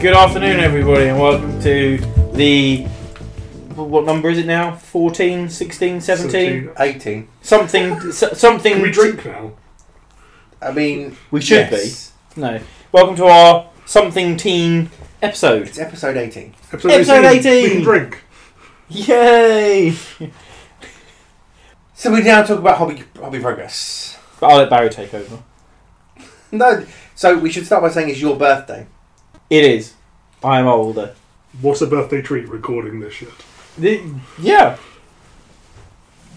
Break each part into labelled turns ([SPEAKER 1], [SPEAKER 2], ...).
[SPEAKER 1] Good afternoon, everybody, and welcome to the. What number is it now? 14, 16, 17?
[SPEAKER 2] 18.
[SPEAKER 1] Something. s- something.
[SPEAKER 3] Can we drink now?
[SPEAKER 2] I mean,
[SPEAKER 1] We should
[SPEAKER 2] yes.
[SPEAKER 1] be. No. Welcome to our something teen episode.
[SPEAKER 2] It's episode 18.
[SPEAKER 3] Episode,
[SPEAKER 1] Episode 18.
[SPEAKER 3] We can drink.
[SPEAKER 1] Yay!
[SPEAKER 2] So we now talk about hobby hobby progress.
[SPEAKER 1] But I'll let Barry take over.
[SPEAKER 2] No, so we should start by saying it's your birthday.
[SPEAKER 1] It is. I am older.
[SPEAKER 3] What's a birthday treat recording this shit?
[SPEAKER 1] The- yeah.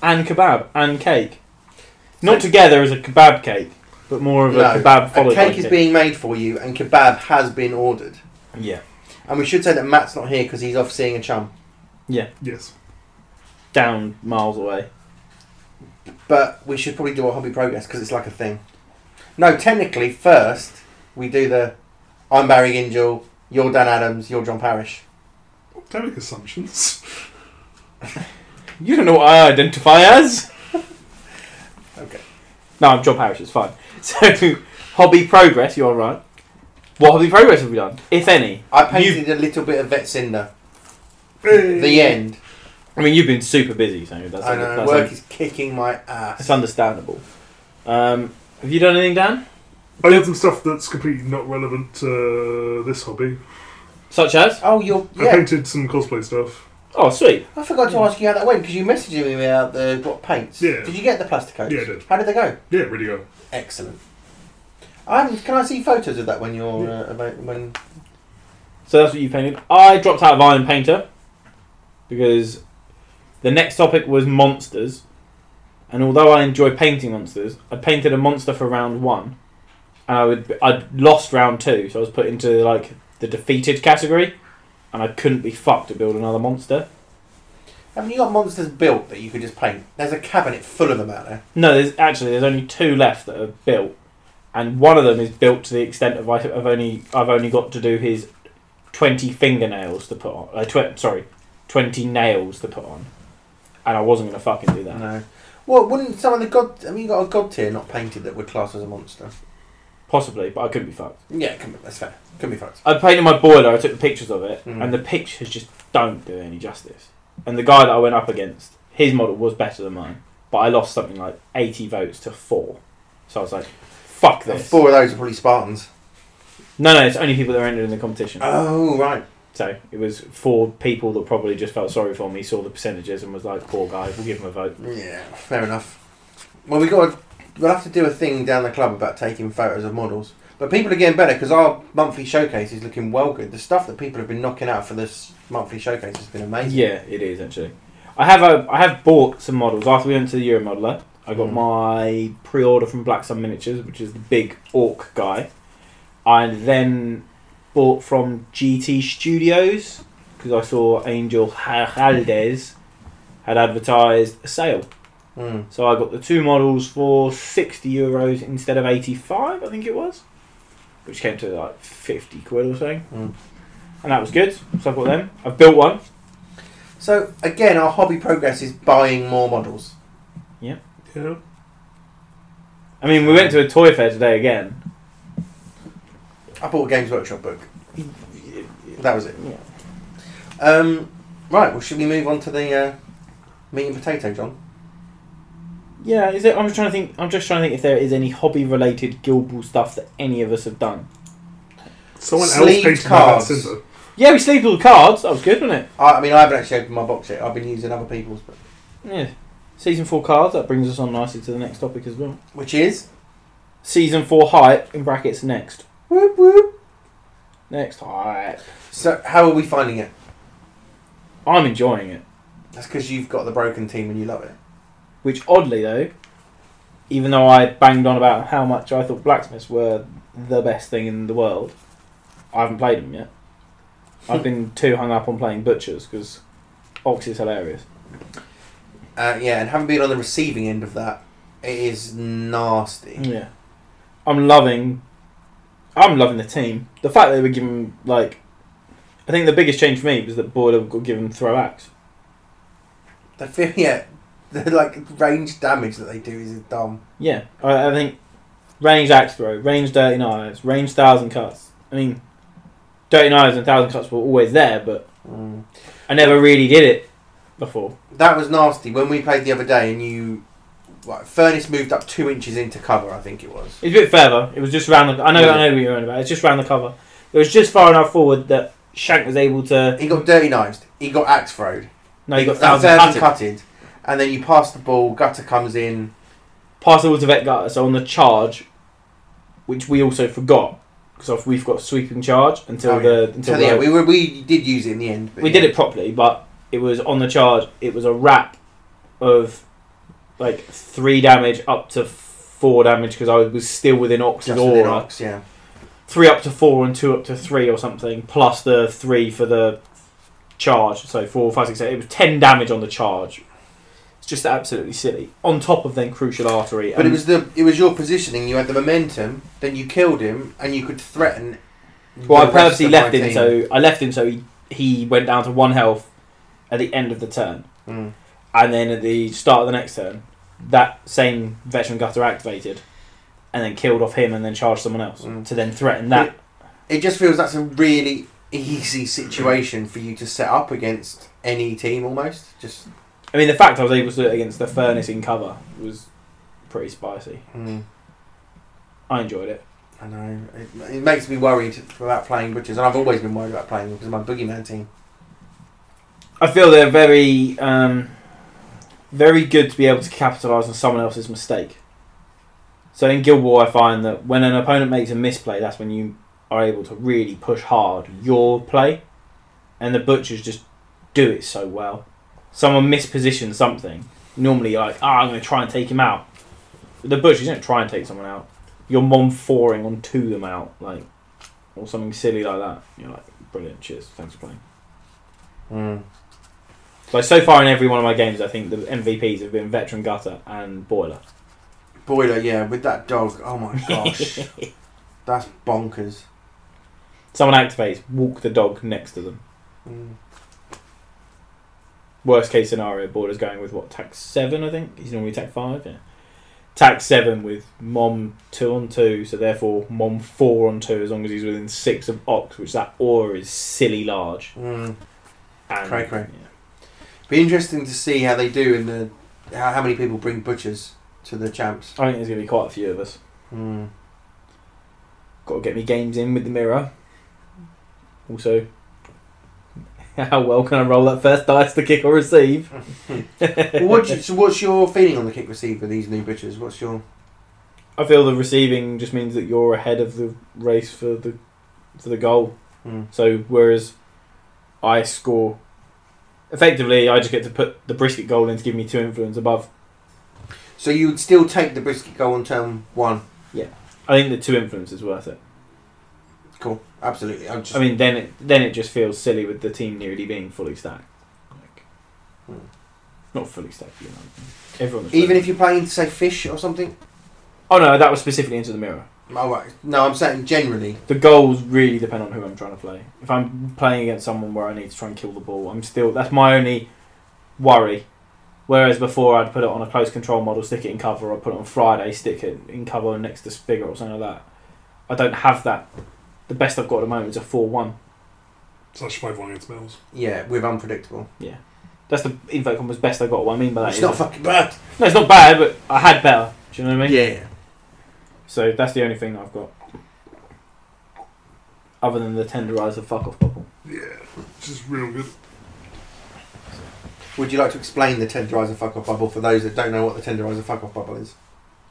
[SPEAKER 1] And kebab and cake. Not together as a kebab cake, but more of a
[SPEAKER 2] No,
[SPEAKER 1] kebab followed
[SPEAKER 2] a
[SPEAKER 1] by
[SPEAKER 2] cake is being made for you, and kebab has been ordered.
[SPEAKER 1] Yeah.
[SPEAKER 2] And we should say that Matt's not here because he's off seeing a chum.
[SPEAKER 3] Yes.
[SPEAKER 1] Down miles away.
[SPEAKER 2] But we should probably do a hobby progress because it's like a thing. No, technically, first we do the I'm Barry Gingell, you're Dan Adams, you're John Parrish.
[SPEAKER 3] Don't make assumptions.
[SPEAKER 1] You don't know what I identify as.
[SPEAKER 2] Okay.
[SPEAKER 1] No, I'm John Parrish. It's fine. So, hobby progress. You're right. What hobby progress have we done, if any?
[SPEAKER 2] I painted a little bit of Vetzinder. The end.
[SPEAKER 1] I mean, you've been super busy, so that's,
[SPEAKER 2] I know,
[SPEAKER 1] that's,
[SPEAKER 2] work is kicking my ass.
[SPEAKER 1] that's understandable. Um, have you done anything, Dan?
[SPEAKER 3] I did some stuff that's completely not relevant to this hobby.
[SPEAKER 1] Such as?
[SPEAKER 2] Oh, you're.
[SPEAKER 3] I
[SPEAKER 2] Yeah.
[SPEAKER 3] painted some cosplay stuff.
[SPEAKER 1] Oh, sweet.
[SPEAKER 2] I forgot to ask you how that went because you messaged me about the what paints.
[SPEAKER 3] Yeah.
[SPEAKER 2] Did you get the plastic coats?
[SPEAKER 3] Yeah, I did.
[SPEAKER 2] How did they go?
[SPEAKER 3] Yeah, really go.
[SPEAKER 2] Excellent. I haven't, can I see photos of that when you're uh, about when?
[SPEAKER 1] So that's what you painted. I dropped out of Iron Painter because the next topic was monsters. And although I enjoy painting monsters, I painted a monster for round one, and I would I'd lost round two, so I was put into like the defeated category, and I couldn't be fucked to build another monster.
[SPEAKER 2] Haven't you got monsters built that you could just paint? There's a cabinet full of them out there.
[SPEAKER 1] No, there's actually there's only two left that are built, and one of them is built to the extent of I, I've only I've only got to do his twenty fingernails to put on. Uh, tw- sorry, twenty nails to put on, and I wasn't gonna fucking do that.
[SPEAKER 2] No. Well, wouldn't some of the god? I mean, you got a god tier not painted that would class as a monster.
[SPEAKER 1] Possibly, but I couldn't be fucked.
[SPEAKER 2] Yeah, can be, that's fair. Can be fucked.
[SPEAKER 1] I painted my boiler. I took the pictures of it,
[SPEAKER 2] Mm.
[SPEAKER 1] and the pictures just don't do any justice. And the guy that I went up against, his model was better than mine, but I lost something like eighty votes to four. So I was like, fuck
[SPEAKER 2] The
[SPEAKER 1] this.
[SPEAKER 2] four of those are probably Spartans.
[SPEAKER 1] No, no, it's only people that are entered in the competition.
[SPEAKER 2] Oh right.
[SPEAKER 1] So it was for people that probably just felt sorry for me, saw the percentages, and was like, "Poor guy, we'll give him a vote."
[SPEAKER 2] Yeah, fair enough. Well, we got to, we'll have to do a thing down the club about taking photos of models. But people are getting better because our monthly showcase is looking well good. The stuff that people have been knocking out for this monthly showcase has been amazing.
[SPEAKER 1] Yeah, it is actually. I have a, I have bought some models after we went to the Euromodeler. I got
[SPEAKER 2] Mm.
[SPEAKER 1] my pre-order from Black Sun Miniatures, which is the big orc guy. I then bought from GT Studios because I saw Angel Haldez had advertised a sale.
[SPEAKER 2] Mm.
[SPEAKER 1] So I got the two models for 60 euros instead of 85, I think it was, which came to like 50 quid or something.
[SPEAKER 2] Mm.
[SPEAKER 1] And that was good. So I got them. I've built one.
[SPEAKER 2] So again, our hobby progress is buying more models.
[SPEAKER 3] Yeah.
[SPEAKER 1] I mean, we went to a toy fair today again.
[SPEAKER 2] I bought a Games Workshop book. That was it. Um, right. Well, should we move on to the uh, meat and potato, John?
[SPEAKER 1] Yeah, is it? I'm just trying to think. I'm just trying to think if there is any hobby-related Guild Ball stuff that any of us have done.
[SPEAKER 3] Someone
[SPEAKER 2] Sleeved
[SPEAKER 3] else painted
[SPEAKER 2] cards.
[SPEAKER 3] my Cinder.
[SPEAKER 1] Yeah, we sleeved all the cards. That was good, wasn't it?
[SPEAKER 2] I, I mean, I haven't actually opened my box yet. I've been using other people's, but
[SPEAKER 1] Yeah. Season four cards. That brings us on nicely to the next topic as well.
[SPEAKER 2] which is
[SPEAKER 1] Season four hype in brackets next.
[SPEAKER 2] whoop whoop.
[SPEAKER 1] Next hype.
[SPEAKER 2] So, how are we finding it?
[SPEAKER 1] I'm enjoying it.
[SPEAKER 2] That's because you've got the broken team and you love it.
[SPEAKER 1] Which oddly though, even though I banged on about how much I thought blacksmiths were the best thing in the world, I haven't played them yet. I've been too hung up on playing butchers because Ox is hilarious.
[SPEAKER 2] Uh, yeah, and having been on the receiving end of that, it is nasty.
[SPEAKER 1] Yeah, I'm loving, I'm loving the team. The fact that they were given like, I think the biggest change for me was that Boiler got given throw axe.
[SPEAKER 2] They feel yeah, the like range damage that they do is dumb.
[SPEAKER 1] Yeah, I, I think range axe throw, range dirty knives, range thousand cuts. I mean, dirty knives and thousand cuts were always there, but
[SPEAKER 2] Mm.
[SPEAKER 1] I never really did it before.
[SPEAKER 2] That was nasty when we played the other day, and you like, furnace moved up two inches into cover. I think it was.
[SPEAKER 1] It's a bit further. It was just round the. I know,
[SPEAKER 2] Was it?
[SPEAKER 1] I know what you're on about. It's just round the cover. It was just far enough forward that Shank was able to.
[SPEAKER 2] He got dirty knives. He got axe throwed.
[SPEAKER 1] No, you got
[SPEAKER 2] That
[SPEAKER 1] thousand
[SPEAKER 2] thousand
[SPEAKER 1] cuts.
[SPEAKER 2] cutted, and then you pass the ball. Gutter comes in.
[SPEAKER 1] Pass the ball to Vet Gutter. So on the charge, which we also forgot because we've got sweeping charge until
[SPEAKER 2] Oh, yeah.
[SPEAKER 1] the until
[SPEAKER 2] So
[SPEAKER 1] the-
[SPEAKER 2] yeah, we were, we did use it in the end. But
[SPEAKER 1] we
[SPEAKER 2] yeah.
[SPEAKER 1] did it properly, but it was on the charge. It was a wrap of like three damage up to four damage because I was still within Ox's
[SPEAKER 2] Just
[SPEAKER 1] aura.
[SPEAKER 2] an ox, yeah.
[SPEAKER 1] Three up to four and two up to three or something, plus the three for the charge. So four, five, six, eight. It was ten damage on the charge. It's just absolutely silly. On top of then crucial artery.
[SPEAKER 2] But it
[SPEAKER 1] and-
[SPEAKER 2] was the it was your positioning. You had the momentum. Then you killed him, and you could threaten.
[SPEAKER 1] Well,
[SPEAKER 2] the
[SPEAKER 1] I
[SPEAKER 2] rest
[SPEAKER 1] purposely
[SPEAKER 2] of my
[SPEAKER 1] left him
[SPEAKER 2] team.
[SPEAKER 1] so I left him so he he went down to one health at the end of the turn.
[SPEAKER 2] Mm.
[SPEAKER 1] and then at the start of the next turn, that same veteran gutter activated, and then killed off him, and then charged someone else
[SPEAKER 2] Mm.
[SPEAKER 1] to then threaten that.
[SPEAKER 2] It just feels that's a really easy situation for you to set up against any team almost. Just
[SPEAKER 1] I mean, the fact I was able to do it against the furnace in cover was pretty spicy.
[SPEAKER 2] mm,
[SPEAKER 1] I enjoyed it.
[SPEAKER 2] I know it, it makes me worried about playing butchers, and I've always been worried about playing them because of my boogeyman team.
[SPEAKER 1] I feel they're very, um, very good to be able to capitalise on someone else's mistake. So in Guild War, I find that when an opponent makes a misplay, that's when you are able to really push hard your play, and the butchers just do it so well. Someone mispositions something. Normally, you're like, ah, I'm going to try and take him out. But the butchers don't try and take someone out. You're mom fouring on two them out, like, or something silly like that. You're like, brilliant, cheers, thanks for playing. Hmm.
[SPEAKER 2] Mm.
[SPEAKER 1] Like so far in every one of my games, I think the MVPs have been veteran gutter and boiler.
[SPEAKER 2] Boiler, yeah, with that dog. Oh my gosh, that's bonkers.
[SPEAKER 1] Someone activates, walk the dog next to them.
[SPEAKER 2] Mm.
[SPEAKER 1] Worst case scenario, boiler's going with what tax seven, I think. He's normally tax five. Yeah, tax seven with mom two on two, so therefore mom four on two as long as he's within six of ox, which that aura is silly large.
[SPEAKER 2] Mm.
[SPEAKER 1] And,
[SPEAKER 2] Cray, cray.
[SPEAKER 1] yeah.
[SPEAKER 2] Be interesting to see how they do in the how, how many people bring butchers to the champs.
[SPEAKER 1] I think there's gonna be quite a few of us. Hmm.
[SPEAKER 2] Mm.
[SPEAKER 1] Got to get me games in with the mirror. Also, how well can I roll that first dice to kick or receive?
[SPEAKER 2] well, what do you, so what's your feeling on the kick receive with these new butchers? What's your
[SPEAKER 1] I feel the receiving just means that you're ahead of the race for the for the goal.
[SPEAKER 2] mm.
[SPEAKER 1] So whereas I score effectively, I just get to put the brisket goal in to give me two influence above.
[SPEAKER 2] so you would still take the brisket goal on turn one?
[SPEAKER 1] I think the two influence is worth it.
[SPEAKER 2] Cool, absolutely. I'm just
[SPEAKER 1] I mean, then it then it just feels silly with the team nearly being fully stacked. Like,
[SPEAKER 2] Hmm.
[SPEAKER 1] Not fully stacked, you know. Everyone was
[SPEAKER 2] even
[SPEAKER 1] ready.
[SPEAKER 2] if you're playing say fish or something.
[SPEAKER 1] oh no, that was specifically into the mirror.
[SPEAKER 2] Oh, right. No, I'm saying generally.
[SPEAKER 1] the goals really depend on who I'm trying to play. If I'm playing against someone where I need to try and kill the ball, I'm still that's my only worry. Whereas before I'd put it on a close control model, stick it in cover, or put it on Friday, stick it in cover next to Spigot or something like that. I don't have that. The best I've got at the moment is a four-one.
[SPEAKER 3] Slash five one against Mills.
[SPEAKER 2] Yeah, with unpredictable.
[SPEAKER 1] That's the info was best I got. What I mean by that
[SPEAKER 2] it's
[SPEAKER 1] is-
[SPEAKER 2] not fucking bad.
[SPEAKER 1] no, it's not bad, but I had better. Do you know what I mean?
[SPEAKER 2] Yeah.
[SPEAKER 1] So that's the only thing that I've got. Other than the tenderizer fuck off bubble.
[SPEAKER 3] Yeah, which is real good.
[SPEAKER 2] Would you like to explain the tenderizer fuck off bubble for those that don't know what the tenderizer fuck off bubble is?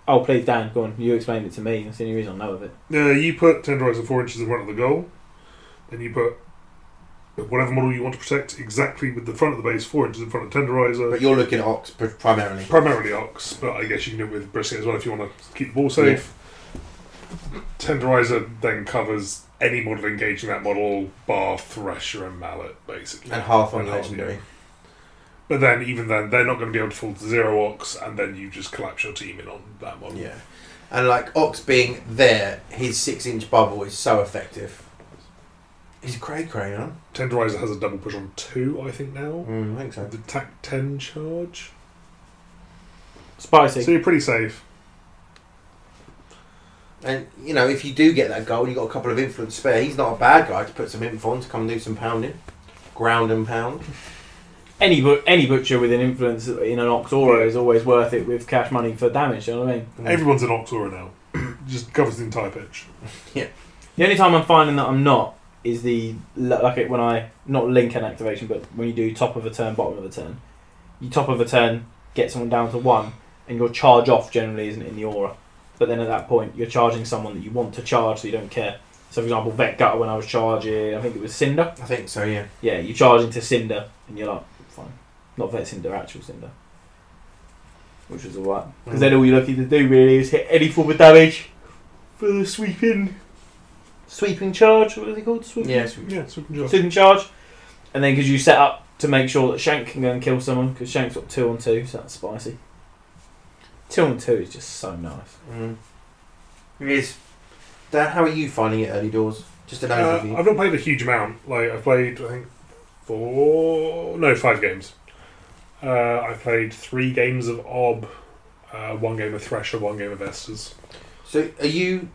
[SPEAKER 1] Oh, please, Dan, go on. You explained it to me. That's the only reason I know of it.
[SPEAKER 3] Uh, you put tenderizer four inches in front of the goal, then you put whatever model you want to protect exactly with the front of the base four inches in front of tenderizer.
[SPEAKER 2] But you're looking at ox pr- primarily.
[SPEAKER 3] primarily ox, but I guess you can do it with brisket as well if you want to keep the ball safe. Tenderizer then covers any model engaging that model, bar Thresher and Mallet, basically.
[SPEAKER 2] And half on
[SPEAKER 3] And half,
[SPEAKER 2] legendary.
[SPEAKER 3] yeah. But then, even then, they're not going to be able to fall to zero ox, and then you just collapse your team in on that model.
[SPEAKER 2] Yeah. And like Ox being there, his six inch bubble is so effective. He's a cray cray, huh?
[SPEAKER 3] Tenderizer has a double push on two, I think now.
[SPEAKER 2] Mm, I think so.
[SPEAKER 3] The tac ten charge.
[SPEAKER 1] Spicy.
[SPEAKER 3] So you're pretty safe.
[SPEAKER 2] And you know, if you do get that goal, you've got a couple of influence spare. He's not a bad guy to put some inf on to come and do some pounding, ground and pound.
[SPEAKER 1] Any but any butcher with an influence in an Oxora is always worth it with cash money for damage. You know what I mean?
[SPEAKER 3] Everyone's an Oxora now. Just covers the entire pitch.
[SPEAKER 1] The only time I'm finding that I'm not is the like it when I not link an activation, but when you do top of a turn, bottom of a turn, you top of a turn get someone down to one, and your charge off generally isn't in the aura. But then at that point, you're charging someone that you want to charge, so you don't care. So, for example, Vet Gutter when I was charging, I think it was Cinder.
[SPEAKER 2] I think so. Yeah.
[SPEAKER 1] Yeah, you charge into Cinder, and you're like, fine, not Vet Cinder, actual Cinder, which was alright. Because
[SPEAKER 3] Mm.
[SPEAKER 1] then all you're looking to do really is hit any form of damage for the sweeping, sweeping charge. What is it called? Sweeping
[SPEAKER 2] Mm. Yes.
[SPEAKER 3] Yeah, so we can just.
[SPEAKER 1] Student charge, and then because you set up to make sure that Shank can go and kill someone because Shank's got two on two, so that's spicy. Two on two is just so nice.
[SPEAKER 2] Mm. It is. Dan, how are you finding it early doors? Just an
[SPEAKER 3] Uh,
[SPEAKER 2] overview.
[SPEAKER 3] I've not played a huge amount. Like I've played, I think four, no, five games. Uh, I played three games of Ob, uh, one game of Thresher, one game of Esters.
[SPEAKER 2] so, are you?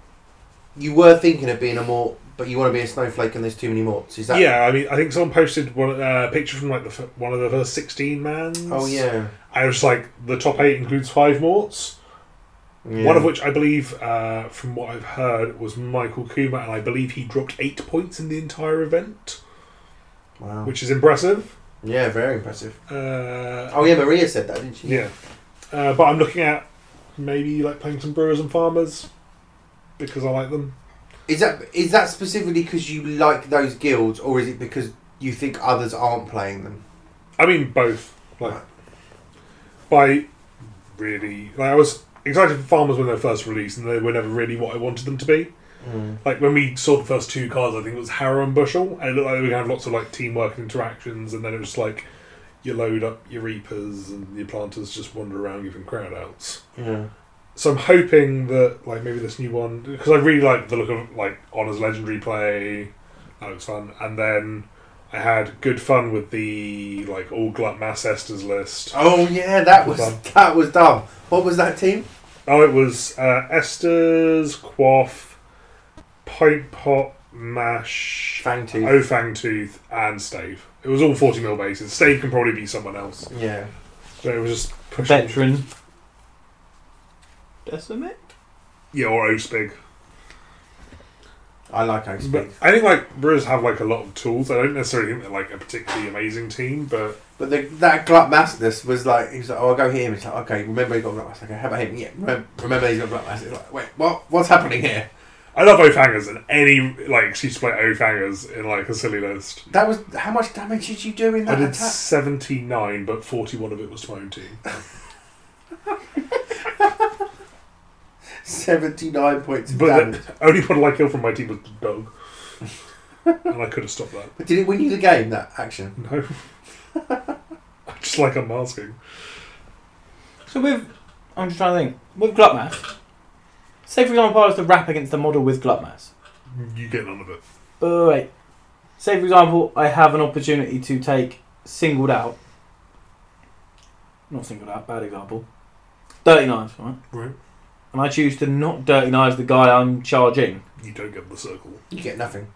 [SPEAKER 2] You were thinking of being a mort, but you want to be a snowflake, and there's too many morts. Is that?
[SPEAKER 3] Yeah, I mean, I think someone posted one uh, a picture from like the f- one of the first sixteen mans.
[SPEAKER 2] Oh yeah.
[SPEAKER 3] I was like, the top eight includes five morts,
[SPEAKER 2] Yeah.
[SPEAKER 3] one of which I believe, uh, from what I've heard, was Michael Kuma, and I believe he dropped eight points in the entire event,
[SPEAKER 2] Wow.
[SPEAKER 3] which is impressive.
[SPEAKER 2] Yeah, very impressive.
[SPEAKER 3] Uh,
[SPEAKER 2] Oh yeah, Maria said that, didn't she?
[SPEAKER 3] Yeah. Uh, but I'm looking at maybe like playing some brewers and farmers because I like them.
[SPEAKER 2] Is that is that specifically because you like those guilds, or is it because you think others aren't playing them?
[SPEAKER 3] I mean both. Like by really like I was excited for farmers when they were first released and they were never really what I wanted them to be.
[SPEAKER 2] Hmm.
[SPEAKER 3] Like when we saw the first two cards I think it was Harrow and Bushel and it looked like we were gonna have lots of like teamwork and interactions and then it was like you load up your reapers and your planters just wander around giving crowd outs.
[SPEAKER 2] Yeah.
[SPEAKER 3] So I'm hoping that like maybe this new one because I really like the look of like Honor's legendary play. That looks fun. And then I had good fun with the like all glut mass esters list.
[SPEAKER 2] Oh yeah, that was
[SPEAKER 3] Dumb.
[SPEAKER 2] that was dumb. What was that team?
[SPEAKER 3] Oh, it was uh, esters, quaff, pint pot, mash,
[SPEAKER 2] Fangtooth.
[SPEAKER 3] ofang tooth, and stave. It was all forty mil bases. Stave can probably be someone else.
[SPEAKER 2] Yeah.
[SPEAKER 3] So it was just pushing.
[SPEAKER 1] Veteran. Decimate?
[SPEAKER 3] Yeah, or Ospig.
[SPEAKER 2] I like Oak
[SPEAKER 3] But
[SPEAKER 2] Speak.
[SPEAKER 3] I think like Brewers have like a lot of tools. I don't necessarily think they're like a particularly amazing team, but
[SPEAKER 2] But the, that Glut Masterness was like, he was like, oh, I'll go hit him. It's like, okay, remember he's got Glut Masterness. Okay, how about him? Yeah, remember, remember he's got Glut Masterness. It's like, wait, what? what's happening here?
[SPEAKER 3] I love Oafangers and any like excuse to play Oafangers in like a silly list.
[SPEAKER 2] That was, how much damage did you do in
[SPEAKER 3] I
[SPEAKER 2] that
[SPEAKER 3] did
[SPEAKER 2] attack?
[SPEAKER 3] seventy nine, but forty one of it was to my own team.
[SPEAKER 2] 79 points of
[SPEAKER 3] But
[SPEAKER 2] damage.
[SPEAKER 3] the only one I killed from my team was the dog, and I could have stopped that.
[SPEAKER 2] But did it win you the game, that action?
[SPEAKER 3] No, I just like unmasking.
[SPEAKER 1] So with, I'm just trying to think. With Glutmass, say for example I was to rap against the model with Glutmass.
[SPEAKER 3] You get none of it.
[SPEAKER 1] But wait, say for example I have an opportunity to take singled out. Not singled out, bad example. Dirty knives, right?
[SPEAKER 3] Right.
[SPEAKER 1] And I choose to not dirty knives the guy I'm charging.
[SPEAKER 3] You don't get the circle.
[SPEAKER 2] You get nothing.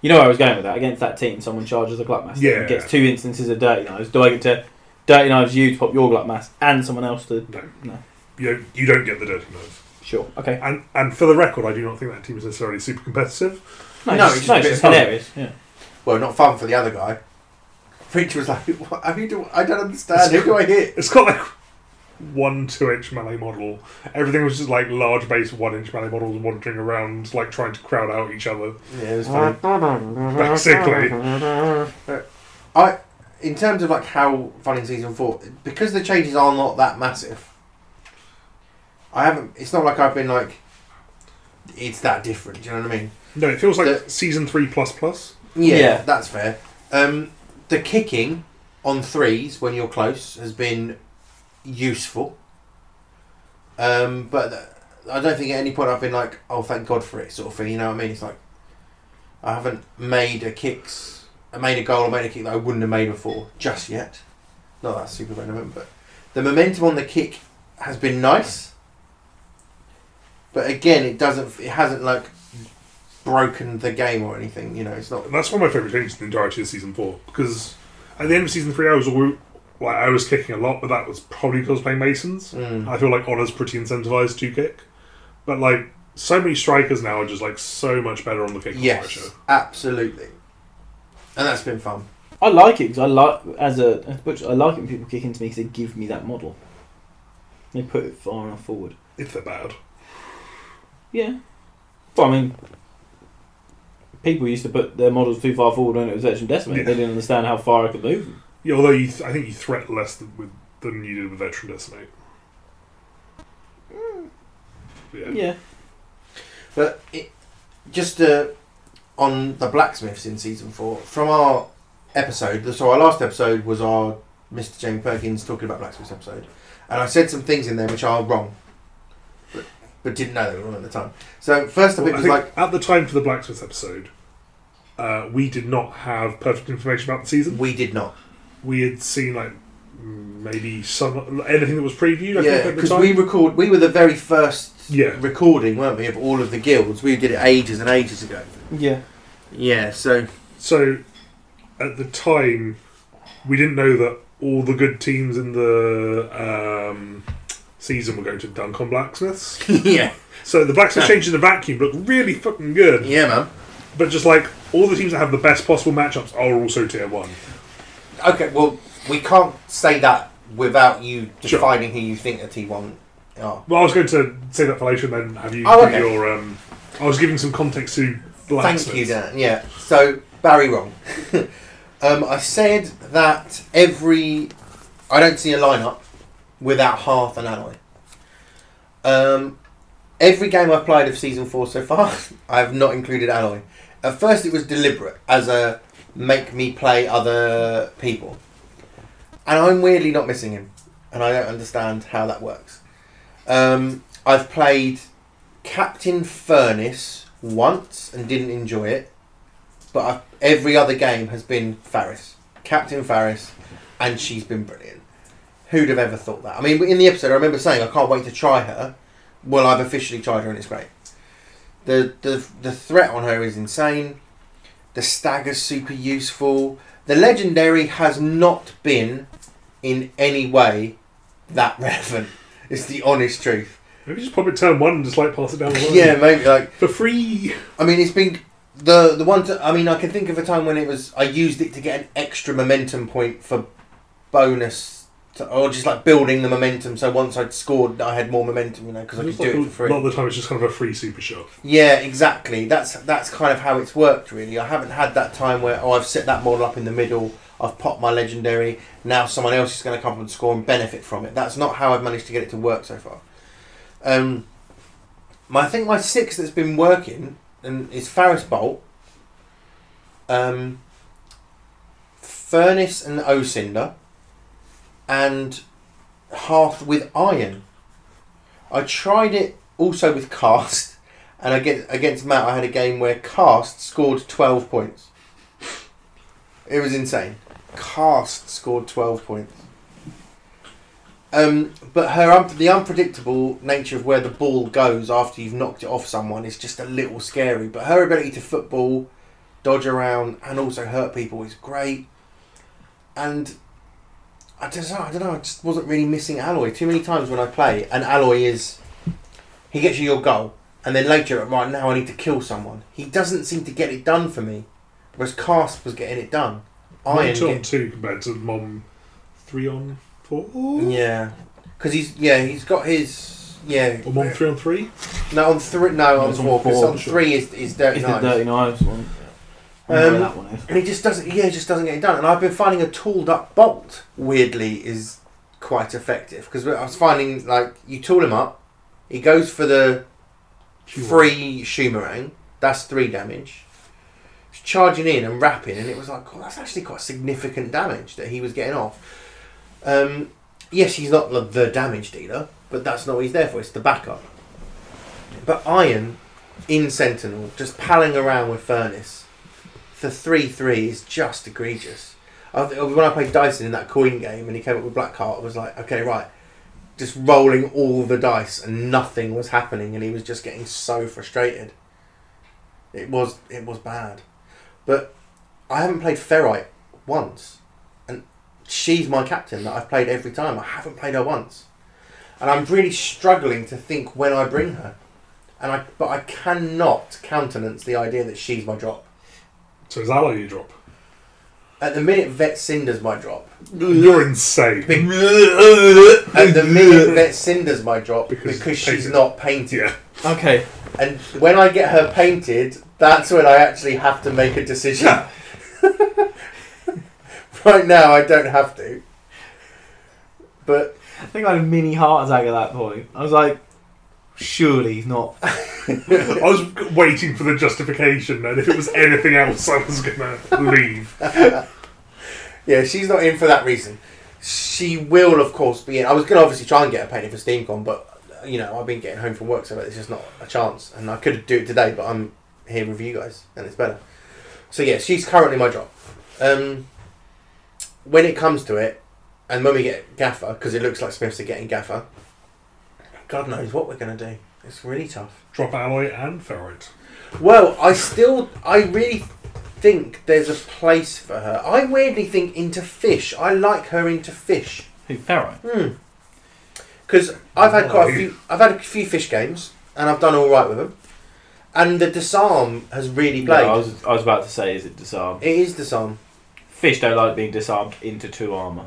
[SPEAKER 1] You know where I was going with that. Against that team, someone charges a glut mass.
[SPEAKER 3] Yeah.
[SPEAKER 1] And gets two instances of dirty knives. Do I get to dirty knives you to pop your glut mass and someone else to?
[SPEAKER 3] No,
[SPEAKER 1] No.
[SPEAKER 3] You don't, you don't get the dirty knife.
[SPEAKER 1] Sure. Okay.
[SPEAKER 3] And and for the record, I do not think that team is necessarily super competitive.
[SPEAKER 1] No,
[SPEAKER 2] No,
[SPEAKER 1] it's,
[SPEAKER 2] it's
[SPEAKER 1] no,
[SPEAKER 2] a
[SPEAKER 1] it's
[SPEAKER 2] bit
[SPEAKER 1] just
[SPEAKER 2] of fun.
[SPEAKER 1] hilarious. Yeah.
[SPEAKER 2] Well, not fun for the other guy. Preacher was like, what, who do, I don't understand. Who do I hit?
[SPEAKER 3] It's got like one two inch melee model. Everything was just like large base one inch melee models wandering around, like trying to crowd out each other.
[SPEAKER 2] Yeah, it was funny.
[SPEAKER 3] Basically,
[SPEAKER 2] I, in terms of like how fun in season four, because the changes are not that massive. I haven't. It's not like I've been like. It's that different. Do you know what I mean?
[SPEAKER 3] no, it feels like
[SPEAKER 2] The-
[SPEAKER 3] season three plus plus.
[SPEAKER 2] Yeah,
[SPEAKER 1] Yeah.
[SPEAKER 2] that's fair. Um, the kicking on threes when you're close has been useful. Um, but the, I don't think at any point I've been like, oh, thank God for it, sort of thing. You know what I mean? It's like I haven't made a kicks, I made a goal, I made a kick that I wouldn't have made before just yet. Not that super relevant, but the momentum on the kick has been nice. But again, it doesn't. It hasn't like broken the game or anything. You know, it's not.
[SPEAKER 3] And that's one of my favourite changes in the entirety of season four because at the end of season three, I was all, like I was kicking a lot, but that was probably because I was playing Masons.
[SPEAKER 2] Mm.
[SPEAKER 3] I feel like Honor's pretty incentivized to kick, but like so many strikers now are just like so much better on the kick.
[SPEAKER 2] Yes, absolutely. And that's been fun.
[SPEAKER 1] I like it because I like as a as a butcher, I like it when people kick into me because they give me that model. They put it far enough forward.
[SPEAKER 3] if they're bad.
[SPEAKER 1] Yeah. Well, I mean, people used to put their models too far forward when it was actually decimated. They didn't understand how far I could move them.
[SPEAKER 3] Yeah, although you th- I think you threat less than, with, than you did with Veteran Decimate.
[SPEAKER 2] Hmm.
[SPEAKER 3] Yeah.
[SPEAKER 1] Yeah.
[SPEAKER 2] But it, just uh, on the blacksmiths in season four, from our episode, so our last episode was our Mr. James Perkins talking about blacksmiths episode, and I said some things in there which are wrong, but, but didn't know they were wrong at the time. So first up,
[SPEAKER 3] Well,
[SPEAKER 2] it
[SPEAKER 3] I
[SPEAKER 2] was
[SPEAKER 3] think
[SPEAKER 2] like
[SPEAKER 3] at the time for the Blacksmith episode, uh, we did not have perfect information about the season.
[SPEAKER 2] we did not,
[SPEAKER 3] We had seen like mm, maybe some anything that was previewed. I
[SPEAKER 2] yeah,
[SPEAKER 3] think at the
[SPEAKER 2] because
[SPEAKER 3] time.
[SPEAKER 2] we record, we were the very first
[SPEAKER 3] Yeah.
[SPEAKER 2] recording, weren't we, of all of the guilds? We did it ages and ages ago.
[SPEAKER 1] Yeah.
[SPEAKER 2] Yeah, so
[SPEAKER 3] So at the time, we didn't know that all the good teams in the um, season were going to Duncon Blacksmiths.
[SPEAKER 2] yeah,
[SPEAKER 3] So the Blacksmith
[SPEAKER 2] No.
[SPEAKER 3] change in the vacuum look really fucking good.
[SPEAKER 2] yeah, man.
[SPEAKER 3] But just like all the teams that have the best possible matchups are also tier one.
[SPEAKER 2] Okay, well, we can't say that without you
[SPEAKER 3] Sure.
[SPEAKER 2] defining who you think a T1 are.
[SPEAKER 3] Well, I was going to say that for later, and then have you
[SPEAKER 2] Oh,
[SPEAKER 3] do
[SPEAKER 2] okay.
[SPEAKER 3] your. Um, I was giving some context to Blacksmith.
[SPEAKER 2] Thank you, Dan. Yeah, so Barry wrong. um, I said that every. I don't see a lineup without Hearth and Alloy. Um, every game I've played of season four so far, I've not included Alloy. At first, it was deliberate as a make me play other people. And I'm weirdly not missing him. And I don't understand how that works. Um, I've played Captain Furnace once and didn't enjoy it. But I've, every other game has been Faris. Captain Faris. And she's been brilliant. Who'd have ever thought that? I mean, in the episode, I remember saying, I can't wait to try her. Well, I've officially tried her and it's great. The, the, the threat on her is insane. The stagger's super useful. The legendary has not been in any way that relevant. It's the honest truth.
[SPEAKER 3] Maybe just pop it turn one and just like pass it down the line.
[SPEAKER 2] Yeah, maybe like
[SPEAKER 3] For free.
[SPEAKER 2] I mean, it's been the the one. To, I mean, I can think of a time when it was I used it to get an extra momentum point for bonus, to, or just like building the momentum. So once I'd scored, I had more momentum, you know, because I could
[SPEAKER 3] Just
[SPEAKER 2] do
[SPEAKER 3] like
[SPEAKER 2] it
[SPEAKER 3] a
[SPEAKER 2] for free.
[SPEAKER 3] lot of the time, it's just kind of a free super shot.
[SPEAKER 2] Yeah, exactly. That's that's kind of how it's worked, really. I haven't had that time where oh, I've set that model up in the middle. I've popped my legendary. Now someone else is going to come up and score and benefit from it. That's not how I've managed to get it to work so far. Um, my I think my six that's been working and is Faris Bolt, um, Furnace and Ocinder, and Hearth with Iron. I tried it also with Cast, and against against Matt, I had a game where Cast scored twelve points. It was insane. Cast scored twelve points. Um, but her un- the unpredictable nature of where the ball goes after you've knocked it off someone is just a little scary. But her ability to football, dodge around, and also hurt people is great. And I just I don't know I just wasn't really missing Alloy too many times when I play, and Alloy is he gets you your goal, and then later, right now, I need to kill someone. He doesn't seem to get it done for me, whereas Cast was getting it done. Iron
[SPEAKER 3] Iron on
[SPEAKER 2] get-
[SPEAKER 3] two compared to mom three on four?
[SPEAKER 2] yeah, because he's yeah he's got his yeah.
[SPEAKER 3] Or mom three on three?
[SPEAKER 2] No, on three. No, on
[SPEAKER 1] It's on
[SPEAKER 2] four. 'cause
[SPEAKER 1] four,
[SPEAKER 2] on
[SPEAKER 1] sure.
[SPEAKER 2] three is is dirty
[SPEAKER 1] It's
[SPEAKER 2] knives.
[SPEAKER 1] the Dirty Knives one. I don't know where
[SPEAKER 2] Um,
[SPEAKER 1] that one is.
[SPEAKER 2] And he just doesn't. Yeah, he just doesn't get it done. And I've been finding a tooled up bolt weirdly is quite effective because I was finding like you tool him up, he goes for the free Shumerang. That's three damage. He's charging in and wrapping, and it was like, oh, that's actually quite significant damage that he was getting off. Um, yes, he's not the- the damage dealer, but that's not what he's there for. It's the backup. But Iron in Sentinel, just palling around with Furnace for 3 3 is just egregious. I th- when I played Dyson in that coin game and he came up with Black Heart, I was like, okay, right. Just rolling all the dice and nothing was happening, and he was just getting so frustrated. It was it was bad, but I haven't played Ferrite once, and she's my captain that I've played every time. I haven't played her once, and I'm really struggling to think when I bring her, and I but I cannot countenance the idea that she's my drop.
[SPEAKER 3] So is that why you drop?
[SPEAKER 2] At the minute, Vet Cinder's my drop.
[SPEAKER 3] You're insane.
[SPEAKER 2] Be- At the minute, Vet Cinder's my drop
[SPEAKER 3] Because
[SPEAKER 2] because,
[SPEAKER 3] it's
[SPEAKER 2] she's
[SPEAKER 3] painted.
[SPEAKER 2] not painted.
[SPEAKER 3] Yeah.
[SPEAKER 1] Okay.
[SPEAKER 2] And when I get her painted, that's when I actually have to make a decision. right now, I don't have to. But
[SPEAKER 1] I think I had a mini heart attack at that point. I was like, surely he's not.
[SPEAKER 3] I was waiting for the justification, and if it was anything else, I was gonna leave.
[SPEAKER 2] yeah, she's not in for that reason. She will, of course, be in. I was going to obviously try and get her painted for SteamCon, but uh, you know, I've been getting home from work, so it's just not a chance. And I could do it today, but I'm here with you guys, and it's better. So yeah, she's currently my drop. Um, when it comes to it, and when we get Gaffer, because it looks like Smiths are getting Gaffer. God knows what we're going to do. It's really tough.
[SPEAKER 3] Drop alloy and ferrite.
[SPEAKER 2] Well, I still, I really think there's a place for her. I weirdly think into fish. I like her into fish
[SPEAKER 1] Who, Ferrite?
[SPEAKER 2] because I've had quite a few. I've had a few fish games and I've done all right with them. And the disarm has really played.
[SPEAKER 1] No, I, was, I was about to say, is it disarmed?
[SPEAKER 2] it is disarm.
[SPEAKER 1] Fish don't like being disarmed into two armour.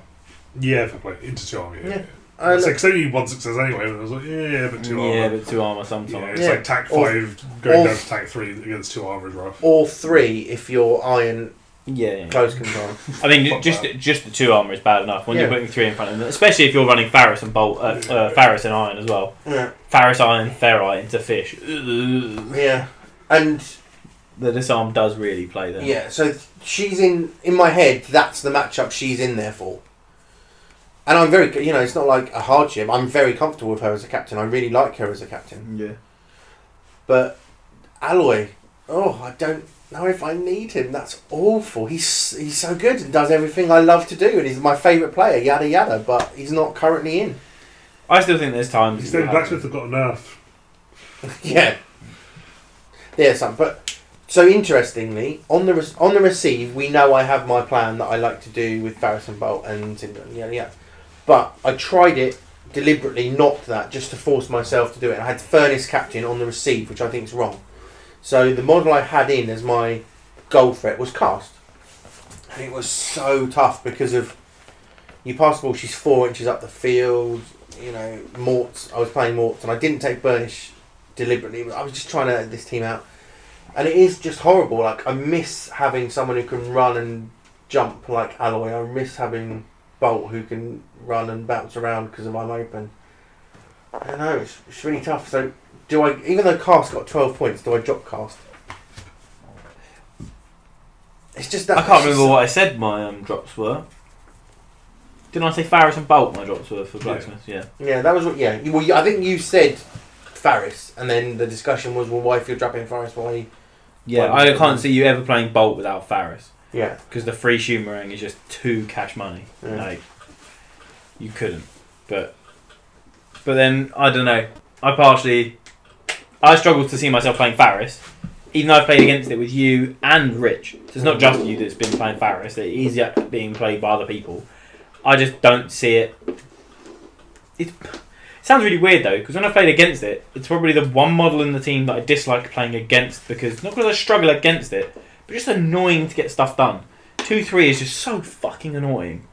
[SPEAKER 3] Yeah, fair play. Into two armor. Yeah.
[SPEAKER 2] Yeah.
[SPEAKER 3] yeah.
[SPEAKER 2] I
[SPEAKER 3] it's
[SPEAKER 2] like-
[SPEAKER 3] like, 'cause only one success anyway. And I was like, yeah, yeah, but two
[SPEAKER 1] Yeah,
[SPEAKER 3] armor.
[SPEAKER 1] but two armour
[SPEAKER 3] Yeah,
[SPEAKER 1] sometimes.
[SPEAKER 3] it's
[SPEAKER 2] Yeah.
[SPEAKER 3] like tack
[SPEAKER 2] Or-
[SPEAKER 3] five going
[SPEAKER 2] or-
[SPEAKER 3] down to tack three against two armor is rough.
[SPEAKER 2] or three if you're iron
[SPEAKER 1] Yeah. yeah.
[SPEAKER 2] close control.
[SPEAKER 1] I mean,
[SPEAKER 3] Fuck
[SPEAKER 1] just just the two armour is bad enough. When you're
[SPEAKER 2] Yeah.
[SPEAKER 1] putting three in front of them, especially if you're running Faris and Bolt, uh, uh, Faris and Iron as well.
[SPEAKER 2] yeah.
[SPEAKER 1] Faris, Iron, Ferrite into Fish. Ugh.
[SPEAKER 2] yeah. And
[SPEAKER 1] The disarm does really play there.
[SPEAKER 2] Yeah, so th- she's in in my head. That's the matchup she's in there for. And I'm very, you know, it's not like a hardship. I'm very comfortable with her as a captain. I really like her as a captain.
[SPEAKER 1] Yeah.
[SPEAKER 2] But Alloy, oh, I don't know if I need him. That's awful. He's he's so good and does everything I love to do, and he's my favourite player. Yada yada. But he's not currently in.
[SPEAKER 1] I still think there's times.
[SPEAKER 3] Instead, Blacksmith have got a nerf.
[SPEAKER 2] yeah. Yeah, some. But so interestingly, on the re- on the receive, we know I have my plan that I like to do with Barris and Bolt and Tinder. Yeah, yeah. But I tried it deliberately, not that, just to force myself to do it. And I had Furnace Captain on the receive, which I think is wrong. So the model I had in as my goal threat was cast, and it was so tough because of you pass the ball. She's four inches up the field. You know, Morts. I was playing Morts, and I didn't take Burnish deliberately. I was just trying to let this team out, and it is just horrible. Like I miss having someone who can run and jump like Alloy. I miss having Bolt who can run and bounce around because of I'm open. I don't know. It's, it's really tough. So do I? Even though Cast got twelve points, do I drop Cast? It's just that
[SPEAKER 1] I can't remember what I said my um, drops were. Didn't I say Faris and Bolt my drops were for Blacksmith? Yeah.
[SPEAKER 2] Yeah, that was what. Yeah, you, well, you- I think you said Faris, and then the discussion was, well, why if you're dropping Faris, why?
[SPEAKER 1] Yeah, I can't see you ever playing Bolt without Faris.
[SPEAKER 2] Yeah,
[SPEAKER 1] Because the free Shumering is just too cash money.
[SPEAKER 2] Yeah.
[SPEAKER 1] Like, you couldn't. But but then, I don't know. I partially. I struggled to see myself playing Faris. Even though I've played against it with you and Rich. So it's not just you that's been playing Faris. It is yet being played by other people. I just don't see it. It, it sounds really weird though, because when I played against it, it's probably the one model in the team that I dislike playing against because not because I struggle against it, but just annoying to get stuff done. Two three is just so fucking annoying.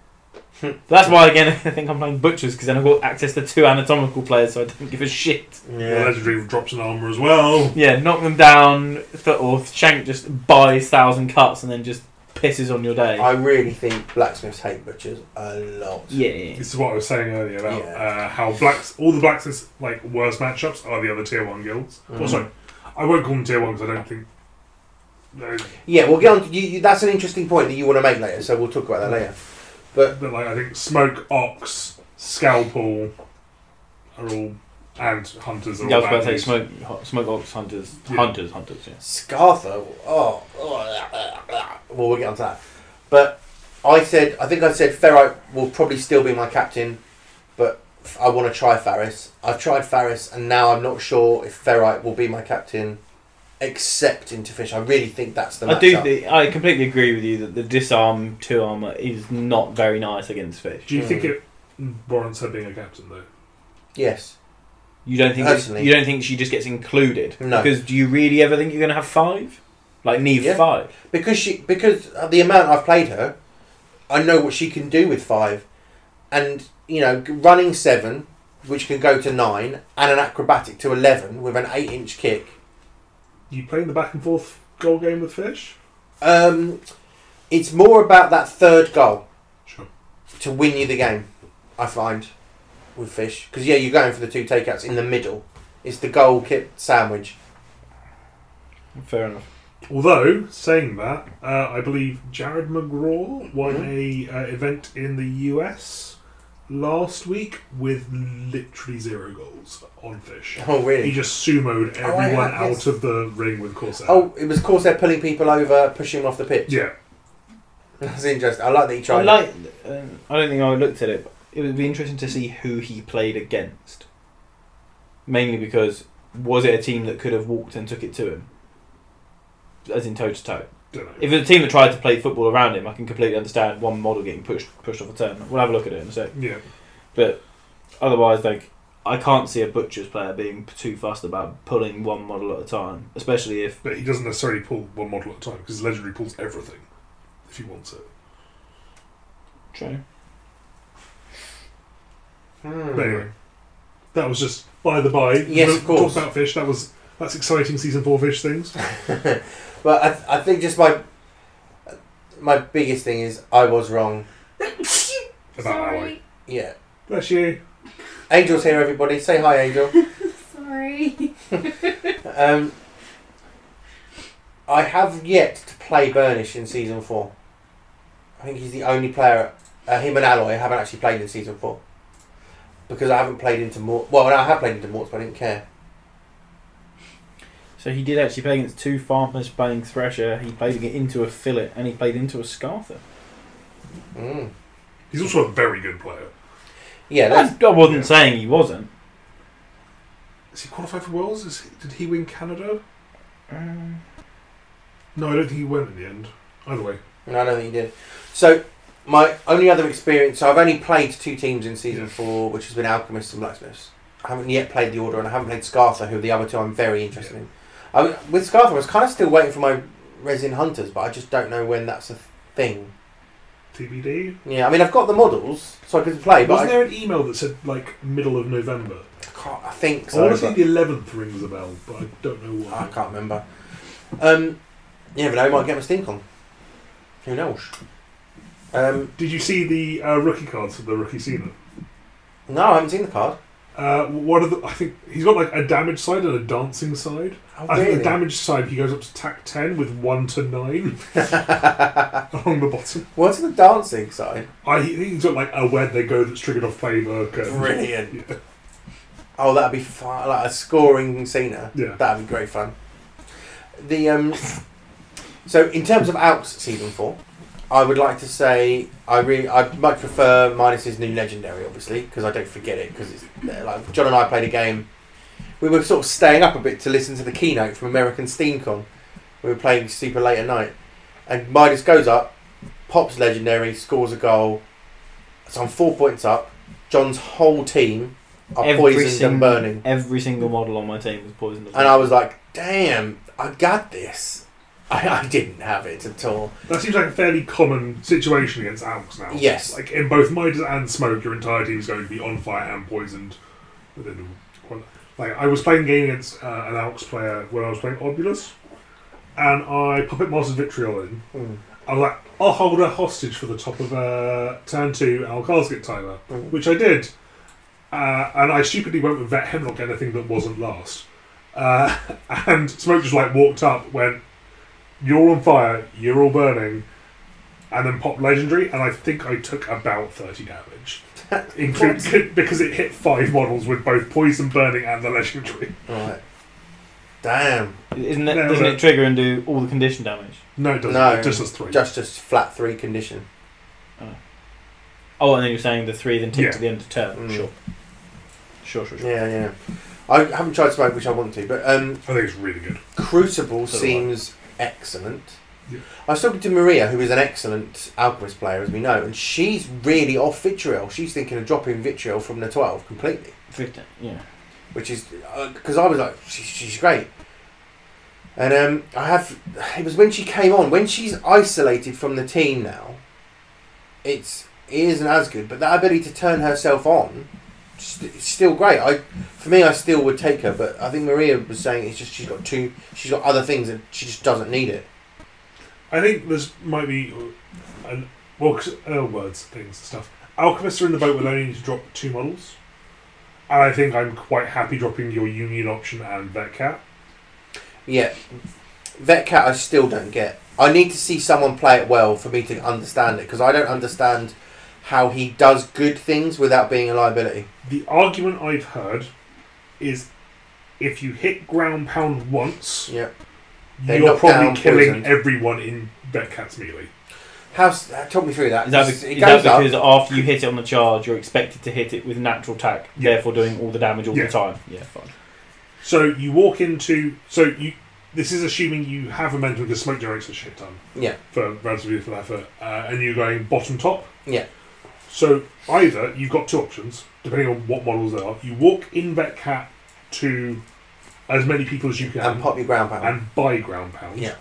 [SPEAKER 1] That's why again I think I'm playing butchers because then I've got access to two anatomical players, so I don't give a shit.
[SPEAKER 3] Yeah. Legendary drops an armor as well.
[SPEAKER 1] Yeah, knock them down, foot or shank just buys thousand cuts and then just pisses on your day.
[SPEAKER 2] I really think blacksmiths hate butchers a lot.
[SPEAKER 1] yeah, yeah,
[SPEAKER 3] This is what I was saying earlier about
[SPEAKER 2] Yeah.
[SPEAKER 3] uh, how blacks, all the blacksmiths like worst matchups are the other tier one guilds. Well,
[SPEAKER 2] Mhm.
[SPEAKER 3] sorry, I won't call them tier one because I don't think. They're,
[SPEAKER 2] Yeah, we'll get on. To, you, you, that's an interesting point that you want to make later, so we'll talk about that later.
[SPEAKER 3] but like I think smoke, ox, scalpel are all and hunters are
[SPEAKER 1] Yeah, I
[SPEAKER 3] all
[SPEAKER 1] was about to say
[SPEAKER 3] bad news.
[SPEAKER 1] smoke, hu- smoke ox hunters,
[SPEAKER 3] Yeah.
[SPEAKER 1] hunters, hunters. Yeah.
[SPEAKER 2] Scartho. Oh, oh, well, we'll get onto that. But I said, I think I said Ferrite will probably still be my captain, but f- I want to try Faris. I've tried Faris, and now I'm not sure if Ferrite will be my captain, except into fish. I really think that's the.
[SPEAKER 1] I do.
[SPEAKER 2] matchup.
[SPEAKER 1] Th- I completely agree with you that the disarm two armor is not very nice against fish.
[SPEAKER 3] Do you think it warrants her being a captain though?
[SPEAKER 2] Yes.
[SPEAKER 1] You don't think it's-
[SPEAKER 2] Personally.
[SPEAKER 1] you don't think she just gets included?
[SPEAKER 2] No.
[SPEAKER 1] Because do you really ever think you're going to have five? Like need
[SPEAKER 2] Yeah.
[SPEAKER 1] five?
[SPEAKER 2] because she because of the amount I've played her, I know what she can do with five, and you know running seven, which can go to nine, and an acrobatic to eleven with an eight inch kick.
[SPEAKER 3] You playing the back and forth goal game with fish?
[SPEAKER 2] Um, it's more about that third goal
[SPEAKER 3] Sure.
[SPEAKER 2] to win you the game. I find with fish because yeah, you're going for the two takeouts in the middle. It's the goal kick sandwich.
[SPEAKER 1] Fair enough.
[SPEAKER 3] Although saying that, uh, I believe Jared McGraw won
[SPEAKER 2] Hmm?
[SPEAKER 3] a uh, event in the US last week with literally zero goals on fish.
[SPEAKER 2] Oh
[SPEAKER 3] He
[SPEAKER 2] really?
[SPEAKER 3] just sumoed
[SPEAKER 2] Oh, I
[SPEAKER 3] everyone
[SPEAKER 2] have
[SPEAKER 3] out
[SPEAKER 2] this.
[SPEAKER 3] of the ring with Corsair.
[SPEAKER 2] Oh, it was Corsair pulling people over, pushing them off the pitch.
[SPEAKER 3] yeah.
[SPEAKER 2] That's interesting. I like that he tried.
[SPEAKER 1] I
[SPEAKER 2] it.
[SPEAKER 1] like. Um, I don't think I looked at it. But it would be interesting to see who he played against. Mainly because was it a team that could have walked and took it to him, as in toe to toe.
[SPEAKER 3] Don't know.
[SPEAKER 1] If it's a team that tried to play football around him, I can completely understand one model getting pushed pushed off a turn. We'll have a look at it in a sec.
[SPEAKER 3] yeah.
[SPEAKER 1] But otherwise, like I can't see a butcher's player being too fussed about pulling one model at a time, especially if
[SPEAKER 3] But he doesn't necessarily pull one model at a time because Legendary pulls everything if he wants it.
[SPEAKER 1] true.
[SPEAKER 2] Hmm.
[SPEAKER 3] But anyway, that was just by the by.
[SPEAKER 2] Yes,
[SPEAKER 3] We'll
[SPEAKER 2] of course.
[SPEAKER 3] Talk about fish. That was that's exciting season four fish things.
[SPEAKER 2] Well, I, th- I think just my my biggest thing is I was wrong.
[SPEAKER 3] About Alloy.
[SPEAKER 2] Yeah.
[SPEAKER 3] Bless you.
[SPEAKER 2] Angel's here, everybody. Say hi, Angel.
[SPEAKER 4] Sorry.
[SPEAKER 2] Um, I have yet to play Burnish in season four. I think he's the only player. Uh, him and Alloy haven't actually played in season four because I haven't played into Mort. Well, I have played into Morts, but I didn't care.
[SPEAKER 1] So he did actually play against two farmers playing Thresher. He played it into a fillet and he played into a Scarther.
[SPEAKER 2] Mm.
[SPEAKER 3] He's also a very good player.
[SPEAKER 2] Yeah, that's,
[SPEAKER 1] I, I wasn't
[SPEAKER 3] yeah.
[SPEAKER 1] saying he wasn't.
[SPEAKER 3] Is he qualified for Worlds? Is he, did he win Canada?
[SPEAKER 2] Mm.
[SPEAKER 1] Um,
[SPEAKER 3] No, I don't think he went in the end. Either way,
[SPEAKER 2] No, I don't think you did. So, my only other experience, so I've only played two teams in season four, which has been Alchemists and Blacksmiths. I haven't yet played the Order, and I haven't played Scartha, who are the other two I'm very interested in. I, w- with Scartha, I was kind of still waiting for my Resin Hunters, but I just don't know when that's a thing.
[SPEAKER 3] TBD.
[SPEAKER 2] Yeah, I mean, I've got the models, so I can play, but
[SPEAKER 3] Wasn't
[SPEAKER 2] I,
[SPEAKER 3] there an email that said like middle of November?
[SPEAKER 2] can't, I Ah. think
[SPEAKER 3] I
[SPEAKER 2] so.
[SPEAKER 3] want to say
[SPEAKER 2] but
[SPEAKER 3] the eleventh rings a bell, but I don't know
[SPEAKER 2] I
[SPEAKER 3] why.
[SPEAKER 2] can't remember. Um, you never know, might get my Stink on. Who knows? Um,
[SPEAKER 3] Did you see the uh, rookie cards for the rookie season?
[SPEAKER 2] no, I haven't seen the card.
[SPEAKER 3] Uh, one of the I think he's got like a damage side and a dancing side.
[SPEAKER 2] Oh,
[SPEAKER 3] I think the
[SPEAKER 2] really?
[SPEAKER 3] damage side he goes up to tack ten with one to nine along the bottom.
[SPEAKER 2] What's the dancing side?
[SPEAKER 3] I think he's got like a where they go that's triggered off playbook. and-
[SPEAKER 2] Brilliant. Oh, that'd be fun. Like a scoring Cena.
[SPEAKER 3] Yeah.
[SPEAKER 2] That'd be great fun. The um, so in terms of Alps season four, I would like to say I really I much prefer Minus's new legendary, obviously, because I don't forget it because it's there. like John and I played a game. We were sort of staying up a bit to listen to the keynote from American SteamCon. We were playing super late at night, and Midas goes up, pops legendary, scores a goal. So I'm four points up. John's whole team are poisoned and burning.
[SPEAKER 1] Every single model on my team was poisoned.
[SPEAKER 2] And I was like, damn, I got this. I, I didn't have it at all.
[SPEAKER 3] That seems like a fairly common situation against Alps now.
[SPEAKER 2] Yes.
[SPEAKER 3] Like in both Midas and Smoke, your entire team is going to be on fire and poisoned. Within one. Like I was playing a game against uh, an Alps player when I was playing Obulus, and I puppet Master Vitriol in.
[SPEAKER 2] Mm.
[SPEAKER 3] I was like, I'll hold her hostage for the top of uh, turn two Al Casket timer,
[SPEAKER 2] Mm.
[SPEAKER 3] which I did. Uh, and I stupidly went with Vet Hemlock, anything that wasn't last. Uh, and Smoke just like walked up, went, You're on fire, you're all burning, and then popped Legendary, and I think I took about 30 damage. include, because it hit five models with both poison burning and the legendary.
[SPEAKER 2] Right. Damn.
[SPEAKER 1] Isn't it,
[SPEAKER 3] No,
[SPEAKER 1] doesn't
[SPEAKER 3] but-
[SPEAKER 1] it trigger and do all the condition damage?
[SPEAKER 3] No, it doesn't.
[SPEAKER 2] No.
[SPEAKER 3] it just does three.
[SPEAKER 2] Just just flat three condition.
[SPEAKER 1] Oh, and then you're saying the three then tick
[SPEAKER 3] Yeah.
[SPEAKER 1] to the end of turn.
[SPEAKER 2] Mm.
[SPEAKER 1] Sure. Sure, sure, sure.
[SPEAKER 2] Yeah, yeah. I haven't tried smoke, which I want to, but um,
[SPEAKER 3] I think it's really good.
[SPEAKER 2] Crucible
[SPEAKER 1] So do I.
[SPEAKER 2] seems excellent.
[SPEAKER 3] Yeah.
[SPEAKER 2] I was talking to Maria, who is an excellent Alchemist player, as we know, and she's really off vitriol. She's thinking of dropping vitriol from the 12 completely,
[SPEAKER 1] Fifteen. Yeah.
[SPEAKER 2] which is because I was like, she, she's great. And um, I have, it was when she came on, when she's isolated from the team now, it's, it isn't as good, but that ability to turn herself on. St- it's still great. I, for me, I still would take her, but I think Maria was saying it's just she's got two, she's got other things and she just doesn't need it.
[SPEAKER 3] I think this might be, uh, an, well, 'cause, uh, words, things, and stuff. Alchemists are in the boat with only need to drop two models, and I think I'm quite happy dropping your Union option and Vet Cat.
[SPEAKER 2] Yeah. Vet Cat, I still don't get. I need to see someone play it well for me to understand it because I don't understand how he does good things without being a liability.
[SPEAKER 3] The argument I've heard is if you hit ground pound once,
[SPEAKER 2] Yeah. They
[SPEAKER 3] you're
[SPEAKER 2] knock down
[SPEAKER 3] probably killing
[SPEAKER 2] poisoned.
[SPEAKER 3] everyone in Vet Cat's melee.
[SPEAKER 2] How? s- uh, Talk me through that.
[SPEAKER 1] Is that,
[SPEAKER 2] It's-
[SPEAKER 1] be-
[SPEAKER 2] it
[SPEAKER 1] is that
[SPEAKER 2] goes up.
[SPEAKER 1] because after you hit it on the charge, you're expected to hit it with natural attack,
[SPEAKER 3] Yeah.
[SPEAKER 1] therefore doing all the damage all
[SPEAKER 3] Yeah.
[SPEAKER 1] the time? Yeah, fine.
[SPEAKER 3] So you walk into so you. This is assuming you have momentum because smoke generates a shit ton.
[SPEAKER 2] Yeah.
[SPEAKER 3] For relatively little effort, uh, and you're going bottom top.
[SPEAKER 2] Yeah.
[SPEAKER 3] So either you've got two options depending on what models they are. You walk in Vetcat to as many people as you can
[SPEAKER 2] And pop your ground pound.
[SPEAKER 3] and buy ground pound.
[SPEAKER 2] Yeah.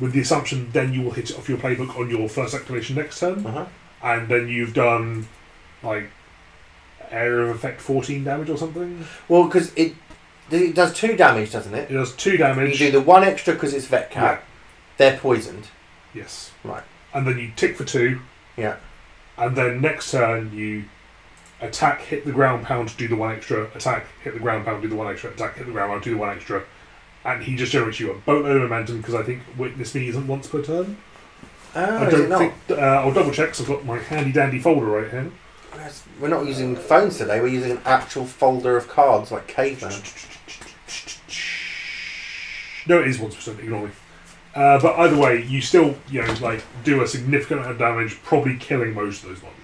[SPEAKER 3] With the assumption then you will hit it off your playbook on your first activation next turn,
[SPEAKER 2] uh-huh.
[SPEAKER 3] and then you've done like area of effect fourteen damage or something.
[SPEAKER 2] Well, because it it does two damage, doesn't it?
[SPEAKER 3] It does two
[SPEAKER 2] You
[SPEAKER 3] damage.
[SPEAKER 2] do the one extra because it's Vet Cat. They're poisoned.
[SPEAKER 3] Yes.
[SPEAKER 2] Right.
[SPEAKER 3] And then you tick for two.
[SPEAKER 2] Yeah.
[SPEAKER 3] And then next turn you attack, hit the ground pound, do the one extra, attack, hit the ground pound, do the one extra, attack, hit the ground pound, do the one extra. And he just generates you a boatload of momentum because I think witness me isn't once per turn.
[SPEAKER 2] Oh,
[SPEAKER 3] I
[SPEAKER 2] is it
[SPEAKER 3] don't
[SPEAKER 2] not?
[SPEAKER 3] think. Uh, I'll double check 'cause I've got my handy dandy folder right here.
[SPEAKER 2] Whereas We're not using phones today. We're using an actual folder of cards like caveman.
[SPEAKER 3] No, it is once per turn. Ignore me. Uh, but either way, you still you know like do a significant amount of damage, probably killing most of those models.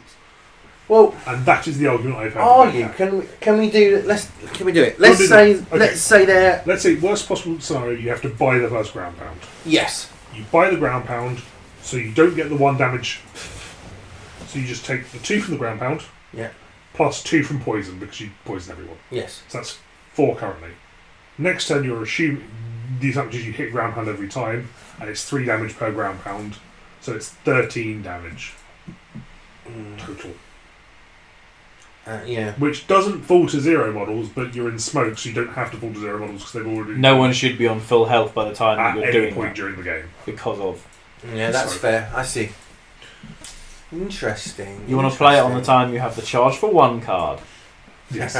[SPEAKER 2] Well,
[SPEAKER 3] And that is the argument I've had.
[SPEAKER 2] Are
[SPEAKER 3] with
[SPEAKER 2] you?
[SPEAKER 3] that.
[SPEAKER 2] Can we? Can we do? Let's. Can we do it?
[SPEAKER 3] We'll
[SPEAKER 2] Let's
[SPEAKER 3] do
[SPEAKER 2] say.
[SPEAKER 3] that. Okay.
[SPEAKER 2] Let's say they're
[SPEAKER 3] Let's say worst possible scenario: you have to buy the first ground pound.
[SPEAKER 2] yes.
[SPEAKER 3] You buy the ground pound, so you don't get the one damage. So you just take the two from the ground pound.
[SPEAKER 2] Yeah.
[SPEAKER 3] Plus two from poison because you poison everyone.
[SPEAKER 2] Yes.
[SPEAKER 3] So that's four currently. Next turn, you're assuming the assumption is you hit ground pound every time, and it's three damage per ground pound, so it's thirteen damage
[SPEAKER 2] Mm,
[SPEAKER 3] total,
[SPEAKER 2] uh, yeah.
[SPEAKER 3] which doesn't fall to zero models, but you're in smoke, so you don't have to fall to zero models because they've already
[SPEAKER 1] No one should be on full health by the time
[SPEAKER 3] Mm.
[SPEAKER 1] that
[SPEAKER 3] at
[SPEAKER 1] you're
[SPEAKER 3] any
[SPEAKER 1] doing
[SPEAKER 3] point
[SPEAKER 1] that
[SPEAKER 3] during the game.
[SPEAKER 1] because of.
[SPEAKER 2] Yeah, that's
[SPEAKER 3] Sorry.
[SPEAKER 2] fair. I see. Interesting.
[SPEAKER 1] You want to play it on the
[SPEAKER 2] Mm. interesting.
[SPEAKER 1] time you have the charge for one card.
[SPEAKER 3] Yes.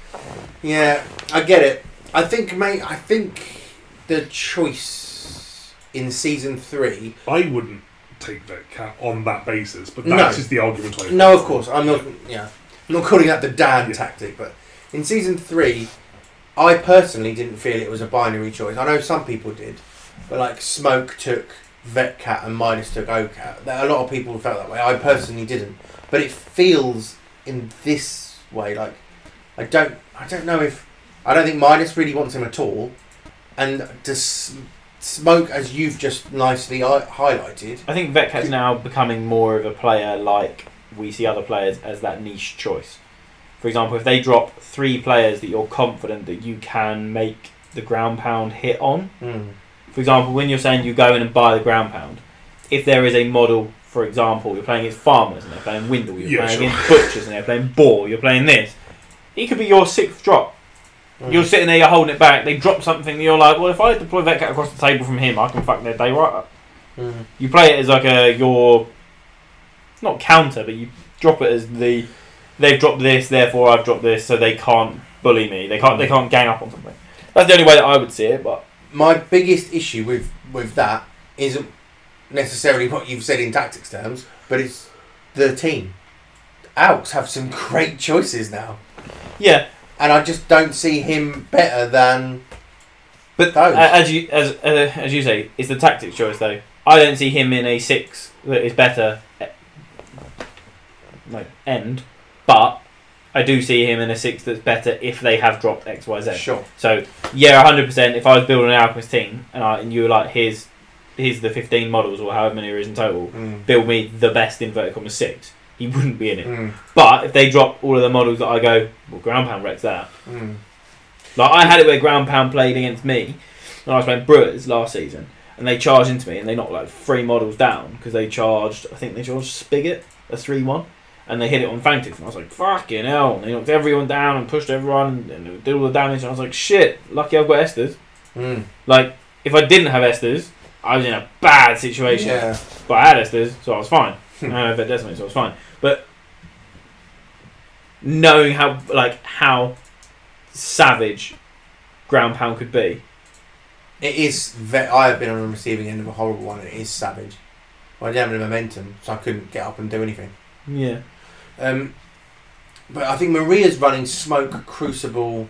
[SPEAKER 2] yeah, I get it. I think, mate. I think the choice in season three.
[SPEAKER 3] I wouldn't take that cat on that basis, but
[SPEAKER 2] No.
[SPEAKER 3] that is the argument I
[SPEAKER 2] No, of course. I'm not. Yeah, I'm not calling that the Dan tactic, but in season three, I personally didn't feel it was a binary choice. I know some people did, but like Smoke took Vet Cat and Midas took OCat. That- A lot of people felt that way. I personally didn't, but it feels in this way like I don't. I don't know if I don't think Midas really wants him at all, and does Smoke, as you've just nicely hi- highlighted.
[SPEAKER 1] I think Vetkat's now becoming more of a player like we see other players as that niche choice. For example, if they drop three players that you're confident that you can make the ground pound hit on,
[SPEAKER 2] Mm.
[SPEAKER 1] For example, when you're saying you go in and buy the ground pound, if there is a model, for example, you're playing against farmers and they're playing windle, you're
[SPEAKER 3] Yeah,
[SPEAKER 1] playing
[SPEAKER 3] sure.
[SPEAKER 1] against butchers and they're playing boar, you're playing this. It could be your sixth drop.
[SPEAKER 2] Hmm.
[SPEAKER 1] You're sitting there, you're holding it back. They drop something, and you're like, well, if I deploy that cat across the table from him, I can fuck their day right up.
[SPEAKER 2] Mm.
[SPEAKER 1] You play it as like a your not counter, but you drop it as the they've dropped this, therefore I've dropped this, so they can't bully me. They can't they can't gang up on something. That's the only way that I would see it, but
[SPEAKER 2] my biggest issue with with that isn't necessarily what you've said in tactics terms, but it's the team outs have some great choices now,
[SPEAKER 1] Yeah,
[SPEAKER 2] and I just don't see him better than
[SPEAKER 1] but
[SPEAKER 2] Those.
[SPEAKER 1] a- as you as uh, as you say, it's the tactics choice though. I don't see him in a six that is better. e- Like end, but I do see him in a six that's better if they have dropped X Y Z.
[SPEAKER 2] sure.
[SPEAKER 1] So yeah, hundred percent. If I was building an alchemist team and I and you were like, here's here's the fifteen models or however many there is in total,
[SPEAKER 2] Mm.
[SPEAKER 1] build me the best inverted commas six. He wouldn't be in it.
[SPEAKER 2] Mm.
[SPEAKER 1] But if they drop all of the models that I go, well, ground pound wrecks that.
[SPEAKER 2] Mm.
[SPEAKER 1] Like I had it where ground pound played against me when I was playing Brewers last season, and they charged into me and they knocked like three models down because they charged. I think they charged Spigot a three-one, and they hit it on Fangtooth, and I was like, "Fucking hell!" And they knocked everyone down and pushed everyone and they did all the damage. And I was like, "Shit! Lucky I've got Esther's."
[SPEAKER 2] Mm.
[SPEAKER 1] Like if I didn't have Esther's, I was in a bad situation. Uh,
[SPEAKER 2] Yeah. Hmm.
[SPEAKER 1] But I had Esther's, so I was fine. And I had Decimates, so I was fine. But knowing how like how savage ground pound could be,
[SPEAKER 2] It is. Ve- I have been on the receiving end of a horrible one. and It is savage. I didn't have any momentum, so I couldn't get up and do anything.
[SPEAKER 1] yeah,
[SPEAKER 2] Um, but I think Maria's running smoke, crucible,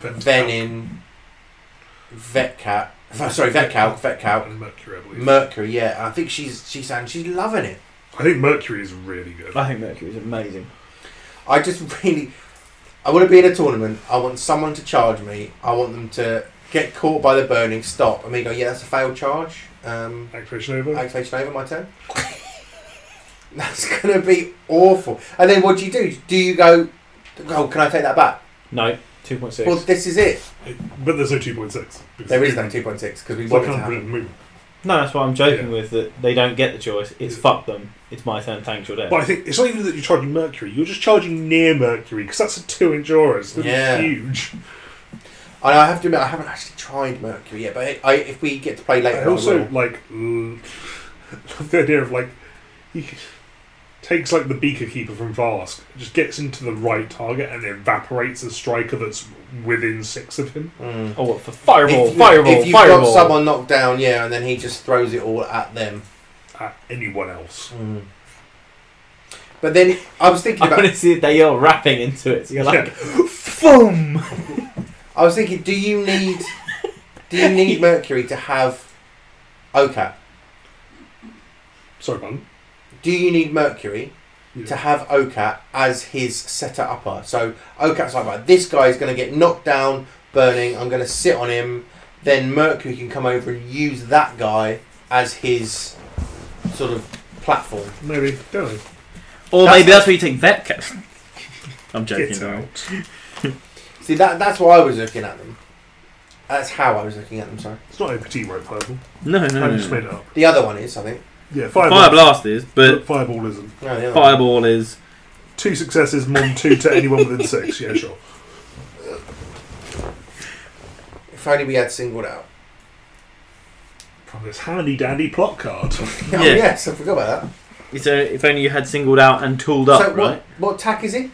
[SPEAKER 2] venin, vet cat. Sorry, vet calc, vet calc,
[SPEAKER 3] And Mercury, I believe.
[SPEAKER 2] mercury. Yeah, I think she's she's and she's loving it.
[SPEAKER 3] I think Mercury is really good.
[SPEAKER 1] I think Mercury is amazing.
[SPEAKER 2] I just really, I want to be in a tournament. I want someone to charge me. I want them to get caught by the burning, stop, and me go, yeah, that's a failed charge. Um,
[SPEAKER 3] Activation over.
[SPEAKER 2] Activation over my turn. That's gonna be awful. And then what do you do? Do you go? Oh, can I take that back?
[SPEAKER 1] No, two point six.
[SPEAKER 2] Well, this is it.
[SPEAKER 3] But there's no 2.6. because
[SPEAKER 2] There is
[SPEAKER 3] it's
[SPEAKER 2] no
[SPEAKER 3] movement.
[SPEAKER 2] two point six because we
[SPEAKER 3] It's like
[SPEAKER 2] want it
[SPEAKER 3] an
[SPEAKER 2] to happen.
[SPEAKER 3] unwritten movement.
[SPEAKER 1] no, that's what I'm joking
[SPEAKER 3] Yeah.
[SPEAKER 1] with. That they don't get the choice. It's
[SPEAKER 3] Yeah.
[SPEAKER 1] fuck them. It's my turn. Thanks, your death.
[SPEAKER 3] But I think it's not even that you're charging Mercury, you're just charging near Mercury because that's a 2 inch aura. It's gonna be
[SPEAKER 2] Yeah.
[SPEAKER 3] huge.
[SPEAKER 2] And I have to admit, I haven't actually tried Mercury yet. But I, if we get to play later,
[SPEAKER 3] I also
[SPEAKER 2] will.
[SPEAKER 3] like l- love the idea of like he c- takes like the beaker keeper from Vask, just gets into the right target and evaporates a striker that's within six of him.
[SPEAKER 2] Mm.
[SPEAKER 1] oh, what for fireball,
[SPEAKER 2] if you,
[SPEAKER 1] fireball,
[SPEAKER 2] If you've
[SPEAKER 1] fireball.
[SPEAKER 2] got someone knocked down, yeah, and then he just throws it all at them.
[SPEAKER 3] At anyone else,
[SPEAKER 2] But then I was thinking
[SPEAKER 1] Hmm. I
[SPEAKER 2] about.
[SPEAKER 1] want to see if they are rapping into it. So you're like, boom.
[SPEAKER 2] I was thinking, do you need? do you need Mercury to have? OCAP?
[SPEAKER 3] sorry, button.
[SPEAKER 2] Do you need Mercury
[SPEAKER 3] Yeah.
[SPEAKER 2] to have Okat as his setter upper. So Okat's like, right, this guy is going to get knocked down, burning. I'm going to sit on him. Then Mercury can come over and use that guy as his sort of platform.
[SPEAKER 3] Maybe don't know.
[SPEAKER 1] Or
[SPEAKER 2] That's-
[SPEAKER 1] maybe that's where you take vet. ca- I'm joking.
[SPEAKER 3] Get
[SPEAKER 1] don't worry.
[SPEAKER 3] out.
[SPEAKER 2] See, that that's what I was looking at them. That's how I was looking at them. Sorry.
[SPEAKER 3] It's not a petite right purple.
[SPEAKER 1] No, no, no.
[SPEAKER 3] I
[SPEAKER 1] no.
[SPEAKER 3] just made it up.
[SPEAKER 2] The other one is, I think.
[SPEAKER 3] Yeah, fireball.
[SPEAKER 1] Fire blast is, but
[SPEAKER 3] fireball isn't.
[SPEAKER 2] No, the other one.
[SPEAKER 1] fireball is.
[SPEAKER 3] Two successes, mon two to anyone within six. Yeah, sure.
[SPEAKER 2] If only we had singled out.
[SPEAKER 3] From this handy dandy plot card.
[SPEAKER 2] Oh,
[SPEAKER 1] Yeah.
[SPEAKER 2] yes, I forgot about that.
[SPEAKER 1] It's a, if only you had singled out and tooled up,
[SPEAKER 2] so
[SPEAKER 1] right?
[SPEAKER 2] what what tack is it?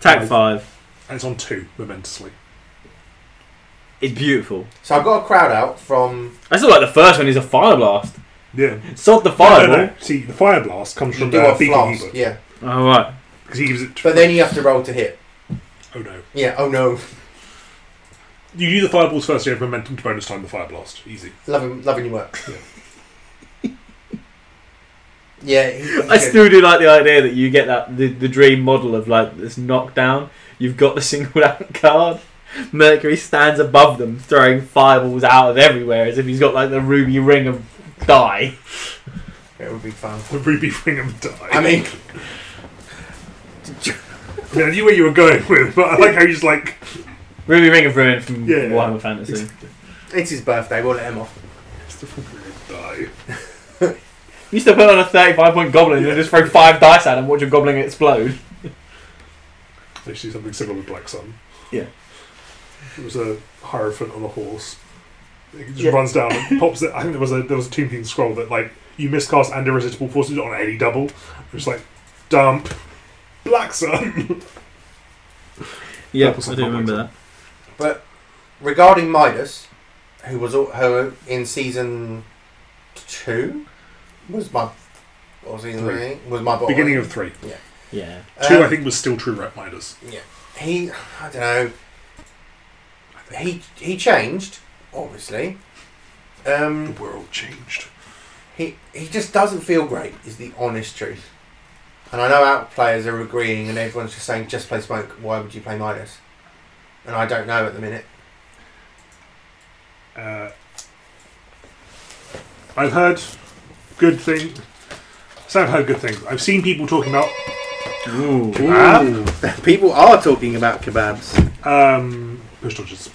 [SPEAKER 1] Tac five.
[SPEAKER 3] And it's on two, momentously.
[SPEAKER 1] It's beautiful.
[SPEAKER 2] So I've got a crowd out from
[SPEAKER 1] I still like the first one is a fire blast.
[SPEAKER 3] Yeah.
[SPEAKER 1] Sod the
[SPEAKER 3] No,
[SPEAKER 1] fireball.
[SPEAKER 3] no, no. See, the fire blast comes
[SPEAKER 2] you
[SPEAKER 3] from
[SPEAKER 2] do
[SPEAKER 3] uh,
[SPEAKER 2] a
[SPEAKER 3] Beacon
[SPEAKER 2] flask,
[SPEAKER 3] Keeper.
[SPEAKER 2] yeah.
[SPEAKER 1] All right.
[SPEAKER 3] Because he gives it to
[SPEAKER 2] But then you have to roll to hit.
[SPEAKER 3] Oh no.
[SPEAKER 2] Yeah. Oh no.
[SPEAKER 3] You do the fireballs first, you have momentum to bonus time the fire blast. Easy.
[SPEAKER 2] Loving, loving your work.
[SPEAKER 3] Yeah.
[SPEAKER 2] yeah. he- he's
[SPEAKER 1] I
[SPEAKER 2] good.
[SPEAKER 1] still do like the idea that you get that the, the dream model of like this knockdown. You've got the singled out card. Mercury stands above them, throwing fireballs out of everywhere as if he's got like the ruby ring of die.
[SPEAKER 2] It would be fun.
[SPEAKER 3] The ruby ring of die.
[SPEAKER 2] I mean,
[SPEAKER 3] I, mean, I knew where you were going with, but I like how you just like.
[SPEAKER 1] Ruby ring of ruin from
[SPEAKER 3] Yeah.
[SPEAKER 1] Warhammer Fantasy.
[SPEAKER 2] it's his birthday. We'll let him off.
[SPEAKER 3] It's the ruby ring of die.
[SPEAKER 1] You still put on a thirty-five point goblin and just throw five dice at him, watch a goblin explode.
[SPEAKER 3] They should do something similar with Black Sun.
[SPEAKER 1] Yeah.
[SPEAKER 3] It was a hierophant on a horse. It just
[SPEAKER 1] Yeah.
[SPEAKER 3] runs down and pops it. I think there was a there was a Tomb King scroll that like you miscast and irresistible forces on any double. It was like dump Black Sun.
[SPEAKER 1] Yeah,
[SPEAKER 3] That was
[SPEAKER 1] I
[SPEAKER 3] a
[SPEAKER 1] do
[SPEAKER 3] complex
[SPEAKER 1] remember
[SPEAKER 3] one.
[SPEAKER 1] that.
[SPEAKER 2] But regarding Midas, who was al- who in season two was my or season
[SPEAKER 3] Three.
[SPEAKER 2] three was my bottle.
[SPEAKER 3] Beginning of three.
[SPEAKER 1] Yeah.
[SPEAKER 3] Two,
[SPEAKER 2] Um,
[SPEAKER 3] I think, was still True Rep Miners.
[SPEAKER 2] he I don't know he he changed obviously
[SPEAKER 3] The
[SPEAKER 2] um
[SPEAKER 3] world changed.
[SPEAKER 2] he he just doesn't feel great is the honest truth and I know out players are agreeing and everyone's just saying just play smoke why would you play Midas and I don't know at the minute
[SPEAKER 3] Uh, I've heard good things. So I've heard good things. I've seen people talking about
[SPEAKER 1] Ooh.
[SPEAKER 2] people are talking about kebabs
[SPEAKER 3] um, push dodges.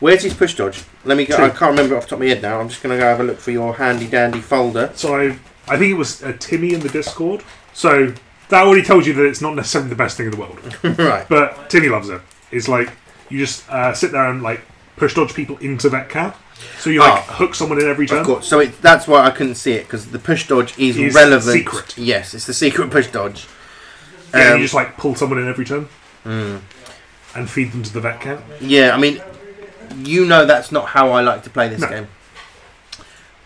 [SPEAKER 2] where's his push dodge let me go
[SPEAKER 3] Two.
[SPEAKER 2] I can't remember off the top of my head now I'm just going to go have a look for your handy dandy folder
[SPEAKER 3] So I, I think it was uh, Timmy in the Discord. So that already tells you that it's not necessarily the best thing in the world.
[SPEAKER 2] right
[SPEAKER 3] But Timmy loves it. It's like you just uh, sit there and like push dodge people into that cat. So you like
[SPEAKER 2] Ah.
[SPEAKER 3] hook someone in every turn.
[SPEAKER 2] Of course. So it, that's why I couldn't see it because the push dodge is
[SPEAKER 3] Is
[SPEAKER 2] relevant.
[SPEAKER 3] secret.
[SPEAKER 2] Yes, it's the secret push dodge.
[SPEAKER 3] Yeah,
[SPEAKER 2] Um, Hmm.
[SPEAKER 3] you just like pull someone in every turn. And feed them to the vet cat.
[SPEAKER 2] Yeah, I mean, you know that's not how I like to play this
[SPEAKER 3] No.
[SPEAKER 2] game.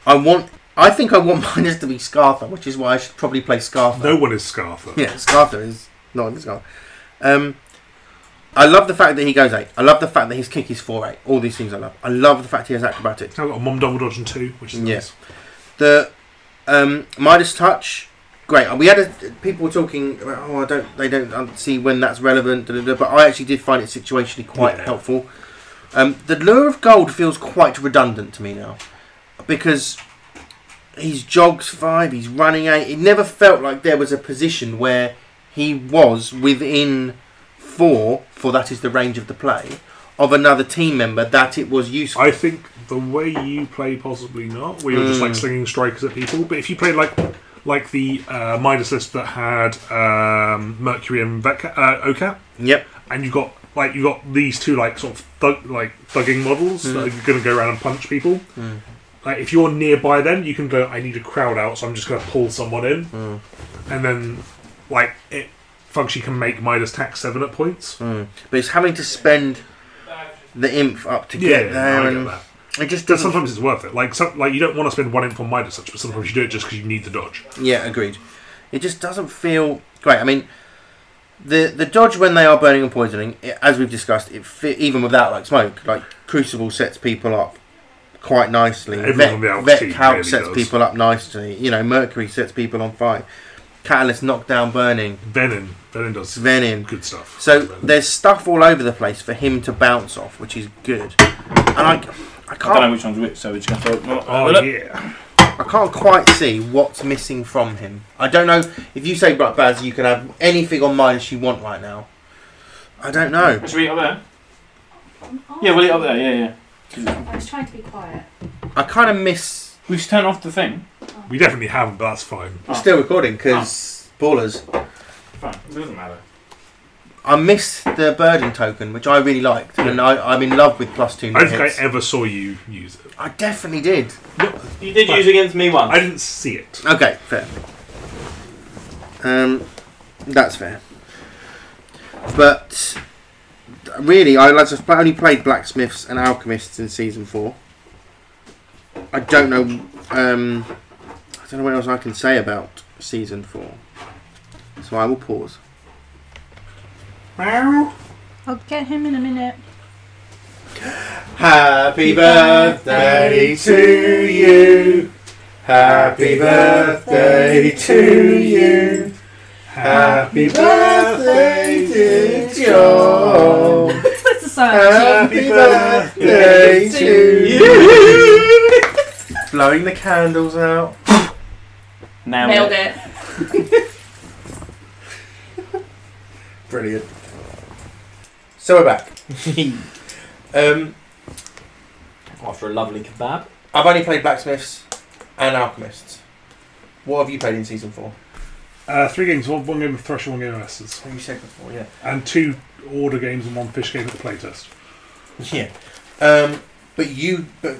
[SPEAKER 2] I want. I think I want minus to be Scartha, which is why I should probably play Scartha.
[SPEAKER 3] No one is Scarfer.
[SPEAKER 2] Yeah, Scartha is not Scartha. Um, I love the fact that he goes eight. I love the fact that his kick is four eight. All these things I love. I love the fact he has acrobatics.
[SPEAKER 3] Now I've got a mom double dodge and two, which is
[SPEAKER 2] Yeah.
[SPEAKER 3] nice.
[SPEAKER 2] The um, Midas touch, great. We had a, people were talking about oh I don't they don't um, see when that's relevant, da, da, da, but I actually did find it situationally quite
[SPEAKER 3] Yeah.
[SPEAKER 2] helpful. Um, the lure of gold feels quite redundant to me now because he's jogs five, he's running eight. It never felt like there was a position where he was within four, for that is the range of the play of another team member that it was useful.
[SPEAKER 3] I think the way you play, possibly not, where you're just like
[SPEAKER 2] Mm.
[SPEAKER 3] slinging strikers at people. But if you play like like the uh, Midas list that had um, Mercury and Veca- uh, OCAP,
[SPEAKER 2] yep.
[SPEAKER 3] and you've got like you've got these two like sort of thug- like thugging models that are going to go around and punch people. Like if you're nearby, then you can go. I need a crowd out, so I'm just going to pull someone in, and then like it. Functionally can make Midas tax seven at points.
[SPEAKER 2] But it's having to spend the inf up to
[SPEAKER 3] Yeah,
[SPEAKER 2] get there,
[SPEAKER 3] I get
[SPEAKER 2] and
[SPEAKER 3] that.
[SPEAKER 2] it just
[SPEAKER 3] But
[SPEAKER 2] doesn't.
[SPEAKER 3] sometimes it's worth it. Like, some, like you don't want to spend one imp on Midas such, but sometimes you do it just because you need the dodge.
[SPEAKER 2] Yeah, agreed. It just doesn't feel great. I mean, the the dodge when they are burning and poisoning, i as we've discussed, it fit, even without like smoke, like crucible sets people up quite nicely.
[SPEAKER 3] Everyone on the
[SPEAKER 2] Vet,
[SPEAKER 3] Alps
[SPEAKER 2] Vet
[SPEAKER 3] team
[SPEAKER 2] Couch
[SPEAKER 3] really
[SPEAKER 2] sets
[SPEAKER 3] does.
[SPEAKER 2] people up nicely. You know, Mercury sets people on fire. Catalyst knockdown burning.
[SPEAKER 3] Venom, Venom does
[SPEAKER 2] Venom.
[SPEAKER 3] good stuff.
[SPEAKER 2] So
[SPEAKER 3] Venom.
[SPEAKER 2] there's stuff all over the place for him to bounce off, which is good. And I, I
[SPEAKER 5] I don't know
[SPEAKER 2] can't,
[SPEAKER 5] which one's which, so we're just going to throw it.
[SPEAKER 3] oh yeah,
[SPEAKER 2] I can't quite see what's missing from him. I don't know if you say, right, Baz, you can have anything on minus you want right now. I don't know.
[SPEAKER 1] Should we eat up there?
[SPEAKER 4] Oh,
[SPEAKER 1] Yeah, we'll eat up there, yeah, yeah.
[SPEAKER 4] I was trying to be quiet.
[SPEAKER 2] I kind of miss.
[SPEAKER 1] We've turned off the thing.
[SPEAKER 3] we definitely haven't, but that's fine.
[SPEAKER 2] We're still recording because ballers.
[SPEAKER 1] Fine, it doesn't matter.
[SPEAKER 2] I miss the burden token, which I really liked, and I, I'm in love with plus two.
[SPEAKER 3] I
[SPEAKER 2] Net
[SPEAKER 3] don't think
[SPEAKER 2] hits.
[SPEAKER 3] I ever saw you use it.
[SPEAKER 2] I definitely did.
[SPEAKER 1] You did
[SPEAKER 3] Fine.
[SPEAKER 1] use against me
[SPEAKER 2] Oh.
[SPEAKER 1] once.
[SPEAKER 3] I didn't see it.
[SPEAKER 2] Okay, fair. Um, that's fair. But really, I like to- I only played blacksmiths and alchemists in season four. I don't know. Um, I don't know what else I can say about season four. So I will pause.
[SPEAKER 4] I'll get him in a minute.
[SPEAKER 2] Happy
[SPEAKER 4] birthday
[SPEAKER 2] to you. Happy
[SPEAKER 4] birthday
[SPEAKER 2] to you. Happy birthday, dear John.
[SPEAKER 4] That's the sound.
[SPEAKER 2] Happy birthday to you. Blowing the candles out.
[SPEAKER 5] Now
[SPEAKER 4] Nailed it.
[SPEAKER 2] Brilliant. So we're back. Um,
[SPEAKER 1] After a lovely kebab.
[SPEAKER 2] I've only played blacksmiths and alchemists. What have you played in season four?
[SPEAKER 3] Uh, three games: one, one game of Thresher, one game of Essence,
[SPEAKER 2] What you said before, yeah.
[SPEAKER 3] and two order games and one fish game at the playtest.
[SPEAKER 2] Yeah. Um, but you, but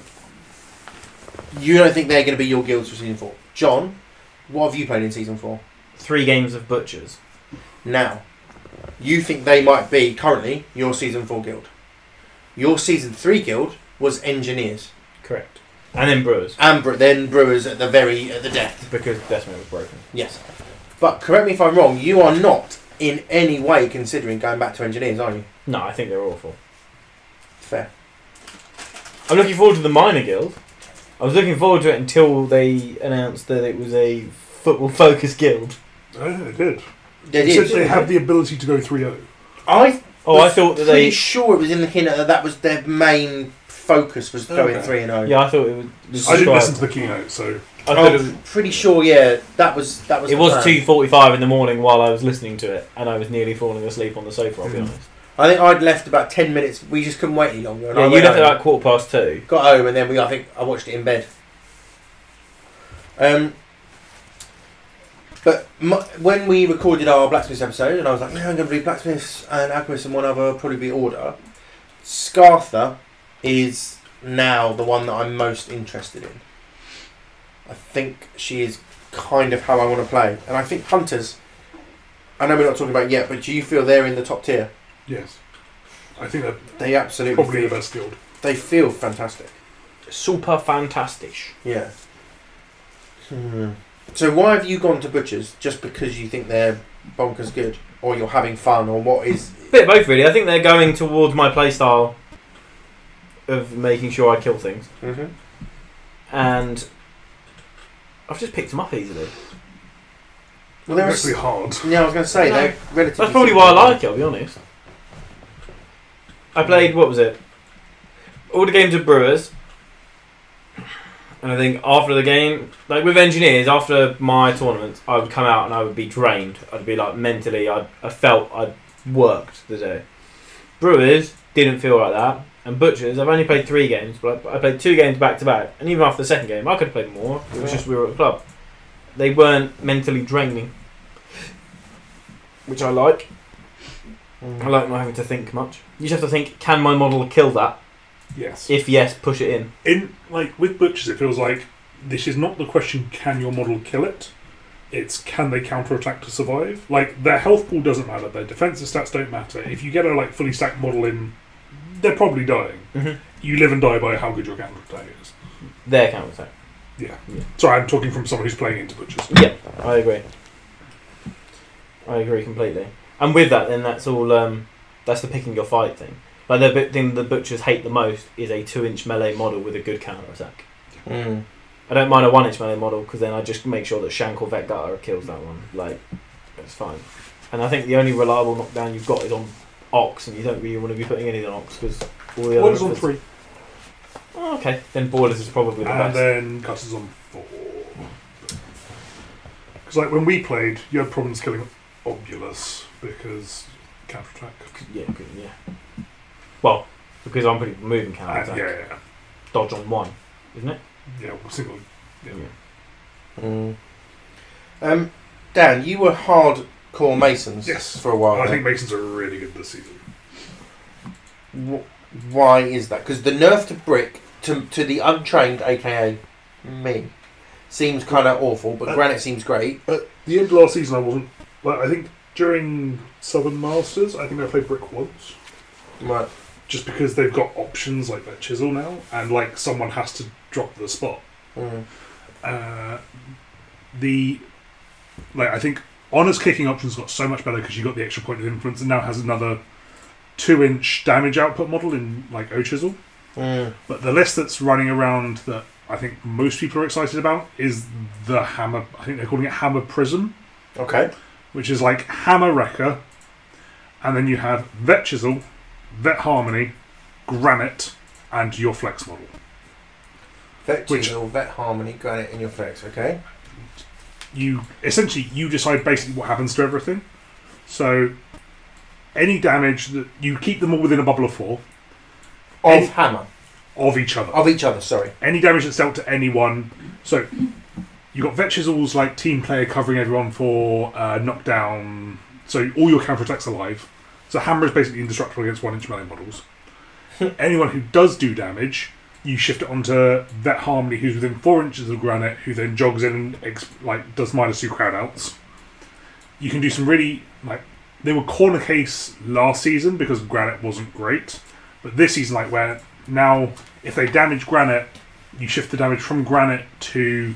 [SPEAKER 2] you don't think they're going to be your guilds for season four, John? What have you played in season four?
[SPEAKER 1] Three games of butchers.
[SPEAKER 2] Now, you think they might be currently your season four guild. Your season three guild was engineers.
[SPEAKER 1] Correct. and then Brewers
[SPEAKER 2] and Bre- then Brewers at the very at the death.
[SPEAKER 1] because Decimate was broken.
[SPEAKER 2] Yes, but correct me if I'm wrong. You are not in any way considering going back to engineers, are you?
[SPEAKER 1] No, I think they're awful.
[SPEAKER 2] Fair.
[SPEAKER 1] I'm looking forward to the minor guild. I was looking forward to it until they announced that it was a football focused guild.
[SPEAKER 3] Oh, they did.
[SPEAKER 2] They
[SPEAKER 3] It
[SPEAKER 2] did.
[SPEAKER 3] said they have the ability to go 3 0.
[SPEAKER 2] I
[SPEAKER 1] Oh, I thought that
[SPEAKER 2] pretty
[SPEAKER 1] they.
[SPEAKER 2] sure it was in the hint that that was their main focus was going
[SPEAKER 3] Okay.
[SPEAKER 2] three and oh. zero.
[SPEAKER 1] Yeah, I thought it was. was
[SPEAKER 3] I didn't
[SPEAKER 1] described-
[SPEAKER 3] listen to the keynote, so.
[SPEAKER 1] I thought it was
[SPEAKER 2] I'm Oh, pretty sure. Yeah, that was that was.
[SPEAKER 1] It
[SPEAKER 2] the
[SPEAKER 1] was
[SPEAKER 2] plan.
[SPEAKER 1] two forty-five in the morning while I was listening to it, and I was nearly falling asleep on the sofa. I'll be
[SPEAKER 2] Hmm.
[SPEAKER 3] Mm.
[SPEAKER 1] honest.
[SPEAKER 2] I think I'd left about ten minutes. We just couldn't wait any longer. And I
[SPEAKER 1] Yeah, you
[SPEAKER 2] went
[SPEAKER 1] left at
[SPEAKER 2] home.
[SPEAKER 1] about quarter past two.
[SPEAKER 2] Got home and then we. I think I watched it in bed. Um. But my, when we recorded our blacksmiths episode, and I was like, "Yeah, I'm going to do blacksmiths and alchemists and one other, probably be order." Scartha is now the one that I'm most interested in. I think she is kind of how I want to play, and I think hunters. I know we're not talking about it yet, but do you feel they're in the top tier?
[SPEAKER 3] Yes. I think they're
[SPEAKER 2] They absolutely
[SPEAKER 3] probably
[SPEAKER 2] feel-
[SPEAKER 3] the best guild.
[SPEAKER 2] They feel fantastic.
[SPEAKER 1] Super fantastic.
[SPEAKER 2] Yeah. Hmm. So why have you gone to butchers? Just because you think they're bonkers good, or you're having fun, or what is?
[SPEAKER 1] Bit of both, really. I think they're going towards my playstyle of making sure I kill things,
[SPEAKER 2] Mm-hmm.
[SPEAKER 1] and I've just picked them up easily.
[SPEAKER 2] Well, they're.
[SPEAKER 3] actually hard.
[SPEAKER 2] Yeah, I was going to say
[SPEAKER 1] No.
[SPEAKER 2] they're relatively.
[SPEAKER 1] That's probably why I like it. I'll be honest.
[SPEAKER 2] Mm.
[SPEAKER 1] I played what was it? All the games of Brewers, and I think after the game, like with engineers, after my tournaments, I would come out and I would be drained. I'd be like mentally, I I felt I'd worked the day. Brewers didn't feel like that, and Butchers. I've only played three games, but I I played two games back to back, and even after the second game, I could have played more. It was
[SPEAKER 2] Yeah.
[SPEAKER 1] just we were at the club. They weren't mentally draining, which I like.
[SPEAKER 2] Hmm.
[SPEAKER 1] I like not having to think much. You just have to think, can my model kill that?
[SPEAKER 3] Yes.
[SPEAKER 1] If yes, push it in.
[SPEAKER 3] In like with butchers, it feels like this is not the question: Can your model kill it? It's can they counterattack to survive? Like their health pool doesn't matter, their defensive stats don't matter. If you get a like fully stacked model in, they're probably dying.
[SPEAKER 1] Mhm.
[SPEAKER 3] You live and die by how good your counterattack is.
[SPEAKER 1] Their counterattack.
[SPEAKER 3] Sorry, I'm talking from someone who's playing into butchers.
[SPEAKER 1] Yeah, I agree. I agree completely. And with that, then that's all. Um, that's the picking your fight thing. Like the bit thing the butchers hate the most is a two-inch melee model with a good counterattack.
[SPEAKER 2] Mm.
[SPEAKER 1] I don't mind a one-inch melee model because then I just make sure that Shank or Vector kills that one. Like, it's fine. And I think the only reliable knockdown you've got is on Ox, and you don't really want to be putting any on Ox because all the other
[SPEAKER 3] What is on
[SPEAKER 1] methods-
[SPEAKER 3] three,
[SPEAKER 1] Oh, okay, then Borders is probably the
[SPEAKER 3] and
[SPEAKER 1] best.
[SPEAKER 3] then cutters on four. Because like when we played, you had problems killing Obulus because counterattack.
[SPEAKER 1] Yeah, good, yeah. Well, because I'm pretty moving counter
[SPEAKER 3] Uh, yeah,
[SPEAKER 1] attack.
[SPEAKER 3] yeah,
[SPEAKER 1] Dodge on one, isn't it?
[SPEAKER 3] yeah, yeah, single. Yeah.
[SPEAKER 2] Mm. Um, Dan, you were hardcore masons.
[SPEAKER 3] Yes.
[SPEAKER 2] For a while.
[SPEAKER 3] I
[SPEAKER 2] then.
[SPEAKER 3] think Masons are really good this season.
[SPEAKER 2] Wh- why is that? Because the nerf to brick to to the untrained, aka me, seems kind of awful, but
[SPEAKER 3] Uh,
[SPEAKER 2] granite seems great.
[SPEAKER 3] At the end of last season, I wasn't. Like, I think during Southern Masters, I think I played Brick once.
[SPEAKER 2] Right.
[SPEAKER 3] Just because they've got options like their chisel now, and like someone has to drop the spot.
[SPEAKER 2] Mm.
[SPEAKER 3] Uh, the like I think honors kicking options got so much better because you got the extra point of influence, and now has another two inch damage output model in like O chisel.
[SPEAKER 2] Mm.
[SPEAKER 3] But the list that's running around that I think most people are excited about is the hammer. I think they're calling it Hammer Prism.
[SPEAKER 2] Okay.
[SPEAKER 3] which is like Hammer Wrecker, and then you have Vet Chisel, Vet Harmony, Granite, and your Flex model.
[SPEAKER 2] Vet
[SPEAKER 3] Which-
[SPEAKER 2] chisel, vet harmony, granite in your flex, okay?
[SPEAKER 3] You essentially you decide basically what happens to everything. So any damage that you keep them all within a bubble of four
[SPEAKER 2] Of
[SPEAKER 3] Any-
[SPEAKER 2] hammer.
[SPEAKER 3] of each other.
[SPEAKER 2] Of each other, sorry.
[SPEAKER 3] Any damage that's dealt to anyone. So you got Vet Chisel's like team player covering everyone for uh, knockdown. So all your counterattacks alive. So Hammer is basically indestructible against one inch melee models. anyone who does do damage, you shift it onto Vet Harmony, who's within four inches of Granite, who then jogs in and ex- like does minus two crowd outs. You can do some really like they were corner case last season because Granite wasn't great, but this season like where now if they damage Granite, you shift the damage from granite to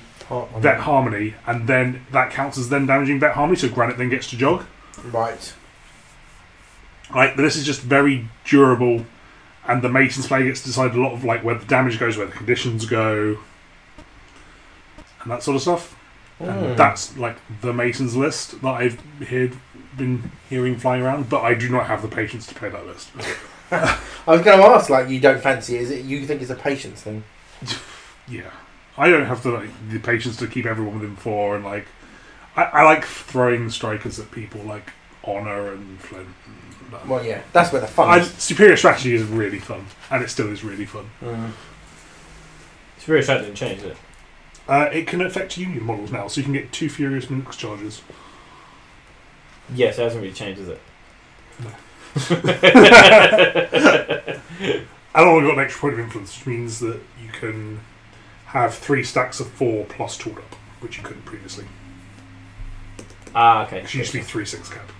[SPEAKER 3] vet harmony, and then that counts as then damaging vet harmony. So granite then gets to jog.
[SPEAKER 2] Right.
[SPEAKER 3] Like but this is just very durable, and the mason's play gets to decide a lot of like where the damage goes, where the conditions go, and that sort of stuff.
[SPEAKER 2] Mm. Hmm.
[SPEAKER 3] And that's like the Mason's list that I've heard, been hearing flying around, but I do not have the patience to play that list.
[SPEAKER 2] I was going to ask, like, you don't fancy it, is it? You think it's a patience thing?
[SPEAKER 3] Yeah, I don't have the like, the patience to keep everyone within four, and like I, I like throwing strikers at people like Honor and Flint. and that.
[SPEAKER 2] Well, yeah, that's where the fun
[SPEAKER 3] I,
[SPEAKER 2] is.
[SPEAKER 3] superior strategy is really fun, and it still is really fun.
[SPEAKER 2] Mm.
[SPEAKER 1] It's very sad didn't change it.
[SPEAKER 3] Uh, it can affect union models now, so you can get two furious minx charges.
[SPEAKER 1] Yes, it hasn't really changed, has it?
[SPEAKER 3] And I've got an extra point of influence, which means that you can have three stacks of four plus tooled up, which you couldn't previously.
[SPEAKER 1] Ah, okay.
[SPEAKER 3] It used to be three six cap.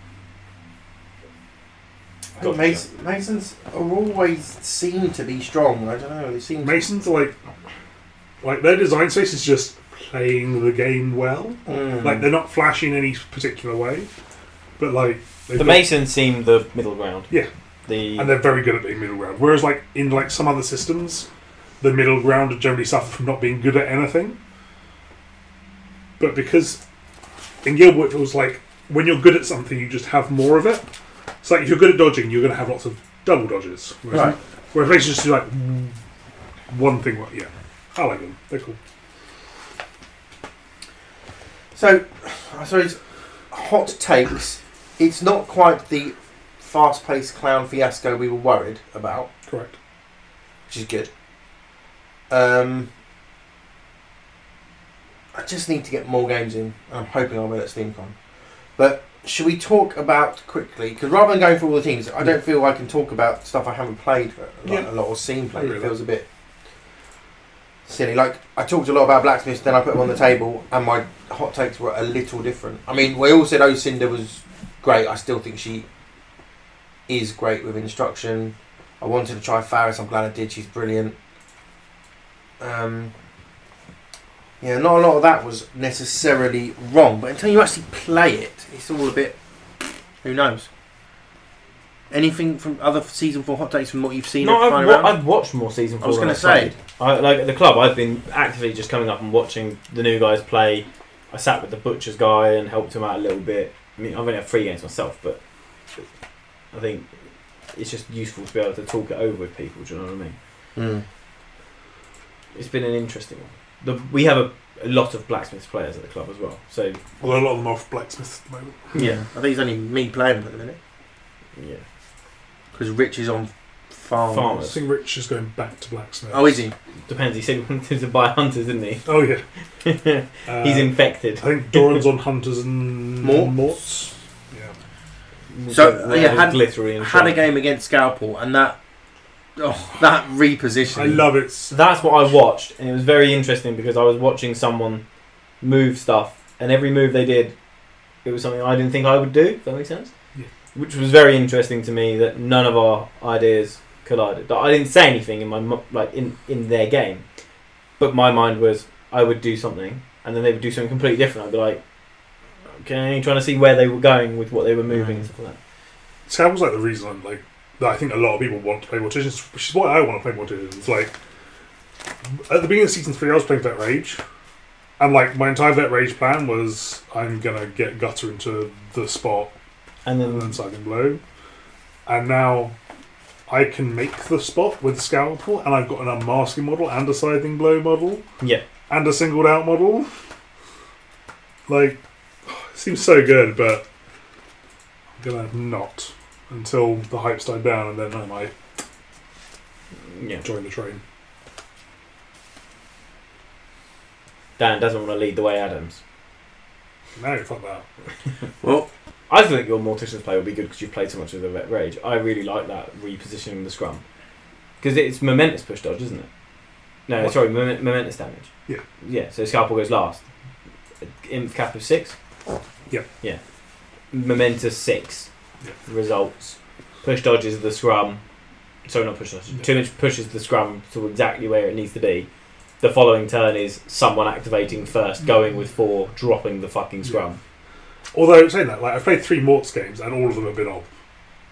[SPEAKER 1] Gotcha.
[SPEAKER 2] Mas- Masons are always seem to be strong. I don't know. They seem.
[SPEAKER 3] Masons are like, like their design space is just playing the game well.
[SPEAKER 2] Mm.
[SPEAKER 3] Like they're not flashy in any particular way, but like they've
[SPEAKER 1] The
[SPEAKER 3] got-
[SPEAKER 1] Masons seem the middle ground.
[SPEAKER 3] Yeah.
[SPEAKER 1] The
[SPEAKER 3] and they're very good at being middle ground. Whereas like in like some other systems, the middle ground are generally suffer from not being good at anything. But because in Guild Wars, it was like when you're good at something, you just have more of it. So like if you're good at dodging, you're going to have lots of double dodges. Whereas,
[SPEAKER 2] Right.
[SPEAKER 3] whereas Masons just do like one thing. well, Yeah, I like them. They're cool.
[SPEAKER 2] So, I suppose hot takes. It's not quite the fast-paced clown fiasco we were worried about,
[SPEAKER 3] Correct.
[SPEAKER 2] which is good. Um, I just need to get more games in. I'm hoping I will at SteamCon. But should we talk about quickly? Because rather than going through all the teams, I don't feel I can talk about stuff I haven't played a lot,
[SPEAKER 3] Yeah.
[SPEAKER 2] a lot or seen played.
[SPEAKER 3] Really.
[SPEAKER 2] It feels a bit silly. Like I talked a lot about blacksmiths, then I put them on the table, and my hot takes were a little different. I mean, we all said Ocinda was great. I still think she is great with instruction. I wanted to try Faris. I'm glad I did. She's brilliant. Um, yeah, not a lot of that was necessarily wrong, but until you actually play it, it's all a bit. Who knows? Anything from other season four hot takes from what you've seen?
[SPEAKER 1] no,
[SPEAKER 2] of
[SPEAKER 1] I've,
[SPEAKER 2] flying
[SPEAKER 1] wa-
[SPEAKER 2] around?
[SPEAKER 1] I've watched more season
[SPEAKER 2] I
[SPEAKER 1] four.
[SPEAKER 2] was
[SPEAKER 1] than
[SPEAKER 2] going to
[SPEAKER 1] I've played.
[SPEAKER 2] say.
[SPEAKER 1] I, like at the club, I've been actively just coming up and watching the new guys play. I sat with the butcher's guy and helped him out a little bit. I mean, I've only had three games myself, but I think it's just useful to be able to talk it over with people. Do you know what I mean?
[SPEAKER 2] Hmm.
[SPEAKER 1] It's been an interesting one. The, we have a, a lot of blacksmiths players at the club as well, so
[SPEAKER 3] Although a lot of them are off blacksmiths at the moment.
[SPEAKER 2] Yeah, I think it's only me playing them at the minute
[SPEAKER 1] yeah.
[SPEAKER 2] because Rich is on farm.
[SPEAKER 3] I
[SPEAKER 1] Farmers
[SPEAKER 3] think Rich is going back to blacksmith.
[SPEAKER 2] Oh, is he?
[SPEAKER 1] depends. He said he wanted to buy hunters, didn't he?
[SPEAKER 3] Oh, yeah. Uh,
[SPEAKER 1] He's infected.
[SPEAKER 3] I think Doran's on hunters and
[SPEAKER 2] Morts.
[SPEAKER 3] Morts. Yeah.
[SPEAKER 2] So, uh, yeah, had-
[SPEAKER 1] glittery and
[SPEAKER 2] Had a
[SPEAKER 1] shiny.
[SPEAKER 2] game against Scalpel, and that, oh, that repositioning.
[SPEAKER 3] I love it.
[SPEAKER 1] So that's what I watched, and it was very interesting because I was watching someone move stuff, and every move they did, it was something I didn't think I would do. If that makes sense.
[SPEAKER 3] Yeah.
[SPEAKER 1] Which was very interesting to me that none of our ideas collided. Like, I didn't say anything in my mo- like in in their game, but my mind was I would do something, and then they would do something completely different. I'd be like, okay, trying to see where they were going with what they were moving and stuff like that.
[SPEAKER 3] Scab was like the reason I'm like that I think a lot of people want to play morticians, which is why I want to play morticians. Like at the beginning of season three, I was playing Vet Rage, and like my entire Vet Rage plan was I'm gonna get Gutter into the spot
[SPEAKER 1] And
[SPEAKER 3] and
[SPEAKER 1] then
[SPEAKER 3] then Silent Blow, and now I can make the spot with Scalpel, and I've got an unmasking model and a Scything Blow model,
[SPEAKER 1] yeah,
[SPEAKER 3] and a singled out model. Like, it seems so good, but I'm gonna not until the hype's died down, and then I might
[SPEAKER 1] yeah.
[SPEAKER 3] join the train.
[SPEAKER 1] Dan doesn't want to lead the way, Adams.
[SPEAKER 3] No, fuck that.
[SPEAKER 2] Well,
[SPEAKER 1] I think your mortician's play will be good because you've played so much of the Vet Rage. I really like that repositioning the scrum because it's momentous push dodge, isn't it? No,
[SPEAKER 3] What?
[SPEAKER 1] sorry, moment, momentous damage.
[SPEAKER 3] Yeah.
[SPEAKER 1] Yeah. So scalpel goes last. Imp cap of six.
[SPEAKER 3] Yeah.
[SPEAKER 1] Yeah. Momentous six
[SPEAKER 3] Yeah.
[SPEAKER 1] results. Push dodges the scrum. Sorry, not push dodge.
[SPEAKER 3] Yeah.
[SPEAKER 1] Too much pushes the scrum to exactly where it needs to be,
[SPEAKER 6] the following turn is someone activating
[SPEAKER 3] Mm.
[SPEAKER 6] first, going with four, dropping the fucking scrum.
[SPEAKER 3] Although saying that, like I've played three Morts games and all of them have been ob.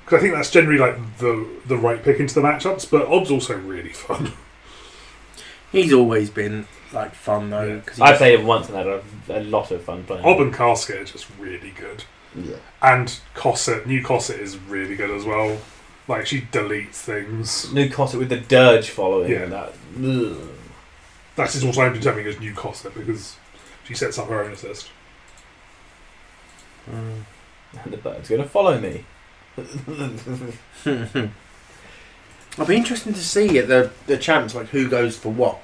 [SPEAKER 3] Because I think that's generally like the the right pick into the matchups, but ob's also really fun.
[SPEAKER 2] He's always been like fun though.
[SPEAKER 3] Yeah.
[SPEAKER 2] 'cause
[SPEAKER 1] I played it once and had a, a lot of fun playing.
[SPEAKER 3] Ob and Casket are just really good.
[SPEAKER 1] Yeah.
[SPEAKER 3] And Cosset, new Cosset is really good as well. Like she deletes things.
[SPEAKER 1] New Cossack with the dirge following
[SPEAKER 3] Yeah.
[SPEAKER 1] that. Ugh.
[SPEAKER 3] That is also I'm determining as new Cosset because she sets up her own assist.
[SPEAKER 2] Hmm.
[SPEAKER 1] And the bird's gonna follow me.
[SPEAKER 2] Mm. I'll be interested to see at the the champs like who goes for what.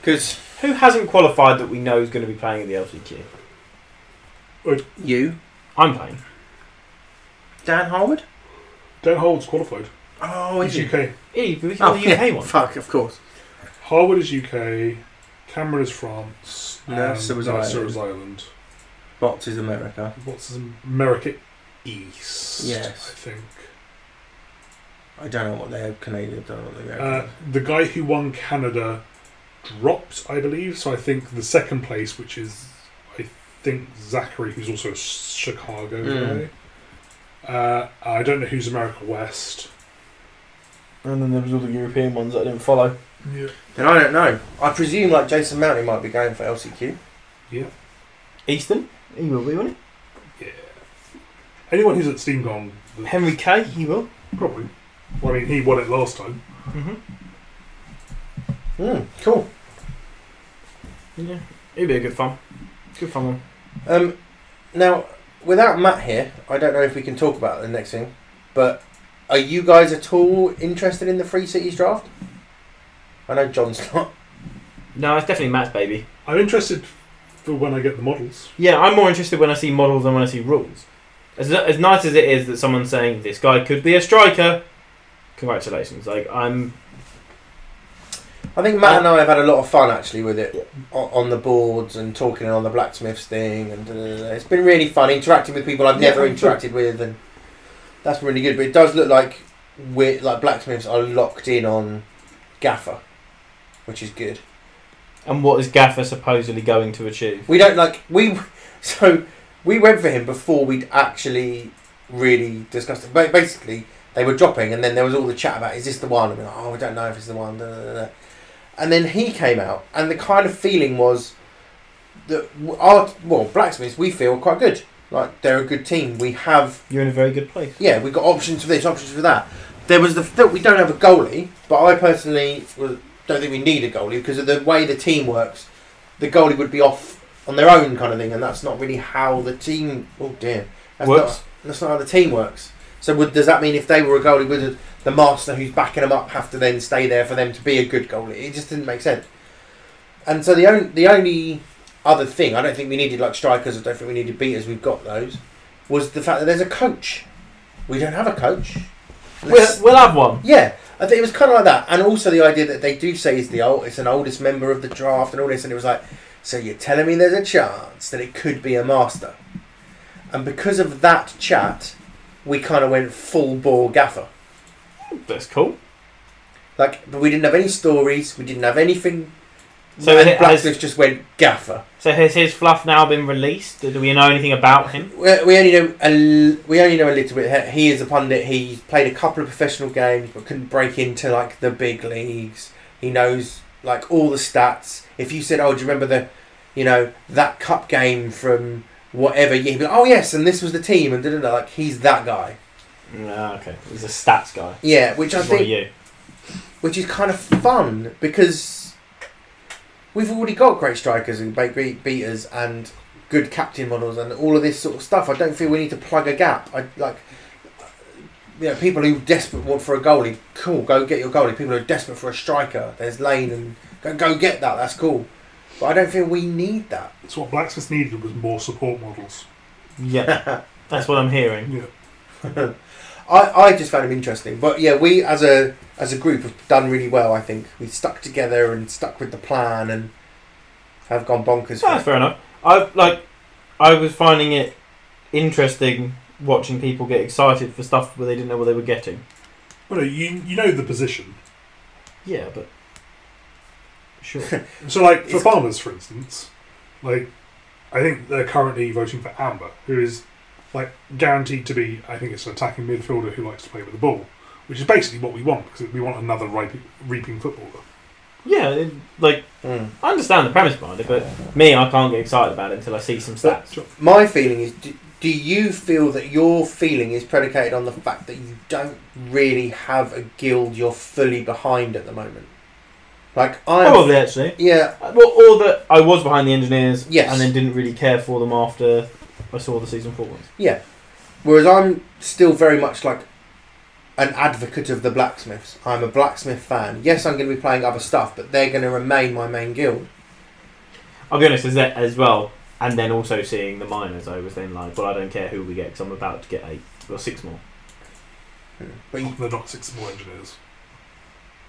[SPEAKER 2] Because
[SPEAKER 1] Who hasn't qualified that we know is going to be playing at the LCQ?
[SPEAKER 2] you,
[SPEAKER 1] I'm playing.
[SPEAKER 2] Dan Harwood.
[SPEAKER 3] Dan Howard's qualified.
[SPEAKER 2] Oh,
[SPEAKER 3] He's
[SPEAKER 2] is you?
[SPEAKER 3] UK.
[SPEAKER 1] Eve, E, we can
[SPEAKER 2] Oh,
[SPEAKER 1] the UK
[SPEAKER 2] yeah,
[SPEAKER 1] one.
[SPEAKER 2] Fuck, of course.
[SPEAKER 3] Harwood is UK. Cameron is France.
[SPEAKER 2] Mercer
[SPEAKER 3] and
[SPEAKER 2] was
[SPEAKER 3] Mercer
[SPEAKER 2] Ireland.
[SPEAKER 3] is Ireland.
[SPEAKER 2] Bots is America.
[SPEAKER 3] What's his America East?
[SPEAKER 2] Yes.
[SPEAKER 3] I think.
[SPEAKER 2] I don't know what they're Canadian. I don't know what they're.
[SPEAKER 3] Uh,
[SPEAKER 2] American.
[SPEAKER 3] the guy who won Canada dropped, I believe. So I think the second place, which is I think Zachary, who's also a Chicago
[SPEAKER 2] Mm.
[SPEAKER 3] guy. Uh, I don't know who's America West.
[SPEAKER 1] And then there was all the European ones that I didn't follow.
[SPEAKER 3] Yeah.
[SPEAKER 2] Then I don't know. I presume like Jason Mountley might be going for LCQ.
[SPEAKER 1] Easton, he will be, won't
[SPEAKER 3] Yeah. Anyone who's at SteamCon,
[SPEAKER 1] he?
[SPEAKER 3] that's
[SPEAKER 1] Henry Kay, he will.
[SPEAKER 3] probably. Well, I mean, he won it last time.
[SPEAKER 1] Mm-hmm.
[SPEAKER 2] Mm, cool.
[SPEAKER 1] Yeah, it'd be a good fun. Good fun one.
[SPEAKER 2] Um, now without Matt here, I don't know if we can talk about the next thing. But are you guys at all interested in the Free Cities draft? I know John's not.
[SPEAKER 1] No, it's definitely Matt's baby.
[SPEAKER 3] I'm interested for when I get the models.
[SPEAKER 1] Yeah, I'm more interested when I see models than when I see rules. As, as nice as it is that someone's saying this guy could be a striker, congratulations. Like I'm
[SPEAKER 2] I think Matt and I have had a lot of fun actually with it o- on the boards and talking on the blacksmiths thing, and da, da, da, da. it's been really fun interacting with people I've
[SPEAKER 3] Yeah,
[SPEAKER 2] never
[SPEAKER 3] I'm sure.
[SPEAKER 2] interacted with, and that's really good. But it does look like we like blacksmiths are locked in on Gaffer, which is good.
[SPEAKER 1] and what is Gaffer supposedly going to achieve?
[SPEAKER 2] We don't like we so we went for him before we'd actually really discussed it. But basically, they were dropping, and then there was all the chat about is this the one? And we're like, oh, we don't know if it's the one. Da, da, da, da. And then he came out, and the kind of feeling was that w- our well blacksmiths we feel quite good. Like they're a good team. We have
[SPEAKER 1] You're in a very good place.
[SPEAKER 2] yeah, we got options for this, options for that. There was the that we don't have a goalie, but I personally was- don't think we need a goalie because of the way the team works. The goalie would be off on their own kind of thing, and that's not really how the team. Oh dear, that's
[SPEAKER 1] Works.
[SPEAKER 2] Not, that's not how the team works. So would, does that mean if they were a goalie, would the master who's backing them up have to then stay there for them to be a good goalie? It just didn't make sense. And so the only the only other thing I don't think we needed like strikers. I don't think we needed beaters. We've got those. Was the fact that there's a coach. We don't have a coach.
[SPEAKER 1] We'll,
[SPEAKER 2] Let's-
[SPEAKER 1] we'll have one.
[SPEAKER 2] yeah, I think it was kind of like that, and also the idea that they do say is the old, it's an oldest member of the draft and all this, and it was like, so you're telling me there's a chance that it could be a master, and because of that chat, we kind of went full bore gaffer.
[SPEAKER 1] That's cool.
[SPEAKER 2] Like, but we didn't have any stories, we didn't have anything.
[SPEAKER 1] So
[SPEAKER 2] So and
[SPEAKER 1] it has-
[SPEAKER 2] Blacksmith just went gaffer.
[SPEAKER 1] So has his fluff now been released? Do we know anything about him?
[SPEAKER 2] We we only know a l- we only know a little bit. He is a pundit. He played a couple of professional games, but couldn't break into like the big leagues. He knows like all the stats. If you said, "Oh, do you remember the, you know, that cup game from whatever year?" He'd be like, "Oh yes, and this was the team," and da da da. Like he's that guy.
[SPEAKER 1] No, okay. He's a stats guy.
[SPEAKER 2] Yeah, which I
[SPEAKER 1] He's one of
[SPEAKER 2] think,
[SPEAKER 1] you.
[SPEAKER 2] which is kind of fun because we've already got great strikers and great beat- beaters and good captain models and all of this sort of stuff. I don't feel we need to plug a gap. I like you know, people who desperate want for a goalie, cool, go get your goalie. People who are desperate for a striker, there's Lane and go go get that. That's cool. But I don't feel we need that.
[SPEAKER 3] So what Blacksmith needed was more support models.
[SPEAKER 1] Yeah. That's what I'm hearing.
[SPEAKER 3] Yeah.
[SPEAKER 2] I, I just found him interesting. But yeah, we as a as a group have done really well. I think we stuck together and stuck with the plan and have gone
[SPEAKER 1] No, that's
[SPEAKER 2] bonkers. For it.
[SPEAKER 1] fair enough. I like. I was finding it interesting watching people get excited for stuff
[SPEAKER 3] uh,
[SPEAKER 1] where they didn't know what they were getting.
[SPEAKER 3] Well, no, you you know the position.
[SPEAKER 1] Yeah, but
[SPEAKER 7] Sure.
[SPEAKER 3] So, like for
[SPEAKER 2] It's-
[SPEAKER 3] farmers, for instance, like I think they're currently voting for Amber, who is like guaranteed to be, I think it's an attacking midfielder who likes to play with the ball, which is basically what we want because we want another ripe, reaping footballer.
[SPEAKER 1] Yeah, it- like
[SPEAKER 2] Mm.
[SPEAKER 1] I understand the premise behind it, but me, I can't get excited about it until I see some stats.
[SPEAKER 2] My feeling is do, do you feel that your feeling is predicated on the fact that you don't really have a guild you're fully behind at the moment? Like, I'm.
[SPEAKER 1] Probably actually.
[SPEAKER 2] Yeah,
[SPEAKER 1] Uh, Well, or that I was behind the engineers,
[SPEAKER 2] Yes.
[SPEAKER 1] and then didn't really care for them after I saw the season four ones.
[SPEAKER 2] yeah. Whereas I'm still very much like an advocate of the blacksmiths. I'm a blacksmith fan. Yes, I'm going to be playing other stuff, but they're going to remain my main guild.
[SPEAKER 1] I'll be honest, as, that, as well, and then also seeing the miners, I was then like, well, I don't care who we get because I'm about to get eight or six more.
[SPEAKER 2] But you,
[SPEAKER 3] They're not six more engineers,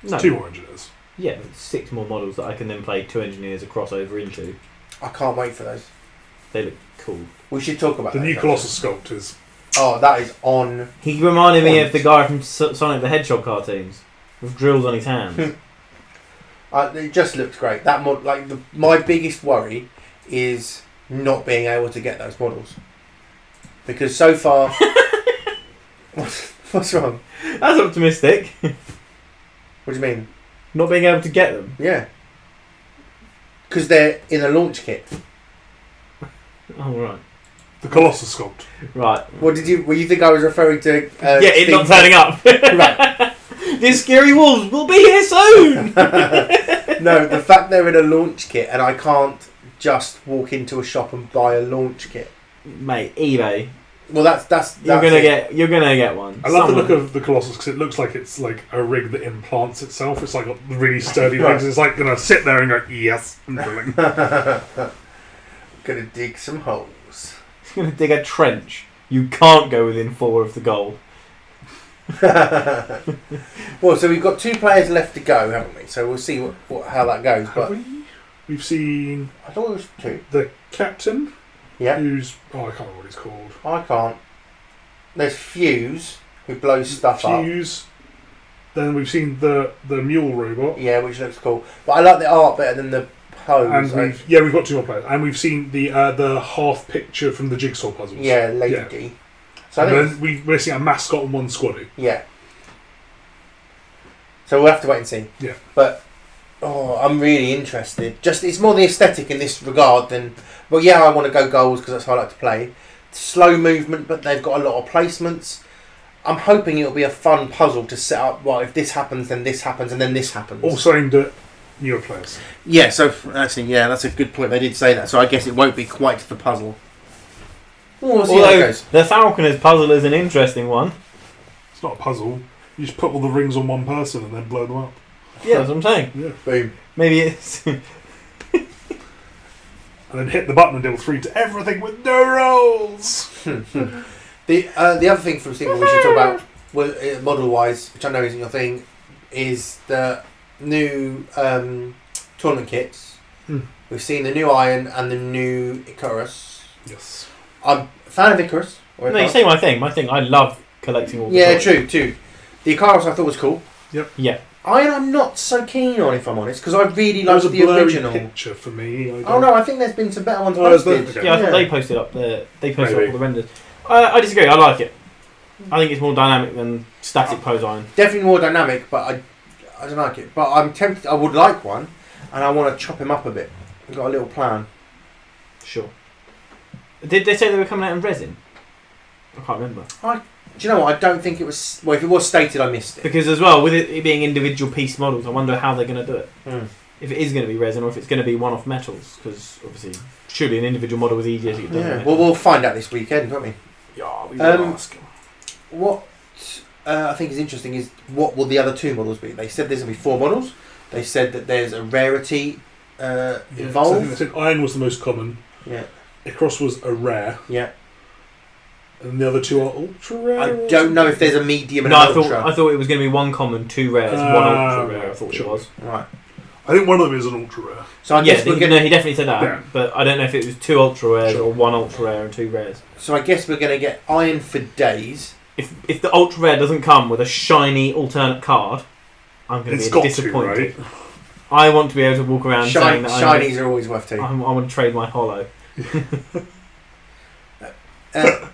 [SPEAKER 1] No,
[SPEAKER 3] two more engineers.
[SPEAKER 1] yeah, six more models that I can then play two engineers a crossover into.
[SPEAKER 2] I can't wait for those.
[SPEAKER 1] They look cool.
[SPEAKER 2] We should talk about
[SPEAKER 3] The
[SPEAKER 2] that,
[SPEAKER 3] new
[SPEAKER 2] don't
[SPEAKER 3] Colossus sculpt is
[SPEAKER 2] we? Oh, that is on.
[SPEAKER 1] He reminded me
[SPEAKER 2] Point.
[SPEAKER 1] of the guy from S- Sonic the Hedgehog cartoons with drills on his hands.
[SPEAKER 2] Uh, it just looks great. That mod, like the, my biggest worry is not being able to get those models because so far. what's, what's wrong?
[SPEAKER 1] That's optimistic.
[SPEAKER 2] What do you mean?
[SPEAKER 1] Not being able to get them.
[SPEAKER 2] Yeah. Because they're in a launch kit.
[SPEAKER 1] Oh right,
[SPEAKER 3] the Colossus sculpt.
[SPEAKER 1] right.
[SPEAKER 2] What did you? Well, you think I was referring to? Uh,
[SPEAKER 1] yeah, it not
[SPEAKER 2] Steve-
[SPEAKER 1] turning up.
[SPEAKER 2] Right.
[SPEAKER 1] These scary wolves will be here soon.
[SPEAKER 2] no, the fact they're in a launch kit and I can't just walk into a shop and buy a launch kit.
[SPEAKER 1] Mate, eBay,
[SPEAKER 2] Well, that's that's. that's
[SPEAKER 1] you're gonna
[SPEAKER 2] it.
[SPEAKER 1] get you're gonna get one.
[SPEAKER 3] I love the
[SPEAKER 1] Someone-
[SPEAKER 3] look of the Colossus because it looks like it's like a rig that implants itself. It's like got really sturdy legs. It's like gonna sit there and go yes, and drilling.
[SPEAKER 2] Gonna dig some holes.
[SPEAKER 1] It's gonna dig a trench. You can't go within four of the goal.
[SPEAKER 2] well, so we've got two players left to go, haven't we? So we'll see what, what how that goes.
[SPEAKER 3] Have
[SPEAKER 2] But
[SPEAKER 3] we? We've seen
[SPEAKER 2] I thought it was two.
[SPEAKER 3] the captain,
[SPEAKER 2] Yeah,
[SPEAKER 3] who's oh I can't remember what he's called.
[SPEAKER 2] I can't. There's Fuse who blows stuff up.
[SPEAKER 3] Fuse. Then we've seen the the mule robot,
[SPEAKER 2] Yeah, which looks cool. But I like the art better than the pose.
[SPEAKER 3] and
[SPEAKER 2] I-
[SPEAKER 3] we've yeah we've got two more players, and we've seen the uh, the half picture from the jigsaw puzzles.
[SPEAKER 2] yeah, Lady
[SPEAKER 3] Yeah.
[SPEAKER 2] D. So I
[SPEAKER 3] and then
[SPEAKER 2] think
[SPEAKER 3] we, we're seeing a mascot and one squaddy.
[SPEAKER 2] Yeah. So we'll have to wait and see.
[SPEAKER 3] Yeah.
[SPEAKER 2] But oh, I'm really interested. Just it's more the aesthetic in this regard than. Well, yeah, I want to go goals because that's how I like to play. Slow movement, but they've got a lot of placements. I'm hoping it'll be a fun puzzle to set up. Well, if this happens, then this happens, and then this happens.
[SPEAKER 3] Also aimed at newer players.
[SPEAKER 2] yeah. So actually, yeah, that's a good point. They did say that, so I guess it won't be quite the puzzle. Well, we'll see how it
[SPEAKER 1] Although
[SPEAKER 2] goes.
[SPEAKER 1] the Falconer's puzzle is an interesting one.
[SPEAKER 3] It's not a puzzle. You just put all the rings on one person and then blow them up.
[SPEAKER 1] Yeah, that's what I'm saying.
[SPEAKER 3] Yeah.
[SPEAKER 2] Boom.
[SPEAKER 1] Maybe it's
[SPEAKER 3] and then hit the button and deal three to everything with no rolls.
[SPEAKER 2] The uh, the other thing from Stephen we should talk about, well, uh, model wise, which I know isn't your thing, is the new um, tournament kits.
[SPEAKER 3] Hmm.
[SPEAKER 2] We've seen the new Iron and the new Icarus.
[SPEAKER 3] Yes.
[SPEAKER 2] I'm a fan of Icarus. or
[SPEAKER 1] no. You
[SPEAKER 2] Icarus.
[SPEAKER 1] see my thing. My thing. I love collecting all. The
[SPEAKER 2] yeah,
[SPEAKER 1] toys.
[SPEAKER 2] true, true. The Icarus I thought was cool.
[SPEAKER 1] Yeah,
[SPEAKER 2] Iron I'm not so keen on, if I'm honest, because I really
[SPEAKER 3] That was
[SPEAKER 2] like
[SPEAKER 3] a
[SPEAKER 2] the
[SPEAKER 3] blurry
[SPEAKER 2] original.
[SPEAKER 3] picture for me. I
[SPEAKER 2] Oh no, I think there's been some better ones
[SPEAKER 3] Oh, there's
[SPEAKER 2] posted.
[SPEAKER 3] the-
[SPEAKER 1] yeah. I
[SPEAKER 2] Yeah.
[SPEAKER 1] thought they posted up the they posted
[SPEAKER 3] Maybe.
[SPEAKER 1] up all the renders. I, I disagree. I like it. I think it's more dynamic than
[SPEAKER 2] Oh.
[SPEAKER 1] static pose iron.
[SPEAKER 2] Definitely more dynamic, but I, I don't like it. But I'm tempted. I would like one, and I want to chop him up a bit. I've got a little plan.
[SPEAKER 1] Sure. Did they say they were coming out in resin? I can't remember.
[SPEAKER 2] Do you know what? I don't think it was. Well, if it was stated, I missed it.
[SPEAKER 1] Because as well, with it being individual piece models, I wonder how they're going to do it.
[SPEAKER 2] Hmm.
[SPEAKER 1] If it is going to be resin or if it's going to be one-off metals, because obviously, surely an individual model is easier to get done.
[SPEAKER 2] Yeah.
[SPEAKER 1] than
[SPEAKER 2] Well, we'll find out this weekend, won't we?
[SPEAKER 1] yeah, we
[SPEAKER 2] will Um,
[SPEAKER 1] ask.
[SPEAKER 2] What uh, I think is interesting is what will the other two models be? They said there's gonna be four models. They said that there's a rarity uh,
[SPEAKER 3] Yeah, 'cause I think they
[SPEAKER 2] involved.
[SPEAKER 3] said iron was the most common.
[SPEAKER 2] Yeah.
[SPEAKER 3] Icarus was a rare,
[SPEAKER 2] Yeah.
[SPEAKER 3] and the other two are ultra rare.
[SPEAKER 2] I
[SPEAKER 3] or
[SPEAKER 2] don't
[SPEAKER 3] something.
[SPEAKER 2] know if there's a medium and
[SPEAKER 1] No, I
[SPEAKER 2] an
[SPEAKER 1] thought
[SPEAKER 2] ultra.
[SPEAKER 1] I thought it was going to be one common, two rares, one
[SPEAKER 3] Ah,
[SPEAKER 1] ultra rare. I thought
[SPEAKER 3] sure.
[SPEAKER 1] it was.
[SPEAKER 2] right.
[SPEAKER 3] I think one of them is an ultra rare.
[SPEAKER 2] So I
[SPEAKER 1] yeah,
[SPEAKER 2] guess
[SPEAKER 1] they-
[SPEAKER 2] we're gonna.
[SPEAKER 1] no, he definitely said that.
[SPEAKER 3] Yeah.
[SPEAKER 1] But I don't know if it was two ultra rares
[SPEAKER 3] Sure.
[SPEAKER 1] or one ultra rare and two rares.
[SPEAKER 2] So I guess we're gonna get iron for days.
[SPEAKER 1] If if the ultra rare doesn't come with a shiny alternate card, I'm going
[SPEAKER 3] It's
[SPEAKER 1] to be
[SPEAKER 3] got to,
[SPEAKER 1] disappointed.
[SPEAKER 3] right?
[SPEAKER 1] I want to be able to walk around saying
[SPEAKER 2] Shine,
[SPEAKER 1] that
[SPEAKER 2] shinies are always worth
[SPEAKER 1] I,
[SPEAKER 2] two.
[SPEAKER 1] I, I want to trade my hollow.
[SPEAKER 2] Uh,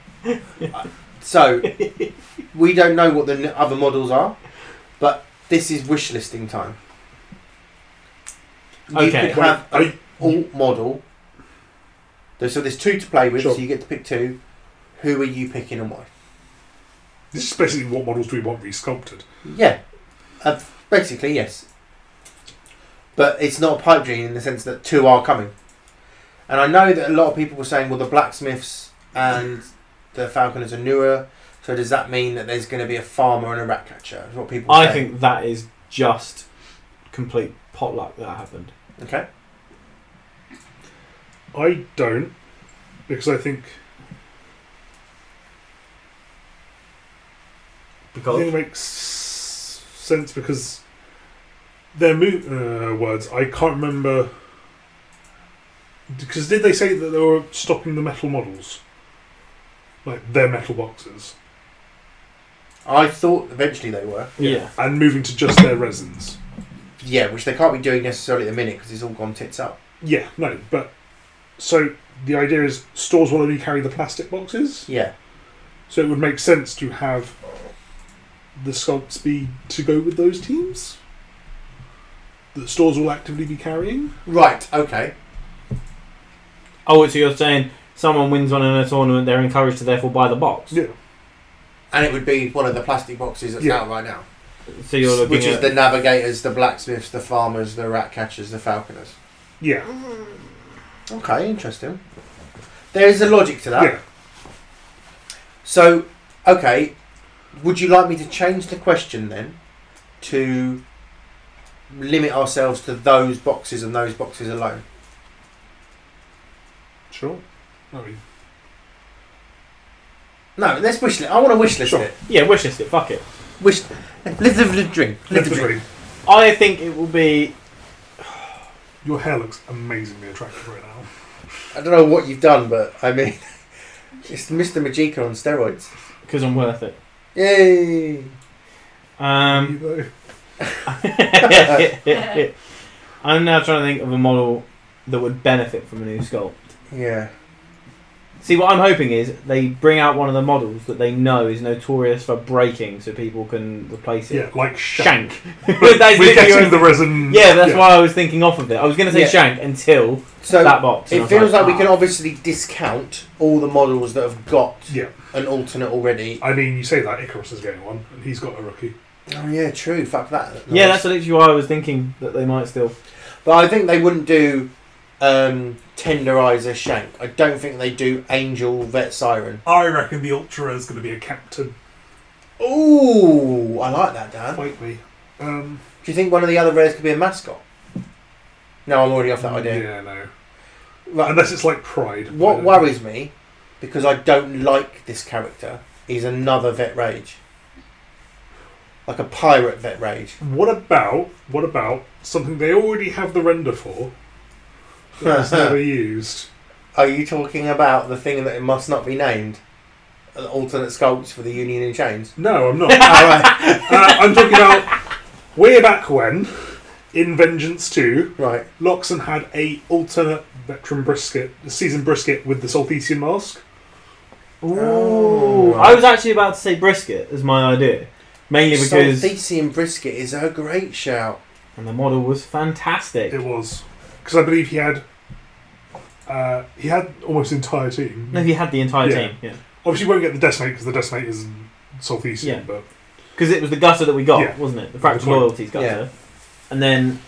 [SPEAKER 2] so we don't know what the n- other models are, but this is wish listing time. You
[SPEAKER 1] Okay.
[SPEAKER 2] could have
[SPEAKER 3] Wait,
[SPEAKER 2] an alt model. There's- So there's two to play with,
[SPEAKER 3] Sure.
[SPEAKER 2] so you get to pick two. Who are you picking and why?
[SPEAKER 3] This is basically what models do we want re-sculpted.
[SPEAKER 2] Yeah, uh, basically yes. But it's not a pipe dream in the sense that two are coming. And I know that a lot of people were saying, well, the blacksmiths and the falconers are newer. So does that mean that there's going to be a farmer and a rat catcher? Is what people. were
[SPEAKER 1] I
[SPEAKER 2] saying.
[SPEAKER 1] think that is just complete potluck that happened.
[SPEAKER 2] Okay.
[SPEAKER 3] I don't, because I think I think
[SPEAKER 1] Because
[SPEAKER 3] it makes s- sense because their move uh, words. I can't remember because did they say that they were stopping the metal models, like their metal boxes,
[SPEAKER 2] I thought eventually they were.
[SPEAKER 1] yeah.
[SPEAKER 3] and moving to just their resins?
[SPEAKER 2] Yeah, which they can't be doing necessarily at the minute because it's all gone tits up.
[SPEAKER 3] Yeah, no, but so the idea is stores will only carry the plastic boxes,
[SPEAKER 2] Yeah.
[SPEAKER 3] so it would make sense to have the sculpts be to go with those teams that stores will actively be carrying.
[SPEAKER 2] Right. Okay.
[SPEAKER 1] Oh, so you're saying someone wins one in a tournament, they're encouraged to therefore buy the box.
[SPEAKER 3] Yeah.
[SPEAKER 2] And it would be one of the plastic boxes that's
[SPEAKER 3] Yeah.
[SPEAKER 2] out right now,
[SPEAKER 1] So you're looking
[SPEAKER 2] which
[SPEAKER 1] at
[SPEAKER 2] is the navigators, the blacksmiths, the farmers, the rat catchers, the falconers.
[SPEAKER 3] Yeah.
[SPEAKER 2] Okay, interesting. There is a logic to that.
[SPEAKER 3] Yeah.
[SPEAKER 2] So, okay, would you like me to change the question then to limit ourselves to those boxes and those boxes alone?
[SPEAKER 3] Sure. I mean,
[SPEAKER 2] No, let's wish list. I want to wish list
[SPEAKER 3] Sure.
[SPEAKER 2] it.
[SPEAKER 1] yeah wishlist it. Fuck it.
[SPEAKER 2] Wish. Live the dream. Live the dream.
[SPEAKER 3] literally,
[SPEAKER 1] I think it will be.
[SPEAKER 3] your hair looks amazingly attractive right now.
[SPEAKER 2] I don't know what you've done, but I mean, it's Mr. Majika on steroids.
[SPEAKER 1] because I'm worth it.
[SPEAKER 2] Yay!
[SPEAKER 1] Um,
[SPEAKER 3] You
[SPEAKER 1] I'm now trying to think of a model that would benefit from a new sculpt.
[SPEAKER 2] Yeah.
[SPEAKER 1] See, what I'm hoping is they bring out one of the models that they know is notorious for breaking, so people can replace
[SPEAKER 3] know, yeah,
[SPEAKER 1] it.
[SPEAKER 3] like
[SPEAKER 1] Shank.
[SPEAKER 3] shank.
[SPEAKER 1] That's
[SPEAKER 3] We're
[SPEAKER 1] literally
[SPEAKER 3] getting
[SPEAKER 1] what-
[SPEAKER 3] the resin.
[SPEAKER 1] yeah, that's why I was thinking off of it. I was going to say
[SPEAKER 2] Yeah.
[SPEAKER 1] Shank until
[SPEAKER 2] So
[SPEAKER 1] that box. and I
[SPEAKER 2] it
[SPEAKER 1] was
[SPEAKER 2] feels like we
[SPEAKER 1] ah.
[SPEAKER 2] can obviously discount all the models that have got
[SPEAKER 3] Yeah.
[SPEAKER 2] an alternate already
[SPEAKER 3] I mean, you say that Icarus is getting one, and he's got a rookie.
[SPEAKER 2] Oh yeah, true. Fuck that.
[SPEAKER 1] Yeah,
[SPEAKER 2] Nice.
[SPEAKER 1] that's literally why I was thinking that they might still.
[SPEAKER 2] But I think they wouldn't do um, tenderizer shank. I don't think they do angel vet siren.
[SPEAKER 3] I reckon the Ultra is going to be a captain.
[SPEAKER 2] Ooh, I like that, Dan. Do
[SPEAKER 3] Fight me. Um,
[SPEAKER 2] you think one of the other rares could be a mascot? No, I'm already off that idea.
[SPEAKER 3] Yeah, no.
[SPEAKER 2] Right.
[SPEAKER 3] Unless it's like Pride.
[SPEAKER 2] What
[SPEAKER 3] But- um,
[SPEAKER 2] worries me, because I don't like this character, is another vet rage, like a pirate vet rage.
[SPEAKER 3] What about what about something they already have the render for that's never used?
[SPEAKER 2] Are you talking about the thing that it must not be named? Uh, Alternate sculpts for the Union in Chains.
[SPEAKER 3] No, I'm not.
[SPEAKER 2] All right,
[SPEAKER 3] uh, I'm talking about way back when in Vengeance Two.
[SPEAKER 2] right.
[SPEAKER 3] Loxon had a alternate veteran brisket, seasoned brisket with the Saltesian mask.
[SPEAKER 1] Ooh,
[SPEAKER 2] Oh.
[SPEAKER 1] I was actually about to say brisket as my idea, mainly because
[SPEAKER 2] Saltesian brisket is a great shout.
[SPEAKER 1] and the model was fantastic.
[SPEAKER 3] It was because I believe he had uh, he had almost the entire team.
[SPEAKER 1] No, he had the entire
[SPEAKER 3] Yeah.
[SPEAKER 1] team. Yeah,
[SPEAKER 3] Obviously, you won't get the decimate because the decimate is Saltesian,
[SPEAKER 1] Yeah.
[SPEAKER 3] but
[SPEAKER 1] because it was the gutter that we got,
[SPEAKER 3] Yeah.
[SPEAKER 1] wasn't it? The fractal
[SPEAKER 3] Good point.
[SPEAKER 1] loyalties gutter, and then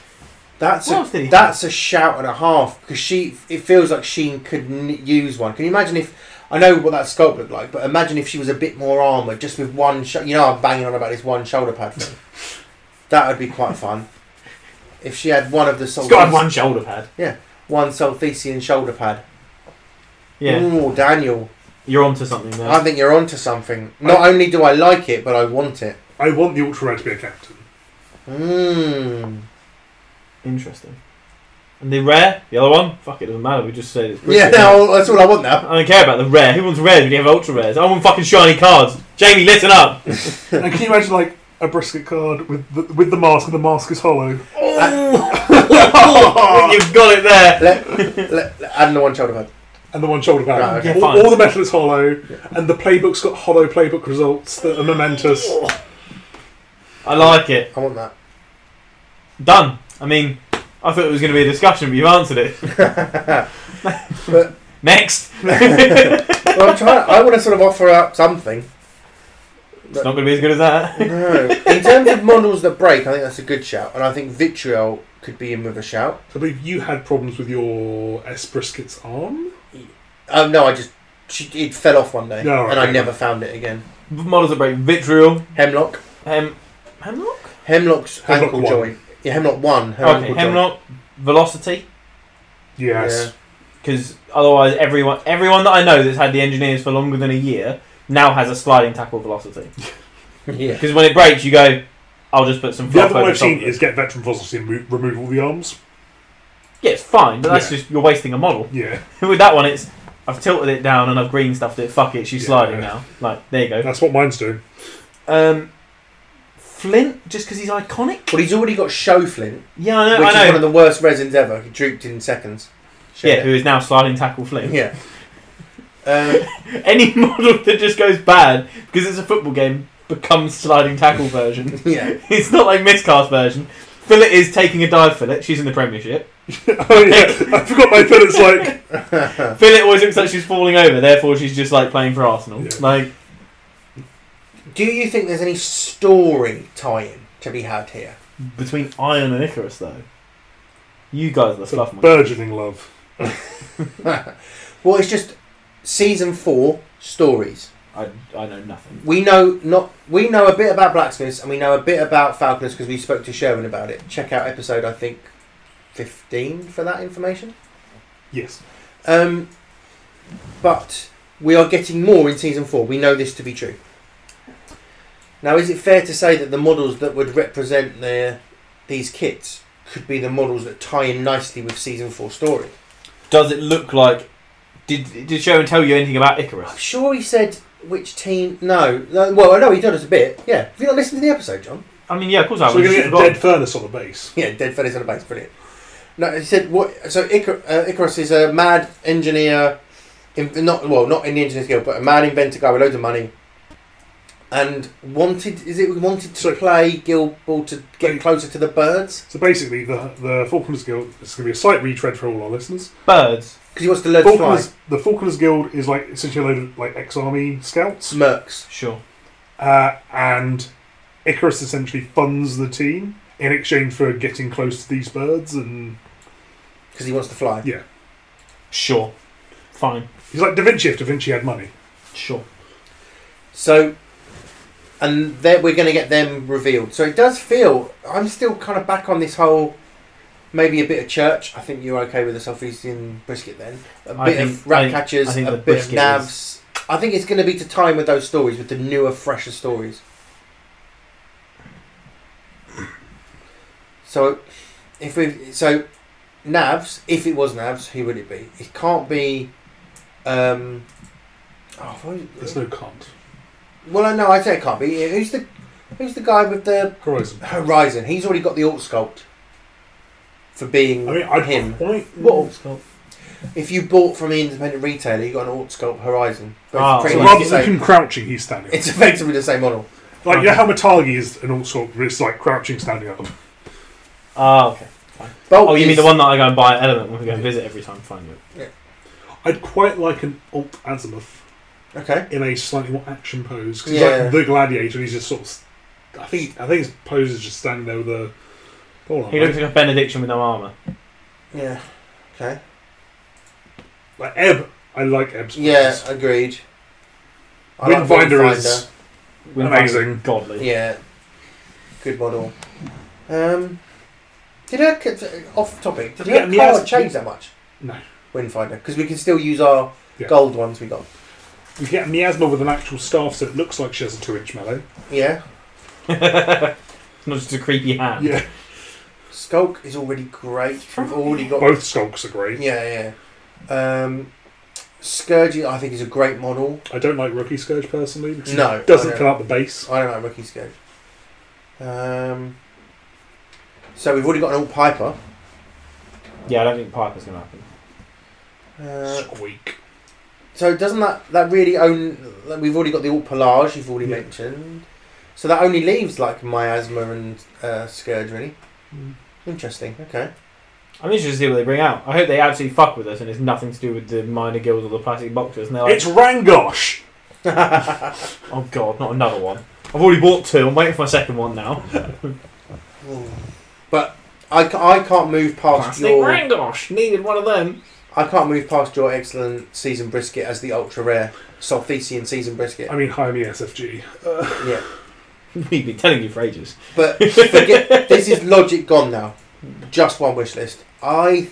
[SPEAKER 2] That's
[SPEAKER 1] what
[SPEAKER 2] a,
[SPEAKER 1] else did he?
[SPEAKER 2] that's a shout and a half because she. It feels like she could n- use one. Can you imagine if? I know what that sculpt looked like, but imagine if she was a bit more armoured, just with one. Sho- you know, I'm banging on about this one shoulder pad thing. that would be quite fun. If she had one of the
[SPEAKER 1] have? He's got to have
[SPEAKER 2] Salthes-
[SPEAKER 1] one shoulder pad.
[SPEAKER 2] one Saltesian shoulder pad.
[SPEAKER 1] Yeah,
[SPEAKER 2] Ooh, Daniel,
[SPEAKER 1] you're onto something there.
[SPEAKER 2] I think you're onto something. Not only do I like it, but I want it.
[SPEAKER 3] I want the ultra rare to be a captain.
[SPEAKER 2] Mmm.
[SPEAKER 1] Interesting. And the rare, the other one. Fuck it, doesn't matter. We just said it's
[SPEAKER 2] Yeah,
[SPEAKER 1] brisket.
[SPEAKER 2] no, that's all I want now.
[SPEAKER 1] I don't care about the rare. Who wants rare when you have ultra rares? I want fucking shiny cards. Jamie, listen up.
[SPEAKER 3] and can you imagine like a brisket card with the, with the mask, and the mask is hollow?
[SPEAKER 2] Oh,
[SPEAKER 1] You've got it there.
[SPEAKER 2] Let, let, let- add in the one shoulder pad.
[SPEAKER 3] and the one shoulder pad.
[SPEAKER 2] Right, okay,
[SPEAKER 3] all,
[SPEAKER 1] fine.
[SPEAKER 3] all the metal is hollow, and the playbook's got hollow playbook results that are momentous.
[SPEAKER 2] Oh.
[SPEAKER 1] I like it.
[SPEAKER 2] I want that.
[SPEAKER 1] Done. I mean, I thought it was going to be a discussion, but you've answered it.
[SPEAKER 2] But-
[SPEAKER 1] Next.
[SPEAKER 2] Well, I'm trying. I want to sort of offer up something.
[SPEAKER 1] It's not going to be as good as that.
[SPEAKER 2] No. In terms of models that break, I think that's a good shout, and I think Vitriol could be in with a shout.
[SPEAKER 3] I believe you had problems with your S brisket's arm.
[SPEAKER 2] Um, no, I just she, it fell off one day,
[SPEAKER 3] No,
[SPEAKER 2] and I
[SPEAKER 3] okay.
[SPEAKER 2] never found it again.
[SPEAKER 1] Models that break vitriol.
[SPEAKER 2] Hemlock,
[SPEAKER 1] Hem, hemlock.
[SPEAKER 2] Hemlock's
[SPEAKER 3] Hemlock
[SPEAKER 2] ankle
[SPEAKER 3] one.
[SPEAKER 2] joint. Yeah, Hemlock one. Her
[SPEAKER 1] okay,
[SPEAKER 2] ankle
[SPEAKER 1] hemlock. Velocity.
[SPEAKER 3] Yes.
[SPEAKER 1] Because otherwise, everyone everyone that I know that's had the engineers for longer than a year now has a sliding tackle velocity.
[SPEAKER 2] joint. Yeah.
[SPEAKER 1] Because when it breaks, you go, I'll just put some.
[SPEAKER 3] The
[SPEAKER 1] fluff
[SPEAKER 3] other one
[SPEAKER 1] over
[SPEAKER 3] I've
[SPEAKER 1] top
[SPEAKER 3] seen
[SPEAKER 1] of it."
[SPEAKER 3] is get veteran fossils and remo- remove all the arms.
[SPEAKER 1] yeah, it's fine, but that's
[SPEAKER 3] Yeah.
[SPEAKER 1] just you're wasting a model.
[SPEAKER 3] Yeah,
[SPEAKER 1] With that one, it's I've tilted it down and I've green stuffed it. Fuck it, she's
[SPEAKER 3] Yeah.
[SPEAKER 1] sliding now. Like there you go.
[SPEAKER 3] that's what mine's doing.
[SPEAKER 1] Um, Flint, just because he's iconic.
[SPEAKER 2] Well, he's already got show flint,
[SPEAKER 1] Yeah, I
[SPEAKER 2] which
[SPEAKER 1] know.
[SPEAKER 2] is
[SPEAKER 1] I
[SPEAKER 2] one
[SPEAKER 1] know.
[SPEAKER 2] of the worst resins ever. He drooped in seconds.
[SPEAKER 1] Yeah,
[SPEAKER 2] Shit.
[SPEAKER 1] who is now sliding tackle Flint?
[SPEAKER 2] Yeah. Um,
[SPEAKER 1] Any model that just goes bad because it's a football game becomes sliding tackle version.
[SPEAKER 2] yeah.
[SPEAKER 1] it's not like miscast version. Fillet is taking a dive. Fillet, she's in the Premiership.
[SPEAKER 3] oh yeah, I forgot my Phillips like
[SPEAKER 1] Fillet always looks like she's falling over. Therefore, she's just like playing for Arsenal.
[SPEAKER 3] Yeah.
[SPEAKER 1] Like
[SPEAKER 2] Do you think there's any story tie-in to be had here?
[SPEAKER 1] between Iron and Icarus, though. You guys are the fluff monkeys.
[SPEAKER 3] burgeoning love.
[SPEAKER 2] well, it's just season four stories.
[SPEAKER 1] I, I know nothing.
[SPEAKER 2] We know not we know a bit about blacksmiths and we know a bit about falconers because we spoke to Sherwin about it. Check out episode I think fifteen for that information.
[SPEAKER 3] Yes,
[SPEAKER 2] Um, but we are getting more in season four. We know this to be true. Now, is it fair to say that the models that would represent their these kits could be the models that tie in nicely with season four story?
[SPEAKER 1] Does it look like? Did did Sharon tell you anything about
[SPEAKER 2] I'm
[SPEAKER 1] Icarus?
[SPEAKER 2] sure he said which team. No, no well, I know he told us a bit. Yeah, have you not listened to the episode, John?
[SPEAKER 1] I mean, yeah, of course I
[SPEAKER 3] so we're
[SPEAKER 1] was.
[SPEAKER 3] going to get a dead furnace on the base.
[SPEAKER 2] Yeah, dead fellas on the base, brilliant. No, he said what? So Icar- uh, Icarus is a mad engineer, in, not well, not in the engineer's guild, but a mad inventor guy with loads of money, and wanted is it wanted to
[SPEAKER 3] So-
[SPEAKER 2] play Guild Ball to get closer to the birds
[SPEAKER 3] So basically, the the Falconers Guild this is going to be a slight retread for all our listeners.
[SPEAKER 1] Birds.
[SPEAKER 2] because he wants to learn to fly.
[SPEAKER 3] Falconers, the Falconers Guild is like essentially a load of like ex-army scouts,
[SPEAKER 2] Smirks.
[SPEAKER 1] Sure.
[SPEAKER 3] uh, and Icarus essentially funds the team in exchange for getting close to these birds, and
[SPEAKER 2] Because he wants to fly.
[SPEAKER 1] Sure. Fine.
[SPEAKER 3] he's like Da Vinci if Da Vinci had money.
[SPEAKER 1] Sure.
[SPEAKER 2] So, and there we're going to get them revealed. So it does feel I'm still kind of back on this whole maybe a bit of church. I think you're okay with the Southeastern brisket then. A
[SPEAKER 1] I
[SPEAKER 2] bit
[SPEAKER 1] think-
[SPEAKER 2] of rat
[SPEAKER 1] I- I
[SPEAKER 2] catchers,
[SPEAKER 1] think
[SPEAKER 2] a
[SPEAKER 1] the
[SPEAKER 2] bit of
[SPEAKER 1] brisket
[SPEAKER 2] nabs. I think it's going to be to time with those stories, with the newer, fresher stories. So, if we so Navs, if it was Navs, who would it be? It can't be. Um, oh, who-
[SPEAKER 3] There's no can't.
[SPEAKER 2] well, I know I say it can't be. Who's the who's the guy with the
[SPEAKER 3] Horizon.
[SPEAKER 2] horizon? He's already got the alt sculpt for being
[SPEAKER 3] I mean, I'd
[SPEAKER 2] him.
[SPEAKER 3] quite-
[SPEAKER 2] What If you bought from the independent retailer, you got an alt sculpt horizon. But
[SPEAKER 1] Ah,
[SPEAKER 2] it's, pretty
[SPEAKER 3] So
[SPEAKER 2] much
[SPEAKER 3] rather
[SPEAKER 2] the
[SPEAKER 3] than
[SPEAKER 2] same.
[SPEAKER 3] him crouching, he's standing. Up.
[SPEAKER 2] it's effectively the same model.
[SPEAKER 3] Like you know how Matagi is an all sort, but it's like crouching, standing up.
[SPEAKER 1] Ah, okay.
[SPEAKER 2] Bolt
[SPEAKER 1] Oh, you mean
[SPEAKER 2] is-
[SPEAKER 1] the one that I go and buy at Element when we go and visit every time? Fine. Yeah.
[SPEAKER 3] I'd quite like an alt azimuth
[SPEAKER 2] Okay.
[SPEAKER 3] in a slightly more action pose because he's
[SPEAKER 2] Yeah.
[SPEAKER 3] like the gladiator. and He's just sort of. I think I think his pose is just standing there with a. Hold on,
[SPEAKER 1] He
[SPEAKER 3] Oh, mate.
[SPEAKER 1] looks like a benediction with no armor.
[SPEAKER 2] Yeah. Okay.
[SPEAKER 3] like Ebb. I like Ebb's.
[SPEAKER 2] Yeah.
[SPEAKER 3] pose.
[SPEAKER 2] Agreed. I like
[SPEAKER 3] Windfinder
[SPEAKER 2] Windfinder.
[SPEAKER 3] is
[SPEAKER 1] With
[SPEAKER 3] Amazing.
[SPEAKER 1] Godly.
[SPEAKER 2] Yeah. Good model. Um. Did her off topic? Did
[SPEAKER 3] Yeah,
[SPEAKER 2] her
[SPEAKER 3] and he
[SPEAKER 2] card
[SPEAKER 3] has-
[SPEAKER 2] change that much?
[SPEAKER 3] No.
[SPEAKER 2] Windfinder, because we can still use our
[SPEAKER 3] Yeah.
[SPEAKER 2] gold ones we got.
[SPEAKER 3] We get miasma with an actual staff, so it looks like she has a two-inch melee.
[SPEAKER 2] Yeah.
[SPEAKER 1] It's not just a creepy hand.
[SPEAKER 3] Yeah,
[SPEAKER 2] Skulk is already great. We've already got.
[SPEAKER 3] both skulks are great.
[SPEAKER 2] Yeah, yeah. Um, Scourge, I think, is a great model.
[SPEAKER 3] I don't like rookie scourge personally because it
[SPEAKER 2] No, I
[SPEAKER 3] doesn't
[SPEAKER 2] don't.
[SPEAKER 3] fill out the base.
[SPEAKER 2] I don't like Rookie Scourge. Um, So we've already got an old Piper.
[SPEAKER 1] Yeah, I don't think Piper's going to happen.
[SPEAKER 2] Uh,
[SPEAKER 3] Squeak.
[SPEAKER 2] so doesn't that that really own? like, We've already got the alt Pelage you've already
[SPEAKER 3] Yeah.
[SPEAKER 2] mentioned. So that only leaves like Miasma and uh, Scourge really.
[SPEAKER 1] Hmm.
[SPEAKER 2] Interesting. Okay.
[SPEAKER 1] I'm interested to see what they bring out. I hope they absolutely fuck with us and it's nothing to do with the minor guilds or the plastic boxes. And they're like,
[SPEAKER 3] It's Rangosh!
[SPEAKER 1] oh god, not another one. I've already bought two. I'm waiting for my second one now.
[SPEAKER 2] But I, ca- I can't move past
[SPEAKER 1] Plastic
[SPEAKER 2] your
[SPEAKER 1] Rangosh needed one of them.
[SPEAKER 2] I can't move past your excellent seasoned brisket as the ultra rare Solthesian seasoned brisket.
[SPEAKER 3] I mean, hire me SFG. Uh,
[SPEAKER 2] Yeah.
[SPEAKER 1] We've been telling you for ages.
[SPEAKER 2] But forget this is logic gone now. Just one wish list. I,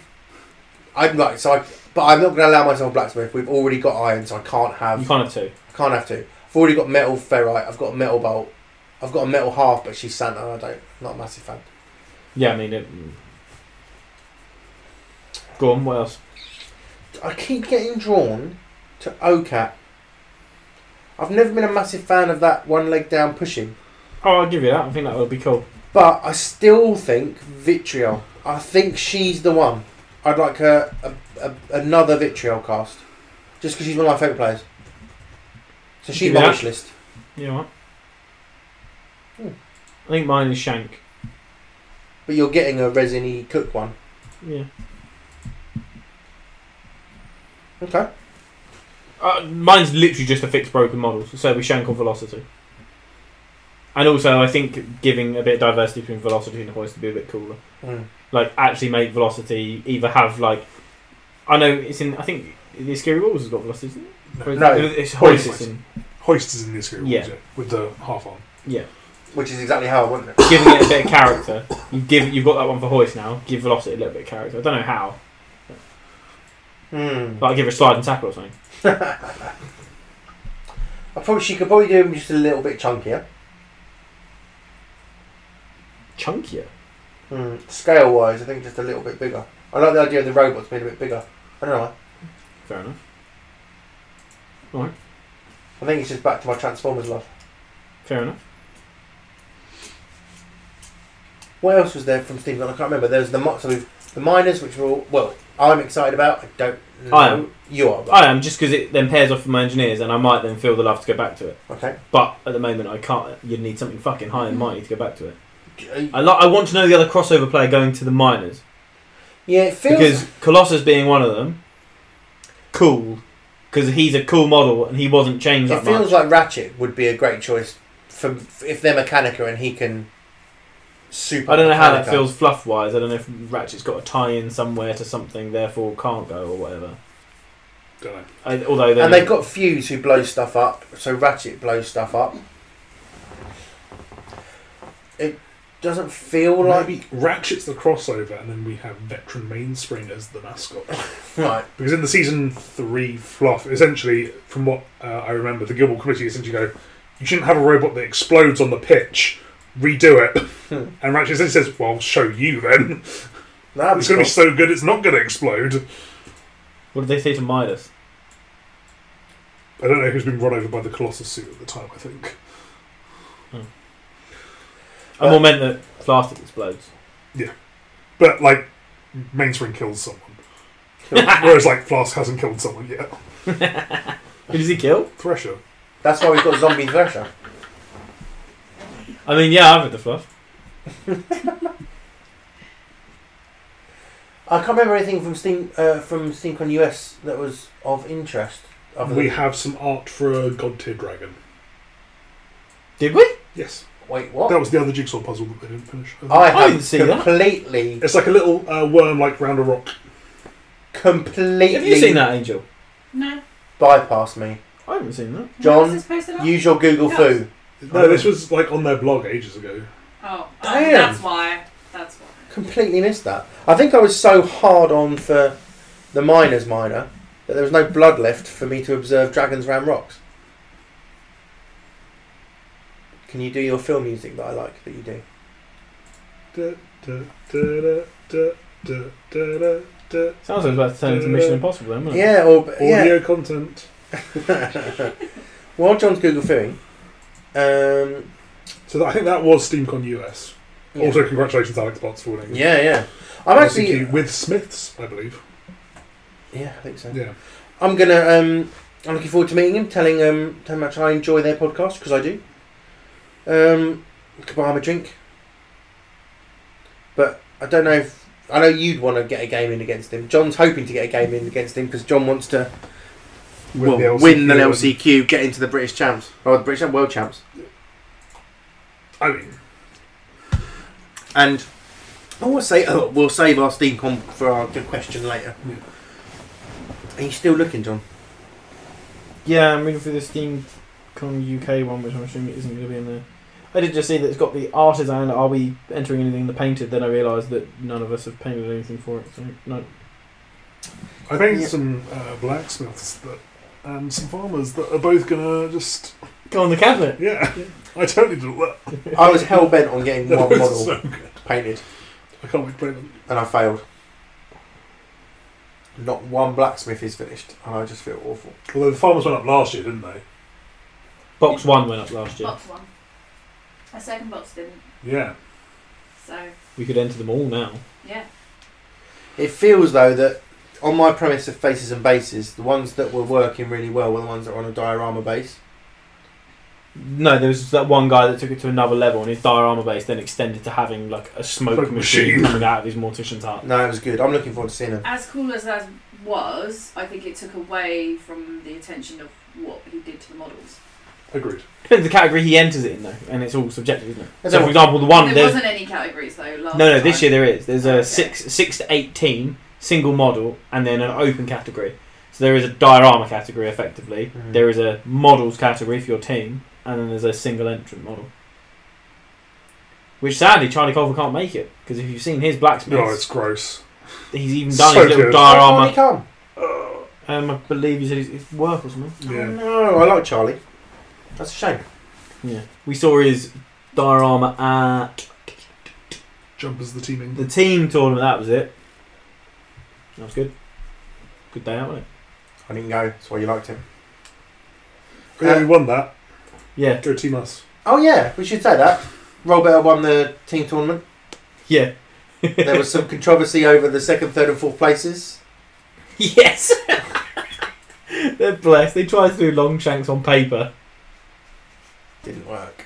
[SPEAKER 2] I'm like so. I, but I'm not going to allow myself blacksmith. We've already got iron, so I can't
[SPEAKER 1] You
[SPEAKER 2] have.
[SPEAKER 1] can't have two.
[SPEAKER 2] Can't have to. I've already got metal ferrite. I've got a metal bolt. I've got a metal half, but she's Santa. and I don't. Not a massive fan.
[SPEAKER 1] Yeah, I mean, it, mm. go on. What else?
[SPEAKER 2] I keep getting drawn to OCAT. I've never been a massive fan of that one leg down pushing,
[SPEAKER 1] Oh, I'll give you that. I think that would be cool.
[SPEAKER 2] but I still think Vitriol. I think she's the one. I'd like her a, a, another Vitriol cast, just because she's one of my favourite players. So she's
[SPEAKER 1] Give
[SPEAKER 2] my
[SPEAKER 1] it
[SPEAKER 2] wish list.
[SPEAKER 1] You know what?
[SPEAKER 2] Hmm.
[SPEAKER 1] I think mine is Shank.
[SPEAKER 2] But you're getting a resiny cook one.
[SPEAKER 1] Yeah.
[SPEAKER 2] Okay.
[SPEAKER 1] Uh, mine's literally just to fix broken models, so it'll be Shank on Velocity. And also, I think giving a bit of diversity between Velocity and Hoist would be a bit cooler.
[SPEAKER 2] Mm.
[SPEAKER 1] Like, actually make Velocity either have, like. I know it's in. I think the Scary Walls has got Velocity, isn't it? Or is-
[SPEAKER 2] No,
[SPEAKER 1] It's Hoist.
[SPEAKER 3] Hoist.
[SPEAKER 1] it's in-
[SPEAKER 3] Hoist is in this group,
[SPEAKER 1] Yeah.
[SPEAKER 3] yeah. with the half arm.
[SPEAKER 2] Which is exactly how I want it.
[SPEAKER 1] giving it a bit of character. You give, you've got that one for Hoist now. Give Velocity a little bit of character. I don't know how.
[SPEAKER 2] Hmm.
[SPEAKER 1] Like, give her a slide and tackle or something.
[SPEAKER 2] I probably she could probably do them just a little bit chunkier.
[SPEAKER 1] Chunkier.
[SPEAKER 2] Hmm. Scale wise, I think just a little bit bigger. I like the idea of the robots being a bit bigger. I don't know.
[SPEAKER 1] Fair enough.
[SPEAKER 2] I think it's just back to my Transformers love.
[SPEAKER 1] Fair enough.
[SPEAKER 2] What else was there from Steve? Gunn? I can't remember. There was the mo- so we've- the miners, which were all well. I'm excited about. I don't. Know.
[SPEAKER 1] I am.
[SPEAKER 2] You are. but-
[SPEAKER 1] I am, just because it then pairs off with my engineers, and I might then feel the love to go back to it.
[SPEAKER 2] Okay.
[SPEAKER 1] But at the moment, I can't. You'd need something fucking high and mighty to go back to it.
[SPEAKER 2] Uh,
[SPEAKER 1] I, like. I want to know the other crossover player going to the minors
[SPEAKER 2] Yeah, it feels.
[SPEAKER 1] because Colossus being one of them, cool, because he's a cool model and he wasn't changed
[SPEAKER 2] it
[SPEAKER 1] that
[SPEAKER 2] feels
[SPEAKER 1] much.
[SPEAKER 2] like Ratchet would be a great choice for for- if they're Mechanica and he can. Super.
[SPEAKER 1] I don't know how that
[SPEAKER 2] Mechanica.
[SPEAKER 1] feels fluff wise. I don't know if Ratchet's got a tie in somewhere to something, therefore can't go or whatever.
[SPEAKER 3] Don't know.
[SPEAKER 1] I, although then
[SPEAKER 2] And they've got Fuse who blows stuff up, so Ratchet blows stuff up. It doesn't feel like
[SPEAKER 3] Maybe Ratchet's the crossover, and then we have veteran Mainspring as the mascot.
[SPEAKER 2] right.
[SPEAKER 3] Because in the season three fluff, essentially, from what uh, I remember, the Gilmore Committee essentially go, you shouldn't have a robot that explodes on the pitch. Redo it,
[SPEAKER 1] Hmm.
[SPEAKER 3] and Ratchet essentially says, "Well, I'll show you then.
[SPEAKER 2] That'd
[SPEAKER 3] It's
[SPEAKER 2] be
[SPEAKER 3] going to be
[SPEAKER 2] cool.
[SPEAKER 3] so good, it's not going to explode."
[SPEAKER 1] What did they say to Midas?
[SPEAKER 3] I don't know who's been run over by the Colossus suit at the time. I think.
[SPEAKER 2] Uh,
[SPEAKER 1] I more meant that plastic explodes.
[SPEAKER 3] But like, Mainspring kills someone, whereas like Flask hasn't killed someone yet.
[SPEAKER 1] Who does he kill?
[SPEAKER 3] Thresher.
[SPEAKER 2] That's why we've got Zombie Thresher.
[SPEAKER 1] I mean, yeah, I've had the fluff.
[SPEAKER 2] I can't remember anything from Steam uh, from SteamCon US that was of interest. Other
[SPEAKER 3] We
[SPEAKER 2] than,
[SPEAKER 3] have some art for a God Tier Dragon.
[SPEAKER 1] Did we?
[SPEAKER 3] Yes,
[SPEAKER 2] wait, what?
[SPEAKER 3] that was the other jigsaw puzzle that they didn't finish. I think.
[SPEAKER 2] I
[SPEAKER 1] I
[SPEAKER 2] have
[SPEAKER 1] didn't see that.
[SPEAKER 2] completely,
[SPEAKER 3] It's like a little uh, worm, like round a rock.
[SPEAKER 2] completely
[SPEAKER 1] Have you seen that, Angel?
[SPEAKER 4] No.
[SPEAKER 2] bypassed me.
[SPEAKER 1] I haven't seen that.
[SPEAKER 2] John,
[SPEAKER 4] Is this posted on?
[SPEAKER 2] Use your Google
[SPEAKER 4] No.
[SPEAKER 2] foo. Oh.
[SPEAKER 3] No, this was like on their blog ages ago.
[SPEAKER 4] Oh,
[SPEAKER 2] Damn.
[SPEAKER 4] that's why. That's why.
[SPEAKER 2] Completely missed that. I think I was so hard on for the miners miner that there was no blood left for me to observe dragons round rocks. Can you do your film music that I like that you do?
[SPEAKER 3] Da, da, da, da, da, da, da, da, da.
[SPEAKER 1] Sounds like it's about to turn into Mission Impossible then, wouldn't it?
[SPEAKER 2] Yeah, or yeah.
[SPEAKER 3] Audio content.
[SPEAKER 2] While John's Google Um, fooing, um,
[SPEAKER 3] So that, I think that was SteamCon US.
[SPEAKER 2] Yeah.
[SPEAKER 3] Also, congratulations, Alex Potts, for winning.
[SPEAKER 2] Yeah, yeah. I'm actually.
[SPEAKER 3] Basically with Smiths, I believe.
[SPEAKER 2] Yeah, I think so.
[SPEAKER 3] Yeah.
[SPEAKER 2] I'm gonna. Um, I'm looking forward to meeting him, telling um, telling him how much I enjoy their podcast because I do. Um, could buy him a drink, but I don't know if I know you'd want to get a game in against him. John's hoping to get a game in against him because John wants to well,
[SPEAKER 3] the
[SPEAKER 2] win the
[SPEAKER 3] LCQ.
[SPEAKER 2] LCQ, get into the British champs or the British and world champs,
[SPEAKER 3] I mean,
[SPEAKER 2] and I will say oh, we'll save our steam com for our good question later.
[SPEAKER 3] Yeah.
[SPEAKER 2] Are you still looking, John?
[SPEAKER 1] Yeah, I'm reading through the Steam Con UK one, which I'm assuming isn't going to be in there. I did just see that it's got the artisan. Are we entering anything in the painted? Then I realised that none of us have painted anything for it. So no.
[SPEAKER 3] I think
[SPEAKER 2] Yeah.
[SPEAKER 3] some uh, blacksmiths that, and some farmers that are both gonna just
[SPEAKER 1] Go on the cabinet.
[SPEAKER 3] yeah. I totally did all that.
[SPEAKER 2] I was hell bent on getting
[SPEAKER 3] That
[SPEAKER 2] one
[SPEAKER 3] was
[SPEAKER 2] model
[SPEAKER 3] so good.
[SPEAKER 2] painted.
[SPEAKER 3] I can't wait to play them.
[SPEAKER 2] and I failed. Not one blacksmith is finished, and I just feel awful.
[SPEAKER 3] Although the farmers went up last year, didn't they?
[SPEAKER 1] Box one went up last year.
[SPEAKER 4] Box one. A second box didn't.
[SPEAKER 3] Yeah.
[SPEAKER 4] So
[SPEAKER 1] We could enter them all now.
[SPEAKER 4] yeah.
[SPEAKER 2] It feels though that on my premise of faces and bases, the ones that were working really well were the ones that were on a diorama base.
[SPEAKER 1] No, there was that one guy that took it to another level, and his diorama base then extended to having like a smoke,
[SPEAKER 3] Smoke
[SPEAKER 1] machine,
[SPEAKER 3] machine.
[SPEAKER 1] coming out of his mortician's heart.
[SPEAKER 2] No, it was good. I'm looking forward to seeing them.
[SPEAKER 4] As cool as that was, I think it took away from the attention of what he did to the models.
[SPEAKER 3] Agreed.
[SPEAKER 1] Depends the category he enters it in, though, and it's all subjective, isn't
[SPEAKER 2] I
[SPEAKER 1] it? So,
[SPEAKER 2] don't-
[SPEAKER 1] for example, the one
[SPEAKER 4] there
[SPEAKER 1] there's
[SPEAKER 4] wasn't any categories though. Last
[SPEAKER 1] no, no,
[SPEAKER 4] time.
[SPEAKER 1] this year there is. There's a
[SPEAKER 4] Oh, Okay.
[SPEAKER 1] six, six to eighteen single model, and then an open category. So there is a diorama category, effectively.
[SPEAKER 2] Mm.
[SPEAKER 1] There is a models category for your team, and then there's a single entrant model. Which sadly, Charlie Culver can't make it because if you've seen his blacksmith,
[SPEAKER 3] No, it's gross.
[SPEAKER 1] he's even done
[SPEAKER 3] so
[SPEAKER 1] his little
[SPEAKER 3] good.
[SPEAKER 2] Why
[SPEAKER 1] diorama
[SPEAKER 2] can't he come?
[SPEAKER 1] Um, I believe he said it's, it's work or something.
[SPEAKER 2] Oh,
[SPEAKER 3] Yeah.
[SPEAKER 2] no, I like Charlie. That's a shame.
[SPEAKER 1] Yeah. We saw his diorama at
[SPEAKER 3] Jumpers the teaming.
[SPEAKER 1] the team tournament. That was it. That was good. Good day out, wasn't
[SPEAKER 2] I didn't go. That's why you liked him.
[SPEAKER 3] Oh, yeah, we won that.
[SPEAKER 1] it? Yeah.
[SPEAKER 3] Go team us.
[SPEAKER 2] Oh yeah, we should say that. Robert won the team tournament.
[SPEAKER 1] Yeah.
[SPEAKER 2] There was some controversy over the second, third, and fourth places.
[SPEAKER 1] Yes. They're blessed. They tried to do long shanks on paper.
[SPEAKER 2] Didn't work.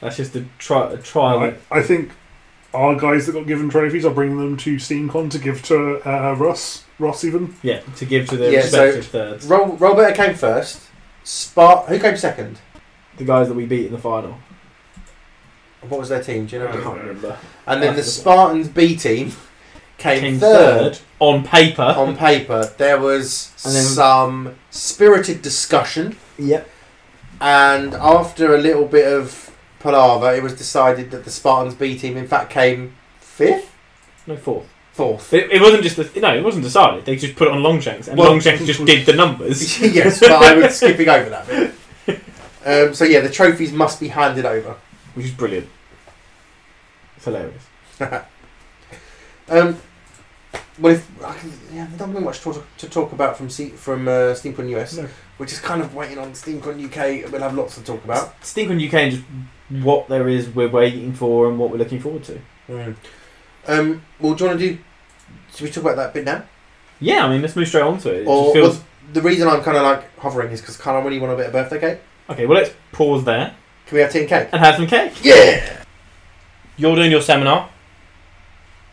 [SPEAKER 1] That's just a, tri- a trial.
[SPEAKER 3] I, I think our guys that got given trophies are bringing them to SteamCon to give to uh, Ross. Ross even.
[SPEAKER 1] Yeah. To give to their
[SPEAKER 2] Yeah, so-
[SPEAKER 1] respective thirds.
[SPEAKER 2] Ro- Roberta came first. Spark. Who came second?
[SPEAKER 1] The guys that we beat in the final.
[SPEAKER 2] What was their team? Do you know?
[SPEAKER 1] I can't remember.
[SPEAKER 2] and then the Spartans B team came,
[SPEAKER 1] Came
[SPEAKER 2] third,
[SPEAKER 1] third on paper.
[SPEAKER 2] on paper. There was
[SPEAKER 1] And then-
[SPEAKER 2] some spirited discussion,
[SPEAKER 1] yep.
[SPEAKER 2] and after a little bit of palaver, it was decided that the Spartans B team, in fact, came fifth,
[SPEAKER 1] No fourth.
[SPEAKER 2] fourth.
[SPEAKER 1] It, it wasn't just the no. It wasn't decided. They just put it on long shanks, and
[SPEAKER 2] Well-
[SPEAKER 1] long shanks just did the numbers.
[SPEAKER 2] yes, but I was skipping over that bit. Um, so yeah, the trophies must be handed over.
[SPEAKER 1] which is brilliant. It's hilarious.
[SPEAKER 2] Um, well, if I can, yeah, there don't really much to, to talk about from C, from uh, SteamCon US,
[SPEAKER 3] No.
[SPEAKER 2] which is kind of waiting on SteamCon UK. We'll have lots to talk about.
[SPEAKER 1] Stink on UK and just what there is we're waiting for and what we're looking forward to.
[SPEAKER 2] Um, well, do you want to do? Should we talk about that bit now?
[SPEAKER 1] Yeah, I mean, let's move straight on to it. It just
[SPEAKER 2] Or
[SPEAKER 1] feels
[SPEAKER 2] well, the reason I'm kind of like hovering is because kind of really want a bit of birthday cake.
[SPEAKER 1] okay. Well, let's pause there
[SPEAKER 2] Can we have tea and cake?
[SPEAKER 1] and have some cake.
[SPEAKER 2] Yeah.
[SPEAKER 1] You're doing your seminar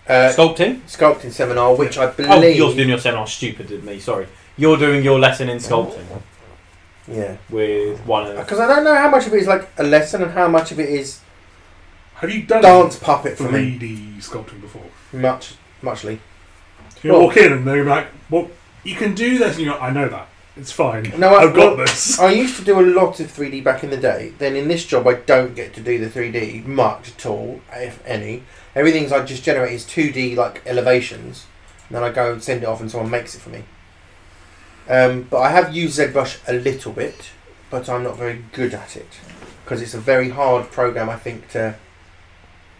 [SPEAKER 2] Uh,
[SPEAKER 1] sculpting.
[SPEAKER 2] sculpting seminar, which I believe.
[SPEAKER 1] Oh, you're doing your seminar. Stupid of me. Sorry. You're doing your lesson in sculpting
[SPEAKER 2] yeah.
[SPEAKER 1] with one of
[SPEAKER 2] Because I don't know how much of it is like a lesson and how much of it is
[SPEAKER 3] Have you done
[SPEAKER 2] dance puppet for me.
[SPEAKER 3] 3D sculpting before?
[SPEAKER 2] Much, muchly.
[SPEAKER 3] You
[SPEAKER 2] Well-
[SPEAKER 3] walk in and they're like, well, you can do this. And you're like, I know that. It's fine.
[SPEAKER 2] No, I-
[SPEAKER 3] I've got
[SPEAKER 2] well-
[SPEAKER 3] this.
[SPEAKER 2] I used to do a lot of 3D back in the day. Then in this job, I don't get to do the 3D much at all, if any. Everything's I just generate is 2D like elevations, and then I go and send it off, and someone makes it for me. Um, but I have used ZBrush a little bit, but I'm not very good at it because it's a very hard program. I think to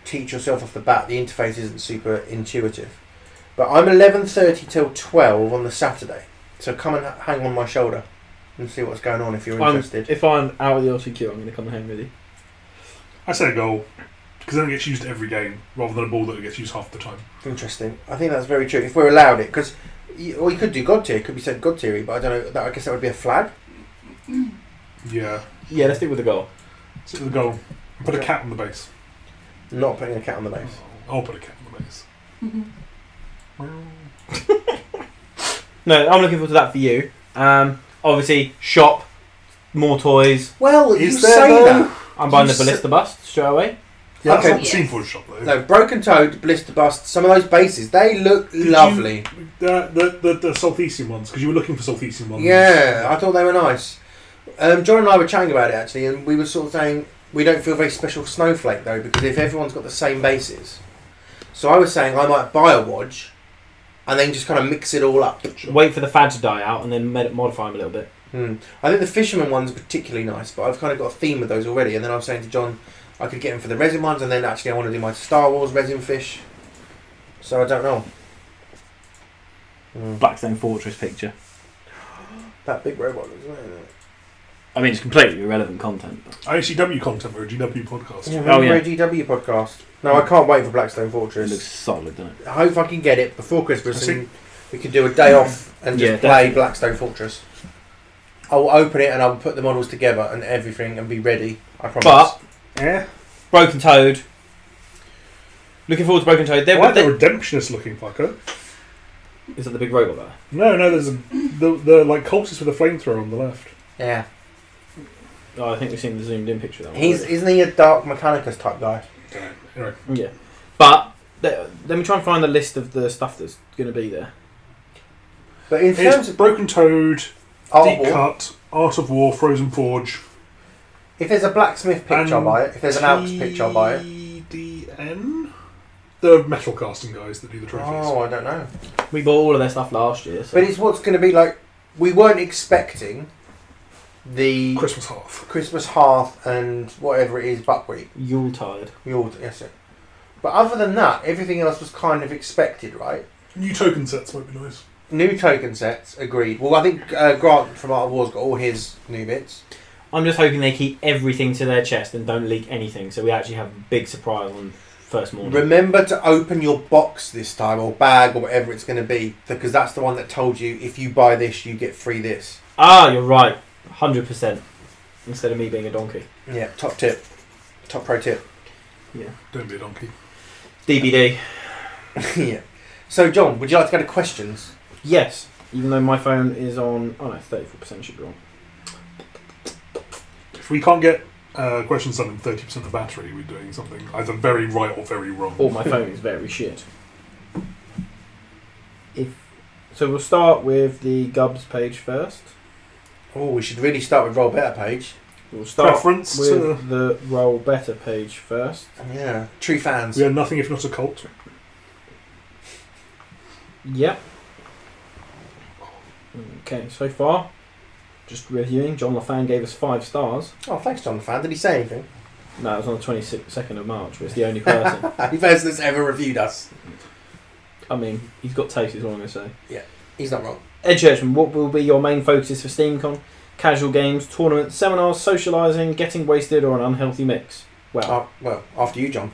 [SPEAKER 2] teach yourself off the bat. The interface isn't super intuitive. But I'm 11:30 till 12 on the Saturday, so come and h- hang on my shoulder and see what's going on if you're
[SPEAKER 1] I'm-
[SPEAKER 2] interested.
[SPEAKER 1] If I'm out of the LCQ, I'm going to come home with you.
[SPEAKER 3] I say goal. because then it gets used every game rather than a ball that gets used half the time.
[SPEAKER 2] Interesting. I think that's very true. If we're allowed it, because or you could do God tier. It could be said God tier, but I don't know. That, I guess that would be a flag.
[SPEAKER 3] Yeah,
[SPEAKER 1] Yeah, let's stick with the goal.
[SPEAKER 3] sit at the goal. Put a
[SPEAKER 2] Okay.
[SPEAKER 3] cat on the base.
[SPEAKER 2] Not putting a cat on the base.
[SPEAKER 3] I'll put a cat on the base.
[SPEAKER 1] No, I'm looking forward to that for you. Um, obviously, shop, more toys.
[SPEAKER 2] Well,
[SPEAKER 3] Is
[SPEAKER 2] you
[SPEAKER 3] there
[SPEAKER 2] say
[SPEAKER 3] though?
[SPEAKER 2] that.
[SPEAKER 1] I'm buying the
[SPEAKER 2] You s-
[SPEAKER 1] Ballista bust straight away.
[SPEAKER 3] Yeah, that's
[SPEAKER 2] Okay.
[SPEAKER 3] not the
[SPEAKER 4] Yes.
[SPEAKER 3] scene for a shop though.
[SPEAKER 2] No, broken toed, blister bust. Some of those bases, they look
[SPEAKER 3] Did
[SPEAKER 2] lovely.
[SPEAKER 3] The, the, the, the Southeastern ones, because you were looking for Southeastern ones.
[SPEAKER 2] Yeah, I thought they were nice. Um, John and I were chatting about it actually, and we were sort of saying we don't feel very special snowflake though, because if everyone's got the same bases, so I was saying I might buy a Wodge, and then just kind of mix it all up.
[SPEAKER 1] Wait for the fad to die out and then med- modify them a little bit.
[SPEAKER 2] Hmm. I think the fisherman one's particularly nice, but I've kind of got a theme of those already. And then I was saying to John, I could get him for the resin ones, and then actually I want to do my Star Wars resin fish. So I don't know. Hmm.
[SPEAKER 5] Blackstone Fortress picture.
[SPEAKER 2] That big robot looks nice, isn't it?
[SPEAKER 5] I mean, it's completely irrelevant content. but-
[SPEAKER 3] IHCW content for a GW podcast.
[SPEAKER 2] Yeah,
[SPEAKER 5] Oh,
[SPEAKER 2] remember
[SPEAKER 5] yeah.
[SPEAKER 2] GW podcast. No, I can't wait for Blackstone
[SPEAKER 5] It
[SPEAKER 2] Fortress.
[SPEAKER 5] looks solid, doesn't it?
[SPEAKER 2] I hope I can get it before Christmas,
[SPEAKER 3] I see.
[SPEAKER 2] and we can do a day off and just
[SPEAKER 1] Yeah,
[SPEAKER 2] play
[SPEAKER 1] definitely.
[SPEAKER 2] Blackstone Fortress. I'll open it and I'll put the models together and everything and be ready. I promise.
[SPEAKER 1] But-
[SPEAKER 3] Yeah.
[SPEAKER 1] Broken Toad. Looking forward to Broken Toad. There,
[SPEAKER 3] I like
[SPEAKER 1] there-
[SPEAKER 3] the redemptionist looking fucker.
[SPEAKER 1] is that the big robot there?
[SPEAKER 3] No, no, there's a, the, the like cultist with a flamethrower on the left.
[SPEAKER 2] yeah,
[SPEAKER 1] Oh, I think we've seen the zoomed in picture of that one.
[SPEAKER 2] he's isn't he a dark Mechanicus type guy?
[SPEAKER 3] Anyway,
[SPEAKER 1] Mm, Yeah, but let, let me try and find the list of the stuff that's going to be there.
[SPEAKER 2] But in terms
[SPEAKER 3] it's
[SPEAKER 2] of
[SPEAKER 3] Broken Toad,
[SPEAKER 2] art,
[SPEAKER 3] Deep Cut, Art of War, Frozen Forge,
[SPEAKER 2] if there's a blacksmith picture, I'll
[SPEAKER 3] and
[SPEAKER 2] buy it. If there's an Alps picture, I'll buy it.
[SPEAKER 3] TDN? The metal casting guys that do the trophies.
[SPEAKER 2] Oh, I don't know.
[SPEAKER 1] We bought all of their stuff last year. So.
[SPEAKER 2] But it's what's going to be like. We weren't expecting the
[SPEAKER 3] Christmas Hearth.
[SPEAKER 2] Christmas hearth and whatever it is buckwheat.
[SPEAKER 1] Yuletide.
[SPEAKER 2] We all yes, it. But other than that, everything else was kind of expected, right?
[SPEAKER 3] New token sets might be nice.
[SPEAKER 2] New token sets, agreed. Well, I think uh, Grant from Art of War's got all his new bits.
[SPEAKER 1] I'm just hoping they keep everything to their chest and don't leak anything, so we actually have a big surprise on first morning.
[SPEAKER 2] Remember to open your box this time, or bag, or whatever it's going to be, because that's the one that told you if you buy this, you get free this.
[SPEAKER 1] ah, you're right. 100%. Instead of me being a donkey.
[SPEAKER 2] Yeah, top tip, top pro tip.
[SPEAKER 3] Don't be a donkey.
[SPEAKER 1] DBD.
[SPEAKER 2] yeah. So, John, would you like to go to questions?
[SPEAKER 1] Yes. Even though my phone is on. Oh no, 34% should be on.
[SPEAKER 3] If we can't get uh, questions done in 30% of battery, we're doing something either very right or very wrong.
[SPEAKER 1] Or my phone is very shit. If So we'll start with the Gubs page first.
[SPEAKER 2] Oh, we should really start with roll better page.
[SPEAKER 1] We'll start
[SPEAKER 3] Preference. uh,
[SPEAKER 1] with the Roll Better page first.
[SPEAKER 2] Yeah, true fans.
[SPEAKER 3] we are nothing if not a cult.
[SPEAKER 1] Yep. Okay, so far, just reviewing, John LaFan gave us five stars.
[SPEAKER 2] Oh, thanks, John the fan. Did he say anything?
[SPEAKER 1] No, it was on the 22nd of March, was the only person.
[SPEAKER 2] He first that's ever reviewed us.
[SPEAKER 1] I mean, he's got taste, is what I'm going to say.
[SPEAKER 2] He's not wrong.
[SPEAKER 1] Ed Churchman, what will be your main focuses for SteamCon? Casual games, tournaments, seminars, socialising, getting wasted, or an unhealthy mix? Well,
[SPEAKER 2] Oh, well, after you, John.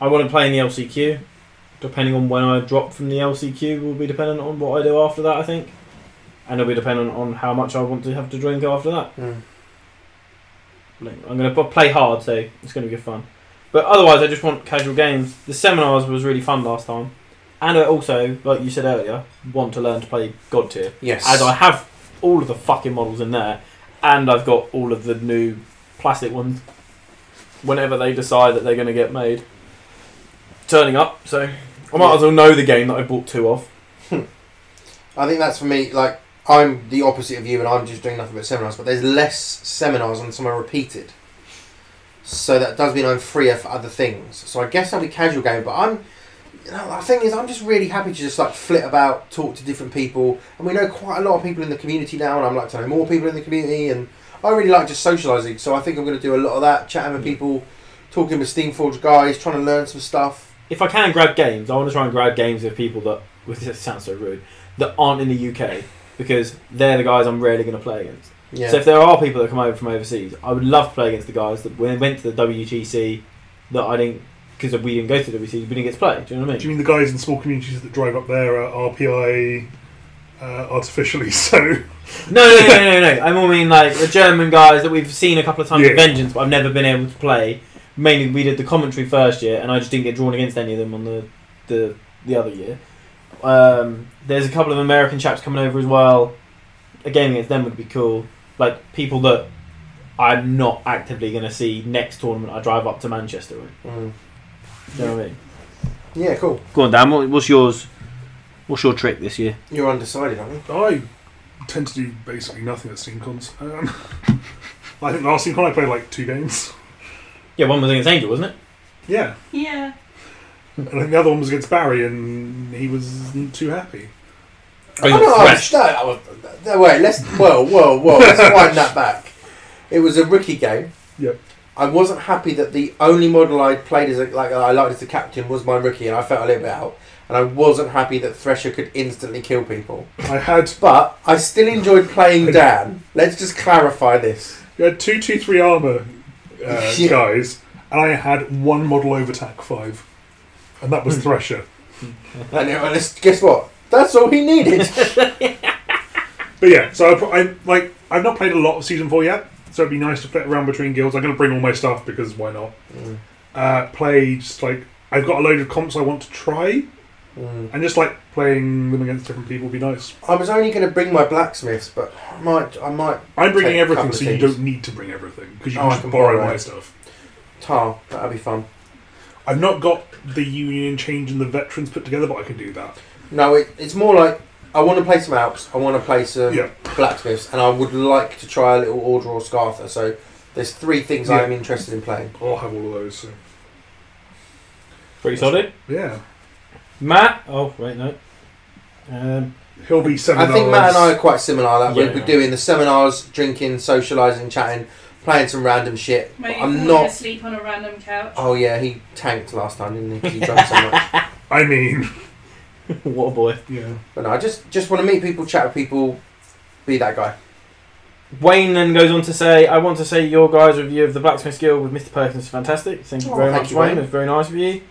[SPEAKER 1] I want to play in the LCQ. Depending on when I drop from the LCQ, will be dependent on what I do after that, I think. And it'll be dependent on how much I want to have to drink after that.
[SPEAKER 2] Hmm.
[SPEAKER 1] Like, I'm going to play hard, so it's going to be fun. But otherwise, I just want casual games. The seminars was really fun last time, and I also, like you said earlier, want to learn to play God tier,
[SPEAKER 2] Yes.
[SPEAKER 1] as I have all of the fucking models in there, and I've got all of the new plastic ones. Whenever they decide that they're going to get made, turning up, so I might as well know the game that I bought two of.
[SPEAKER 2] I think that's for me. Like I'm the opposite of you, and I'm just doing nothing but seminars. But there's less seminars, and some are repeated. So that does mean I'm freer for other things. So I guess I'll be casual game, but I'm. You know, the thing is, I'm just really happy to just like flit about, talk to different people, and we know quite a lot of people in the community now, and I'm like to know more people in the community, and I really like just socialising. So I think I'm going to do a lot of that, chatting with people, talking with Steamforge guys, trying to learn some stuff.
[SPEAKER 1] if I can grab games, I want to try and grab games with people that, which this sounds so rude, that aren't in the UK because they're the guys I'm rarely going to play against.
[SPEAKER 2] Yeah.
[SPEAKER 1] So if there are people that come over from overseas, I would love to play against the guys that when- went to the WGC that I didn't because we didn't go to WC, we didn't get to play. Do you know what I
[SPEAKER 3] Do you
[SPEAKER 1] mean?
[SPEAKER 3] mean the guys in small communities that drive up there are RPI uh, artificially? So
[SPEAKER 1] No, no, no, no, no. I more mean like the German guys that we've seen a couple of times
[SPEAKER 3] Yeah.
[SPEAKER 1] at Vengeance, but I've never been able to play. Mainly, we did the commentary first year, and I just didn't get drawn against any of them on the the, the other year. Um, there's a couple of American chaps coming over as well. A game against them would be cool. Like people that I'm not actively going to see next tournament. I drive up to Manchester. With.
[SPEAKER 2] Mm.
[SPEAKER 1] Do you know what I mean?
[SPEAKER 2] Yeah, cool.
[SPEAKER 5] Go on, Dan. What, what's yours? What's your trick this year?
[SPEAKER 2] You're undecided, aren't you?
[SPEAKER 3] I tend to do basically nothing at Steam cons. Um, I think last Steam con I played like two games.
[SPEAKER 1] Yeah, one was against Angel, wasn't it?
[SPEAKER 3] Yeah,
[SPEAKER 4] Yeah.
[SPEAKER 3] and I think the other one was against Barry, and he wasn't too happy.
[SPEAKER 2] Oh, I don't understand. I was- no, wait, let's. Whoa, whoa, whoa. Let's wind that back. It was a rookie game.
[SPEAKER 3] Yep.
[SPEAKER 2] I wasn't happy that the only model I played as a, like I liked as the captain was my rookie, and I felt a little bit out. And I wasn't happy that Thresher could instantly kill people.
[SPEAKER 3] I had
[SPEAKER 2] But I still enjoyed playing Dan. Let's just clarify this.
[SPEAKER 3] we had two two three armor uh,
[SPEAKER 2] Yeah.
[SPEAKER 3] guys, and I had one model over tack five, and that was
[SPEAKER 2] Hmm.
[SPEAKER 3] Thresher.
[SPEAKER 2] And it- and it's- guess what? That's all he needed.
[SPEAKER 3] But yeah, so I, pro- I like I've not played a lot of season four yet, so it'd be nice to fit around between guilds. I'm going to bring all my stuff because why not?
[SPEAKER 2] Mm.
[SPEAKER 3] Uh, play just like I've got a load of comps I want to try,
[SPEAKER 2] Mm.
[SPEAKER 3] and just like playing them against different people would be nice.
[SPEAKER 2] I was only going to bring my blacksmiths, but I might, I might
[SPEAKER 3] I'm bringing
[SPEAKER 2] Take a
[SPEAKER 3] everything,
[SPEAKER 2] couple
[SPEAKER 3] so
[SPEAKER 2] of
[SPEAKER 3] you
[SPEAKER 2] teams.
[SPEAKER 3] don't need to bring everything because you
[SPEAKER 2] Oh,
[SPEAKER 3] can
[SPEAKER 2] I
[SPEAKER 3] just
[SPEAKER 2] can
[SPEAKER 3] borrow
[SPEAKER 2] borrow
[SPEAKER 3] my
[SPEAKER 2] it.
[SPEAKER 3] stuff.
[SPEAKER 2] tar. That'll be fun.
[SPEAKER 3] I've not got the union change and the veterans put together, but I can do that.
[SPEAKER 2] No, it, it's more like I want to play some alps. I want to play some
[SPEAKER 3] Yeah.
[SPEAKER 2] blacksmiths, and I would like to try a little order or scarther. So there's three things
[SPEAKER 3] Yeah.
[SPEAKER 2] I am interested in playing.
[SPEAKER 3] I'll have all of those. So.
[SPEAKER 1] Pretty solid.
[SPEAKER 3] Yeah,
[SPEAKER 1] Matt. Oh wait, no.
[SPEAKER 6] Um,
[SPEAKER 3] he'll be seven.
[SPEAKER 2] I think Matt and I are quite similar. Like
[SPEAKER 1] Yeah.
[SPEAKER 2] we'll be doing the seminars, drinking, socialising, chatting, playing some random shit. But
[SPEAKER 4] Maybe
[SPEAKER 2] I'm
[SPEAKER 4] falling
[SPEAKER 2] not.
[SPEAKER 4] asleep on a random couch.
[SPEAKER 2] Oh yeah, he tanked last time, didn't he? 'Cause he drank so much.
[SPEAKER 3] I mean,
[SPEAKER 1] what a boy.
[SPEAKER 3] yeah.
[SPEAKER 2] But no, I just just want to meet people, chat with people, be that guy.
[SPEAKER 1] Wayne then goes on to say, I want to say your guys' review of the Blacksmith Guild with Mr. Perkins is fantastic. Thank you
[SPEAKER 2] Oh,
[SPEAKER 1] very
[SPEAKER 2] thank
[SPEAKER 1] much,
[SPEAKER 2] you,
[SPEAKER 1] Wayne.
[SPEAKER 2] Wayne.
[SPEAKER 1] It was very nice of you.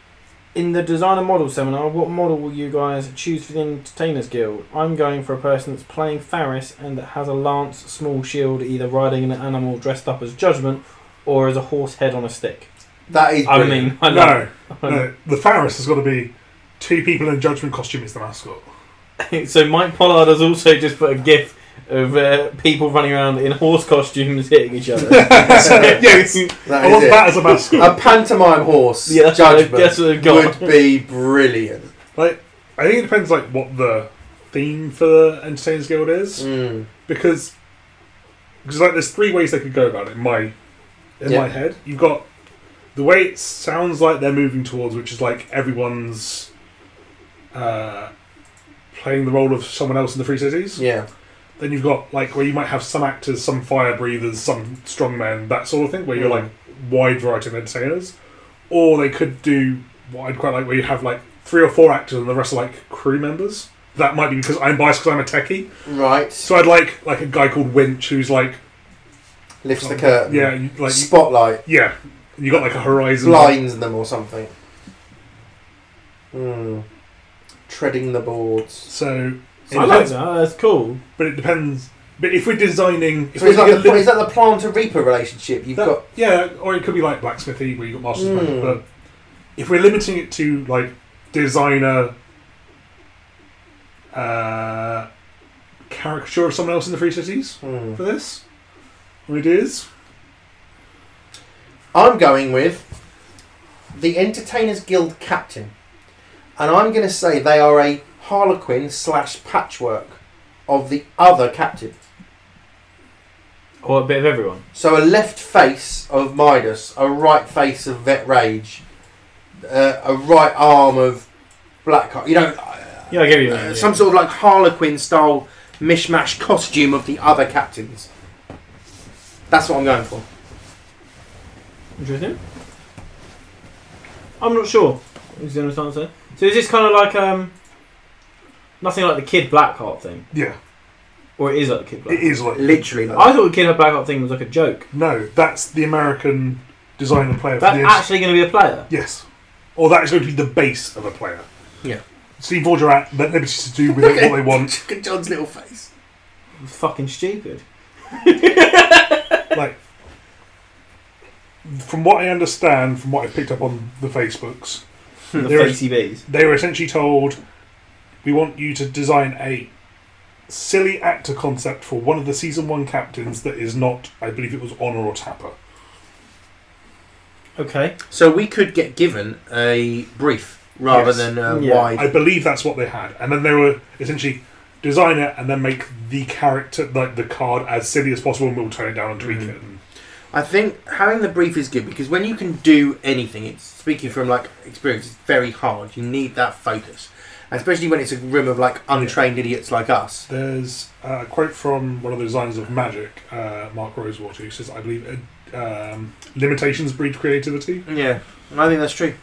[SPEAKER 1] In the designer model seminar, what model will you guys choose for the Entertainers Guild? I'm going for a person that's playing Faris and that has a lance, small shield, either riding an animal dressed up as Judgment or as a horse head on a stick.
[SPEAKER 2] That is.
[SPEAKER 1] I
[SPEAKER 2] brilliant.
[SPEAKER 1] mean, I love
[SPEAKER 3] No, no, the Faris has got to be two people in a judgment costume is the mascot.
[SPEAKER 1] so Mike Pollard has also just put a gif of uh, people running around in horse costumes hitting each other.
[SPEAKER 3] yes,
[SPEAKER 2] that
[SPEAKER 3] I
[SPEAKER 2] is
[SPEAKER 3] want
[SPEAKER 2] it.
[SPEAKER 3] that as a mascot.
[SPEAKER 2] A pantomime horse
[SPEAKER 1] Yeah, that's what I-
[SPEAKER 2] judgment
[SPEAKER 1] that's what I've got.
[SPEAKER 2] would be brilliant.
[SPEAKER 3] Like, I think it depends like what the theme for the Entertainers Guild is.
[SPEAKER 2] Mm.
[SPEAKER 3] because because like there's three ways they could go about it in my in
[SPEAKER 2] Yeah.
[SPEAKER 3] my head. You've got the way it sounds like they're moving towards, which is like everyone's uh, playing the role of someone else in the free cities.
[SPEAKER 2] Yeah.
[SPEAKER 3] Then you've got like where you might have some actors, some fire breathers, some strongmen, that sort of thing, where you're
[SPEAKER 2] Mm.
[SPEAKER 3] like wide variety of entertainers. Or they could do what I'd quite like, where you have like three or four actors and the rest are like crew members. That might be because I'm biased because I'm a techie.
[SPEAKER 2] Right.
[SPEAKER 3] So I'd like like a guy called Winch who's like
[SPEAKER 2] Lifts the curtain.
[SPEAKER 3] Um, yeah you- like you-
[SPEAKER 2] Spotlight.
[SPEAKER 3] yeah you got like a horizon
[SPEAKER 2] Blinds them or something. Mm. Treading the boards.
[SPEAKER 3] so it
[SPEAKER 1] I like
[SPEAKER 3] depends-
[SPEAKER 1] that. That's cool.
[SPEAKER 3] but it depends but if we're designing if
[SPEAKER 2] So
[SPEAKER 3] we're
[SPEAKER 2] is that,
[SPEAKER 3] gonna
[SPEAKER 2] the, pl-
[SPEAKER 3] limit
[SPEAKER 2] is that the planter reaper relationship? You've
[SPEAKER 3] that-
[SPEAKER 2] got
[SPEAKER 3] yeah or it could be like blacksmithy where you got masters of
[SPEAKER 2] Hmm.
[SPEAKER 3] Magic, but if we're limiting it to like designer uh caricature of someone else in the free cities
[SPEAKER 2] Hmm.
[SPEAKER 3] for this ideas
[SPEAKER 2] I'm going with the Entertainers Guild captain, and I'm going to say they are a harlequin slash patchwork of the other captain.
[SPEAKER 1] Or a bit of everyone.
[SPEAKER 2] So a left face of Midas, a right face of Vet Rage, uh, a right arm of Blackheart. You know,
[SPEAKER 1] Yeah, I give you
[SPEAKER 2] uh,
[SPEAKER 1] that. yeah.
[SPEAKER 2] some sort of like harlequin style mishmash costume of the other captains. That's what I'm going for.
[SPEAKER 1] Interesting. I'm not sure. Is the honest answer. So is this kind of like um, nothing like the Kid Blackheart thing,
[SPEAKER 3] yeah
[SPEAKER 1] or it is like the Kid
[SPEAKER 3] it
[SPEAKER 1] Blackheart?
[SPEAKER 3] is like
[SPEAKER 2] Literally, like
[SPEAKER 1] I thought the Kid Blackheart thing was like a joke.
[SPEAKER 3] no that's the American design a player for
[SPEAKER 1] That's
[SPEAKER 3] the
[SPEAKER 1] actually going to be a player.
[SPEAKER 3] Yes. Or that is going to be the base of a player.
[SPEAKER 2] Yeah.
[SPEAKER 3] Steve Forger at let them just do with it what they want.
[SPEAKER 2] Look at John's little face.
[SPEAKER 1] It's fucking stupid.
[SPEAKER 3] Like from what I understand, from what I picked up on the Facebooks,
[SPEAKER 1] The
[SPEAKER 3] Hmm. There is-
[SPEAKER 1] facey bees.
[SPEAKER 3] they were essentially told we want you to design a silly actor concept for one of the season one captains that is not I believe it was Honor or Tapper.
[SPEAKER 6] Okay.
[SPEAKER 2] So we could get given a brief rather
[SPEAKER 3] Yes.
[SPEAKER 2] than a
[SPEAKER 6] Yeah.
[SPEAKER 2] wide.
[SPEAKER 3] I believe that's what they had. And then they were essentially design it and then make the character like the card as silly as possible and we'll turn it down and tweak
[SPEAKER 2] Mm.
[SPEAKER 3] it and
[SPEAKER 2] I think having the brief is good because when you can do anything, it's speaking from like experience, it's very hard. You need that focus, especially when it's a room of like untrained idiots like us.
[SPEAKER 3] There's a quote from one of the designers of Magic, uh, Mark Rosewater, who says, I believe uh, um, limitations breed creativity.
[SPEAKER 2] Yeah, I think that's true.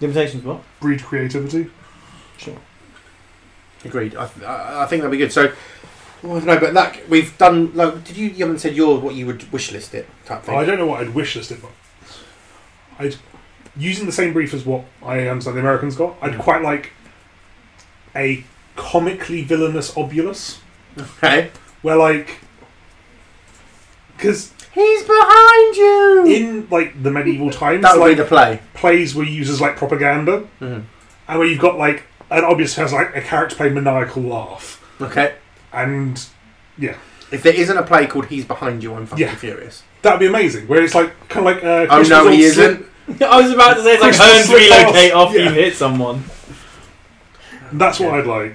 [SPEAKER 6] Limitations what?
[SPEAKER 3] Breed creativity.
[SPEAKER 2] Agreed. I, I, I think that'd be good. So, well, no, but like we've done. Like, did you? You haven't said your what you would wish list it type thing.
[SPEAKER 3] I don't know what I'd wish listed, but I'd using the same brief as what I understand the Americans got. I'd quite like a comically villainous Obulus,
[SPEAKER 2] Okay.
[SPEAKER 3] where like because
[SPEAKER 2] He's behind you.
[SPEAKER 3] in like the medieval times,
[SPEAKER 2] that would be
[SPEAKER 3] like
[SPEAKER 2] the play.
[SPEAKER 3] plays were used as like propaganda,
[SPEAKER 2] Mhm.
[SPEAKER 3] and where you've got like an obvious has like a character playing maniacal laugh.
[SPEAKER 2] Okay.
[SPEAKER 3] and
[SPEAKER 2] If there isn't a play called "He's Behind You," I'm fucking
[SPEAKER 3] Yeah.
[SPEAKER 2] furious.
[SPEAKER 3] that'd be amazing. Where it's like kind of like uh,
[SPEAKER 2] Oh
[SPEAKER 3] Christmas
[SPEAKER 2] no,
[SPEAKER 3] on
[SPEAKER 2] he
[SPEAKER 3] Slip-
[SPEAKER 2] isn't.
[SPEAKER 1] I was about to say it's like
[SPEAKER 3] Christmas
[SPEAKER 1] learn to
[SPEAKER 3] slip
[SPEAKER 1] relocate
[SPEAKER 3] off.
[SPEAKER 1] after
[SPEAKER 3] Yeah.
[SPEAKER 1] you've hit someone.
[SPEAKER 3] That's what I'd like.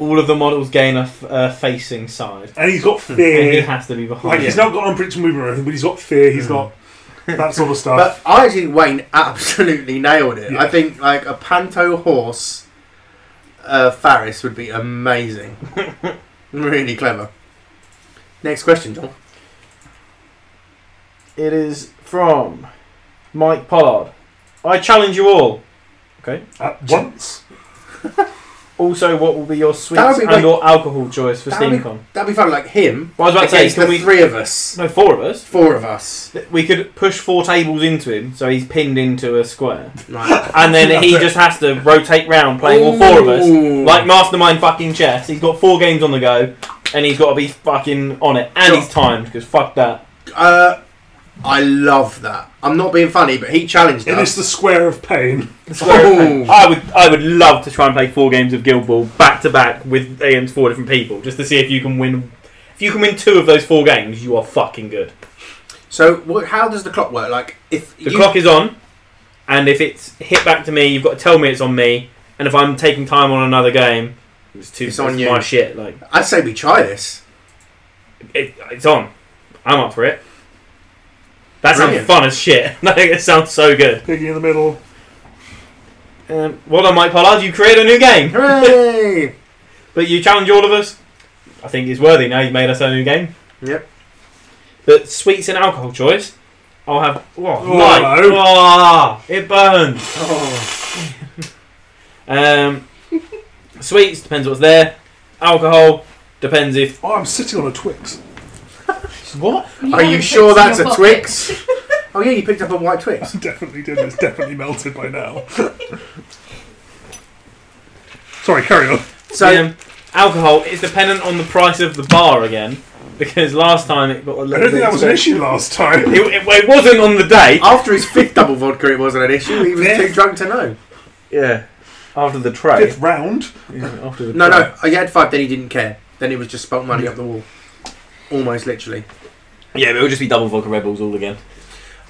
[SPEAKER 1] All of the models gain a f- uh, facing side,
[SPEAKER 3] And he's got
[SPEAKER 1] and he
[SPEAKER 3] fear.
[SPEAKER 1] has to be behind.
[SPEAKER 3] like he's not got unpredictable movement or anything, but he's got fear. He's got that sort of stuff.
[SPEAKER 2] But I actually think Wayne absolutely nailed it.
[SPEAKER 3] Yeah.
[SPEAKER 2] I think like a panto horse uh, Faris would be amazing. really clever. Next question, John.
[SPEAKER 6] It is from Mike Pollard. I challenge you all.
[SPEAKER 3] At once,
[SPEAKER 6] Also, what will be your
[SPEAKER 2] That
[SPEAKER 6] sweets
[SPEAKER 2] would
[SPEAKER 6] and
[SPEAKER 2] be great.
[SPEAKER 6] your alcohol choice for
[SPEAKER 2] That would be-
[SPEAKER 6] SteamCon?
[SPEAKER 2] That'd be fun, like him
[SPEAKER 1] Well, I was about to say,
[SPEAKER 2] against
[SPEAKER 1] can
[SPEAKER 2] the
[SPEAKER 1] we?
[SPEAKER 2] three of us,
[SPEAKER 1] No, four of us.
[SPEAKER 2] four of us.
[SPEAKER 1] We could push four tables into him, so he's pinned into a square,
[SPEAKER 2] Like,
[SPEAKER 1] and then he just has to rotate round, playing all four of us,
[SPEAKER 2] Ooh.
[SPEAKER 1] like mastermind fucking chess. He's got four games on the go, and he's got to be fucking on it, and
[SPEAKER 2] Sure.
[SPEAKER 1] he's timed because fuck that.
[SPEAKER 2] uh, I love that. I'm not being funny, but he challenged
[SPEAKER 3] it is
[SPEAKER 2] us.
[SPEAKER 3] the square of pain.
[SPEAKER 1] The square of pain.
[SPEAKER 2] Ooh.
[SPEAKER 1] I would, I would love to try and play four games of Guild Ball back to back with against four different people, just to see if you can win. If you can win two of those four games, you are fucking good.
[SPEAKER 2] So, what, how does the clock work? Like, if
[SPEAKER 1] The
[SPEAKER 2] you,
[SPEAKER 1] clock is on, and if it's hit back to me, you've got to tell me it's on me. And if I'm taking time on another game, it's too
[SPEAKER 2] It's on
[SPEAKER 1] it's
[SPEAKER 2] you.
[SPEAKER 1] my shit. Like
[SPEAKER 2] I'd say we try this.
[SPEAKER 1] it, it's on. I'm up for it. That sounds
[SPEAKER 2] Brilliant.
[SPEAKER 1] fun as shit. Like it sounds so good.
[SPEAKER 3] Piggy in the middle.
[SPEAKER 1] Um, well done, Mike Pollard. You create a new game,
[SPEAKER 2] Hooray!
[SPEAKER 1] but you challenge all of us. I think it's worthy. Now you've made us a new game.
[SPEAKER 2] Yep.
[SPEAKER 1] But sweets and alcohol choice. I'll have. Oh,
[SPEAKER 3] Oh,
[SPEAKER 1] light.
[SPEAKER 3] no.
[SPEAKER 1] Ah, it burns.
[SPEAKER 2] oh,
[SPEAKER 1] Um, sweets depends what's there. Alcohol depends if
[SPEAKER 3] Oh, I'm sitting on a Twix.
[SPEAKER 1] what?
[SPEAKER 2] are
[SPEAKER 4] have
[SPEAKER 2] you
[SPEAKER 4] a
[SPEAKER 2] sure
[SPEAKER 4] Twix in
[SPEAKER 2] that's
[SPEAKER 4] your
[SPEAKER 2] a
[SPEAKER 4] pocket.
[SPEAKER 2] Twix? oh yeah, you picked up a white Twix.
[SPEAKER 3] I definitely did. It's definitely melted by now. Sorry, carry on.
[SPEAKER 2] So,
[SPEAKER 1] Um, alcohol is dependent on the price of the bar again because last time it got a little
[SPEAKER 3] I don't
[SPEAKER 1] bit
[SPEAKER 3] think that was an
[SPEAKER 1] expensive.
[SPEAKER 3] issue last time.
[SPEAKER 1] It, it, it wasn't on the day
[SPEAKER 2] after his fifth double vodka, it wasn't an issue. He was
[SPEAKER 3] Yeah.
[SPEAKER 2] too drunk to know.
[SPEAKER 1] yeah after the tray.
[SPEAKER 3] Fifth round.
[SPEAKER 1] Yeah, after the
[SPEAKER 2] No,
[SPEAKER 1] tray.
[SPEAKER 2] no, he had five. Then he didn't care. Then it was just spelt money up the wall, almost literally.
[SPEAKER 1] Yeah, but it'll just be double vodka Red Bulls all again.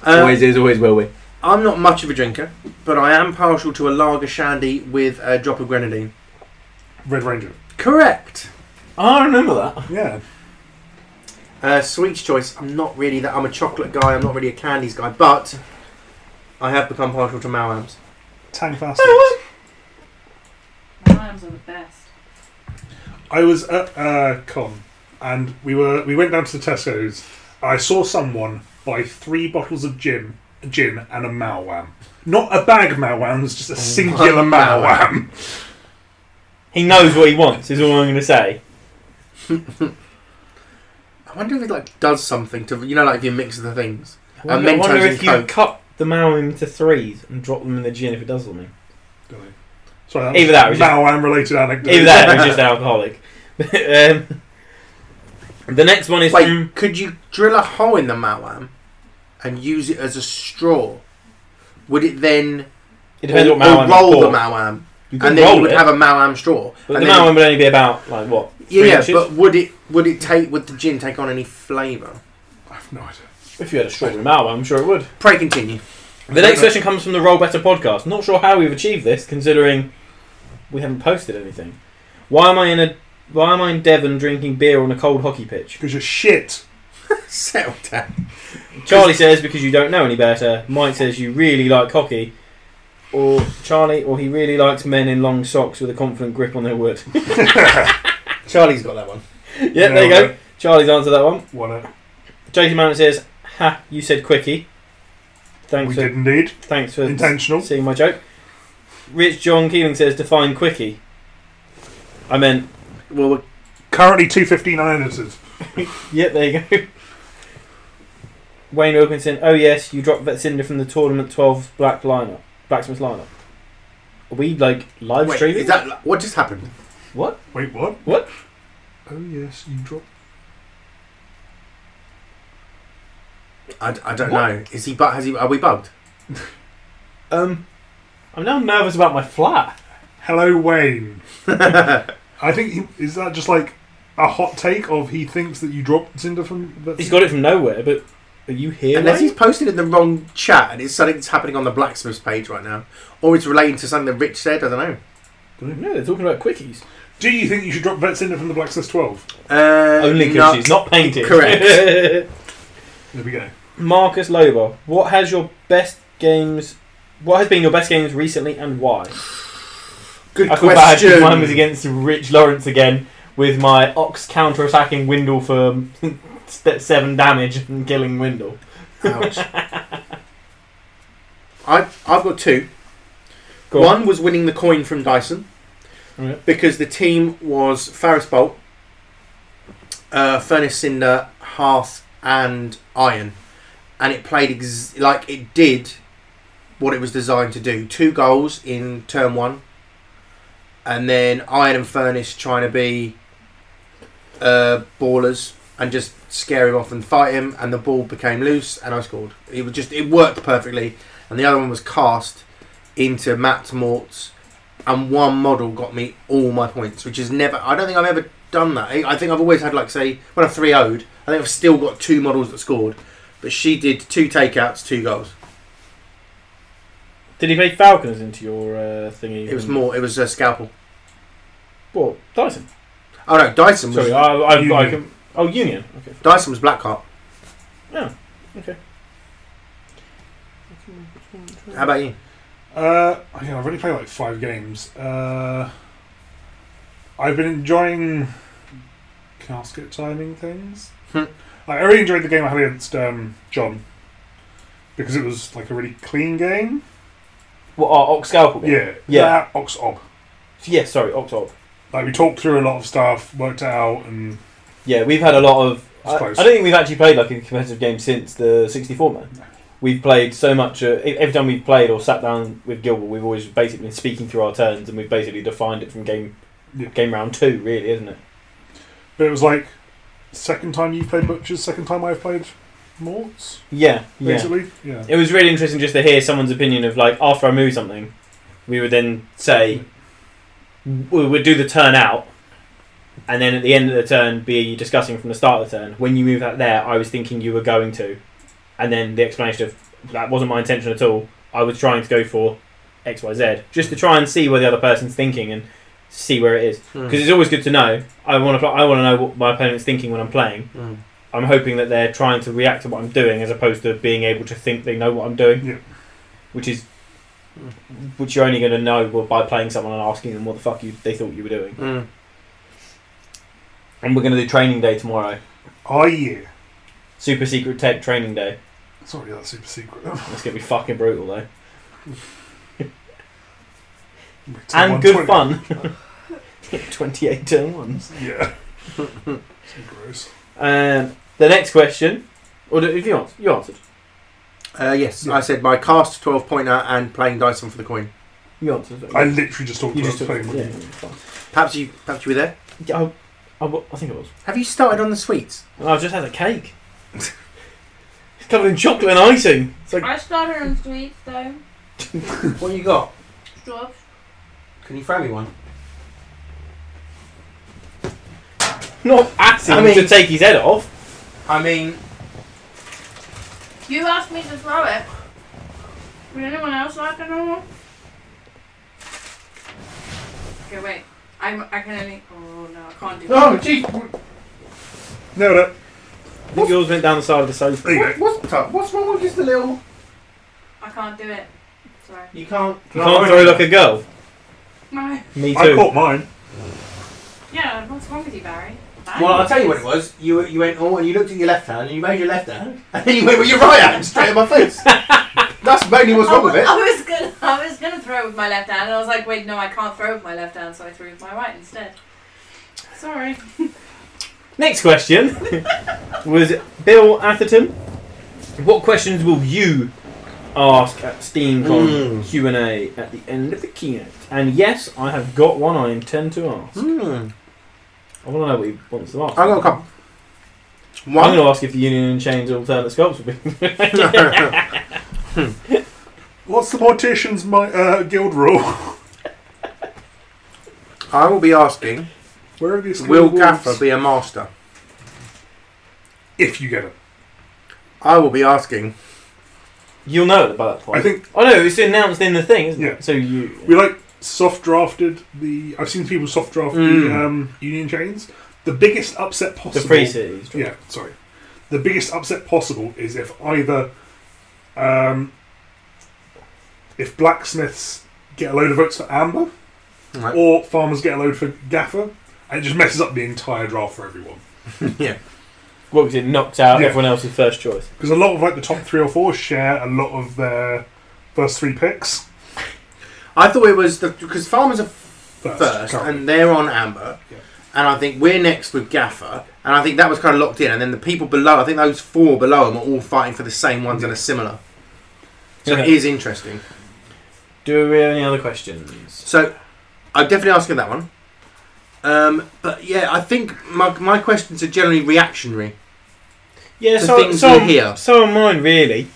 [SPEAKER 3] Uh,
[SPEAKER 2] Um,
[SPEAKER 1] always is, always will be.
[SPEAKER 2] I'm not much of a drinker, but I am partial to a lager shandy with a drop of grenadine.
[SPEAKER 3] Red Ranger.
[SPEAKER 2] Correct.
[SPEAKER 1] I remember that.
[SPEAKER 3] Yeah.
[SPEAKER 2] Uh, sweets choice. I'm not really that. I'm a chocolate guy. I'm not really a candies guy, but I have become partial to Malams.
[SPEAKER 3] Tang fast.
[SPEAKER 4] My arms are the best.
[SPEAKER 3] I was at uh, con, and we were we went down to the Tesco's. I saw someone buy three bottles of gin, gin and a malwam. Not a bag of malwams, just a singular
[SPEAKER 2] One
[SPEAKER 3] malwam.
[SPEAKER 1] He knows what he wants. Is all I'm going to say.
[SPEAKER 2] I wonder if it like does something to you know, like if you mix the things.
[SPEAKER 1] I
[SPEAKER 2] And
[SPEAKER 1] wonder, I
[SPEAKER 2] Mentos
[SPEAKER 1] wonder
[SPEAKER 2] and
[SPEAKER 1] if you
[SPEAKER 2] Coke.
[SPEAKER 1] cut them out into threes and drop them in the gin if it does something.
[SPEAKER 3] Don't know. Sorry, that was
[SPEAKER 1] Either that or just-
[SPEAKER 3] Malwan related anecdote.
[SPEAKER 1] Either that or it's just alcoholic. um, the next one is
[SPEAKER 2] Wait,
[SPEAKER 1] from.
[SPEAKER 2] could you drill a hole in the malwam and use it as a straw? Would it then
[SPEAKER 1] It depends
[SPEAKER 2] or,
[SPEAKER 1] what Malwan
[SPEAKER 2] or
[SPEAKER 1] is
[SPEAKER 2] roll the
[SPEAKER 1] called.
[SPEAKER 2] malwam,
[SPEAKER 1] You could
[SPEAKER 2] and then you
[SPEAKER 1] roll
[SPEAKER 2] would
[SPEAKER 1] it,
[SPEAKER 2] have a malwam straw.
[SPEAKER 1] but
[SPEAKER 2] and
[SPEAKER 1] the
[SPEAKER 2] then-
[SPEAKER 1] Malwan would only be about like what?
[SPEAKER 2] yeah,
[SPEAKER 1] three
[SPEAKER 2] yeah,
[SPEAKER 1] inches?
[SPEAKER 2] but would it would it take would the gin take on any flavour?
[SPEAKER 3] I have no idea.
[SPEAKER 1] If you had a strawberry Malwan, I'm sure it would.
[SPEAKER 2] Pray continue.
[SPEAKER 1] The next question comes from the Roll Better podcast. Not sure how we've achieved this, considering we haven't posted anything. Why am I in a? Why am I in Devon drinking beer on a cold hockey pitch?
[SPEAKER 3] Because you're shit.
[SPEAKER 2] Settle down.
[SPEAKER 1] Charlie says because you don't know any better. Mike says you really like hockey. Or Charlie, or he really likes men in long socks with a confident grip on their wood.
[SPEAKER 2] Charlie's got that one.
[SPEAKER 1] yep, there you go. Charlie's answered that one.
[SPEAKER 3] One out.
[SPEAKER 1] JT Mountain says, "Ha, you said quickie." Thanks
[SPEAKER 3] We
[SPEAKER 1] for
[SPEAKER 3] did indeed.
[SPEAKER 1] thanks for
[SPEAKER 3] Intentional.
[SPEAKER 1] seeing my joke. Rich John Keeling says, "Define quickie." I meant,
[SPEAKER 2] Well, we're-
[SPEAKER 3] Currently 259 editors.
[SPEAKER 1] yep, there you go. Wayne Wilkinson, oh yes, you dropped Vetsinda from the tournament twelve black lineup, blacksmith lineup. Are we like live
[SPEAKER 2] wait,
[SPEAKER 1] streaming?
[SPEAKER 2] is that what just happened?
[SPEAKER 3] Wait, what?
[SPEAKER 1] What?
[SPEAKER 3] Oh yes, you dropped.
[SPEAKER 2] I, I don't know. Is he but has he are we bugged?
[SPEAKER 1] um, I'm now nervous about my flat.
[SPEAKER 3] Hello, Wayne. I think he, is that just like a hot take of he thinks that you dropped Cinder from. That's,
[SPEAKER 1] He's got it from nowhere, but are you here?
[SPEAKER 2] Unless
[SPEAKER 1] Wayne?
[SPEAKER 2] he's posted in the wrong chat and it's something that's happening on the blacksmith's page right now, or it's relating to something that Rich said. I don't know.
[SPEAKER 1] No, they're talking about quickies.
[SPEAKER 3] Do you think you should drop Cinder from the Blacksmith 12?
[SPEAKER 2] Uh,
[SPEAKER 1] Only because
[SPEAKER 2] no.
[SPEAKER 1] she's not painted.
[SPEAKER 2] Correct.
[SPEAKER 3] There we go.
[SPEAKER 1] Marcus Loba, what has your best games? What has been your best games recently, and why?
[SPEAKER 2] Good
[SPEAKER 1] I feel bad
[SPEAKER 2] question.
[SPEAKER 1] because mine was against Rich Lawrence again with my ox counter-attacking Windle for st- seven damage and killing Windle.
[SPEAKER 2] Ouch. I I've got two.
[SPEAKER 1] Go
[SPEAKER 2] One was winning the coin from Dyson
[SPEAKER 1] Okay.
[SPEAKER 2] because the team was Ferris Bolt, uh, Furnace Cinder, Hearth, and Iron, and it played ex- like it did what it was designed to do. Two goals in turn one, and then Iron and Furnace trying to be uh, ballers and just scare him off and fight him, and the ball became loose, and I scored. It was just it worked perfectly, and the other one was cast into Matt Mort's, and one model got me all my points, which is never. I don't think I've ever done that. I I think I've always had like say when I three would I think I've still got two models that scored, but she did two takeouts, two goals.
[SPEAKER 1] Did he play Falconers into your uh, thingy?
[SPEAKER 2] It was more. It was a scalpel.
[SPEAKER 1] What Dyson?
[SPEAKER 2] Oh no, Dyson was
[SPEAKER 1] Sorry, I, I, I,
[SPEAKER 3] Union.
[SPEAKER 1] can, oh Union. Okay.
[SPEAKER 2] Dyson was Blackheart.
[SPEAKER 1] Oh,
[SPEAKER 2] How about you?
[SPEAKER 3] Uh, I mean, I've already played like five games. Uh, I've been enjoying casket timing things.
[SPEAKER 2] Hmm.
[SPEAKER 3] Like, I really enjoyed the game I had against um, John because it was like a really clean game.
[SPEAKER 1] What our ox scalpel? game?
[SPEAKER 3] Yeah,
[SPEAKER 1] Yeah.
[SPEAKER 3] that, Ox Ob.
[SPEAKER 1] Yeah. Sorry, ox orb.
[SPEAKER 3] Like we talked through a lot of stuff, worked it out, and
[SPEAKER 1] Yeah, we've had a lot of.
[SPEAKER 3] It's
[SPEAKER 1] I, I don't
[SPEAKER 3] close.
[SPEAKER 1] think we've actually played like a competitive game since the 64 man. We've played so much. Uh, e- every time we've played or sat down with Gilbert, we've always basically been speaking through our turns, and we've basically defined it from game
[SPEAKER 3] Yeah.
[SPEAKER 1] game round two, really, isn't it?
[SPEAKER 3] but it was like second time you played Butchers, second time I've played Morts,
[SPEAKER 1] Yeah, yeah.
[SPEAKER 3] basically. Yeah.
[SPEAKER 1] It was really interesting just to hear someone's opinion of like after I move something, we would then say we would do the turn out, and then at the end of the turn be discussing from the start of the turn when you move out there. I was thinking you were going to, and then the explanation of that wasn't my intention at all. I was trying to go for X Y Z just to try and see where the other person's thinking and see where it is
[SPEAKER 2] Hmm.
[SPEAKER 1] because it's always good to know. I want to I want to know what my opponent's thinking when I'm playing.
[SPEAKER 2] Mm.
[SPEAKER 1] I'm hoping that they're trying to react to what I'm doing as opposed to being able to think they know what I'm doing.
[SPEAKER 3] Yeah.
[SPEAKER 1] Which is which you're only going to know well, by playing someone and asking them what the fuck you they thought you were doing.
[SPEAKER 2] Mm.
[SPEAKER 1] And we're going to do training day tomorrow.
[SPEAKER 3] Oh yeah.
[SPEAKER 1] Super secret tech training day.
[SPEAKER 3] It's not really that super secret.
[SPEAKER 1] It's going to be fucking brutal though.
[SPEAKER 3] It's a
[SPEAKER 1] and good
[SPEAKER 3] 120.
[SPEAKER 1] fun. 28 turn ones.
[SPEAKER 3] Yeah. It's gross.
[SPEAKER 1] Um, the next question. Or do- if you answer, you answered.
[SPEAKER 2] Uh, yes,
[SPEAKER 3] Yeah.
[SPEAKER 2] I said my cast twelve pointer and playing Dyson for the coin.
[SPEAKER 8] You answered it.
[SPEAKER 3] I literally just talked
[SPEAKER 8] you
[SPEAKER 3] about
[SPEAKER 8] just took
[SPEAKER 3] playing
[SPEAKER 8] it.
[SPEAKER 3] with
[SPEAKER 8] Yeah,
[SPEAKER 3] you.
[SPEAKER 8] fine.
[SPEAKER 2] Perhaps you, perhaps you were there.
[SPEAKER 8] yeah I, I, wa- I think it was.
[SPEAKER 2] Have you started on the sweets?
[SPEAKER 8] And I just had a cake. it's covered in chocolate and icing. It's like
[SPEAKER 4] I started on sweets though.
[SPEAKER 2] What you got?
[SPEAKER 4] Stop.
[SPEAKER 9] Can you throw me one?
[SPEAKER 1] Not asking
[SPEAKER 2] I mean-
[SPEAKER 1] to take his head off.
[SPEAKER 2] I mean,
[SPEAKER 4] You asked me to throw it. Would anyone else like another one? Okay, wait. I'm, I can only. Oh no, I can't do
[SPEAKER 9] No,
[SPEAKER 4] that.
[SPEAKER 9] gee,
[SPEAKER 3] No, no.
[SPEAKER 1] I think yours went down the side of the sofa.
[SPEAKER 3] There you go.
[SPEAKER 9] what, what's, the- what's wrong with just the little?
[SPEAKER 4] I can't do it. Sorry.
[SPEAKER 9] You can't.
[SPEAKER 1] You can't throw like a girl.
[SPEAKER 4] No.
[SPEAKER 1] Me
[SPEAKER 3] I
[SPEAKER 1] too.
[SPEAKER 3] caught mine.
[SPEAKER 4] Yeah, what's wrong with you, Barry?
[SPEAKER 9] Well, I'll tell you what it was. You you went oh, and you looked at your left hand and you made your left hand and then you went with your right hand straight at my face. That's mainly what's wrong with it.
[SPEAKER 4] I was gonna, I was gonna throw it with my left hand, and I was like, wait, no, I can't throw it with my left hand, so I threw it with my right instead. Sorry.
[SPEAKER 1] Next question was Bill Atherton. What questions will you ask at SteamCon
[SPEAKER 9] Mm.
[SPEAKER 1] Q and A at the end of the keynote? And yes, I have got one I intend to ask.
[SPEAKER 2] mm,
[SPEAKER 1] I want to know what he wants to ask.
[SPEAKER 2] I got a couple. One.
[SPEAKER 1] I'm going to ask if the Union and Chains alternate sculpts will be.
[SPEAKER 3] What's the mortician's my, uh, guild rule?
[SPEAKER 2] I will be asking,
[SPEAKER 3] Where are these?
[SPEAKER 2] will
[SPEAKER 3] guild rules?
[SPEAKER 2] Gaffer be a master?
[SPEAKER 3] If you get it,
[SPEAKER 2] I will be asking.
[SPEAKER 1] You'll know by that point.
[SPEAKER 3] I think
[SPEAKER 1] Oh no, it's announced in the thing, isn't
[SPEAKER 3] Yeah.
[SPEAKER 1] it? So you.
[SPEAKER 3] we like soft drafted the. I've seen people soft draft
[SPEAKER 2] Mm.
[SPEAKER 3] the um, Union chains. The biggest upset
[SPEAKER 1] the
[SPEAKER 3] possible.
[SPEAKER 1] free cities.
[SPEAKER 3] Yeah, sorry. The biggest upset possible is if either, um, if blacksmiths get a load of votes for Amber,
[SPEAKER 2] Right.
[SPEAKER 3] or farmers get a load for Gaffer, and it just messes up the entire draft for everyone.
[SPEAKER 1] Well, 'cause it knocks out
[SPEAKER 3] Yeah.
[SPEAKER 1] everyone else's first choice.
[SPEAKER 3] Because a lot of like the top three or four share a lot of their first three picks.
[SPEAKER 2] I thought it was the because farmers are
[SPEAKER 3] First,
[SPEAKER 2] first,
[SPEAKER 3] currently.
[SPEAKER 2] and they're on Amber.
[SPEAKER 3] Yeah.
[SPEAKER 2] And I think we're next with Gaffer, and I think that was kind of locked in. And then the people below, I think those four below them are all fighting for the same ones and are similar. So it
[SPEAKER 1] Okay.
[SPEAKER 2] is interesting.
[SPEAKER 1] Do we have any other questions?
[SPEAKER 2] So I'm definitely asking that one. Um, but yeah, I think my, my questions are generally reactionary
[SPEAKER 1] Yeah,
[SPEAKER 2] to
[SPEAKER 1] so,
[SPEAKER 2] things
[SPEAKER 1] so,
[SPEAKER 2] you hear.
[SPEAKER 1] so are mine really.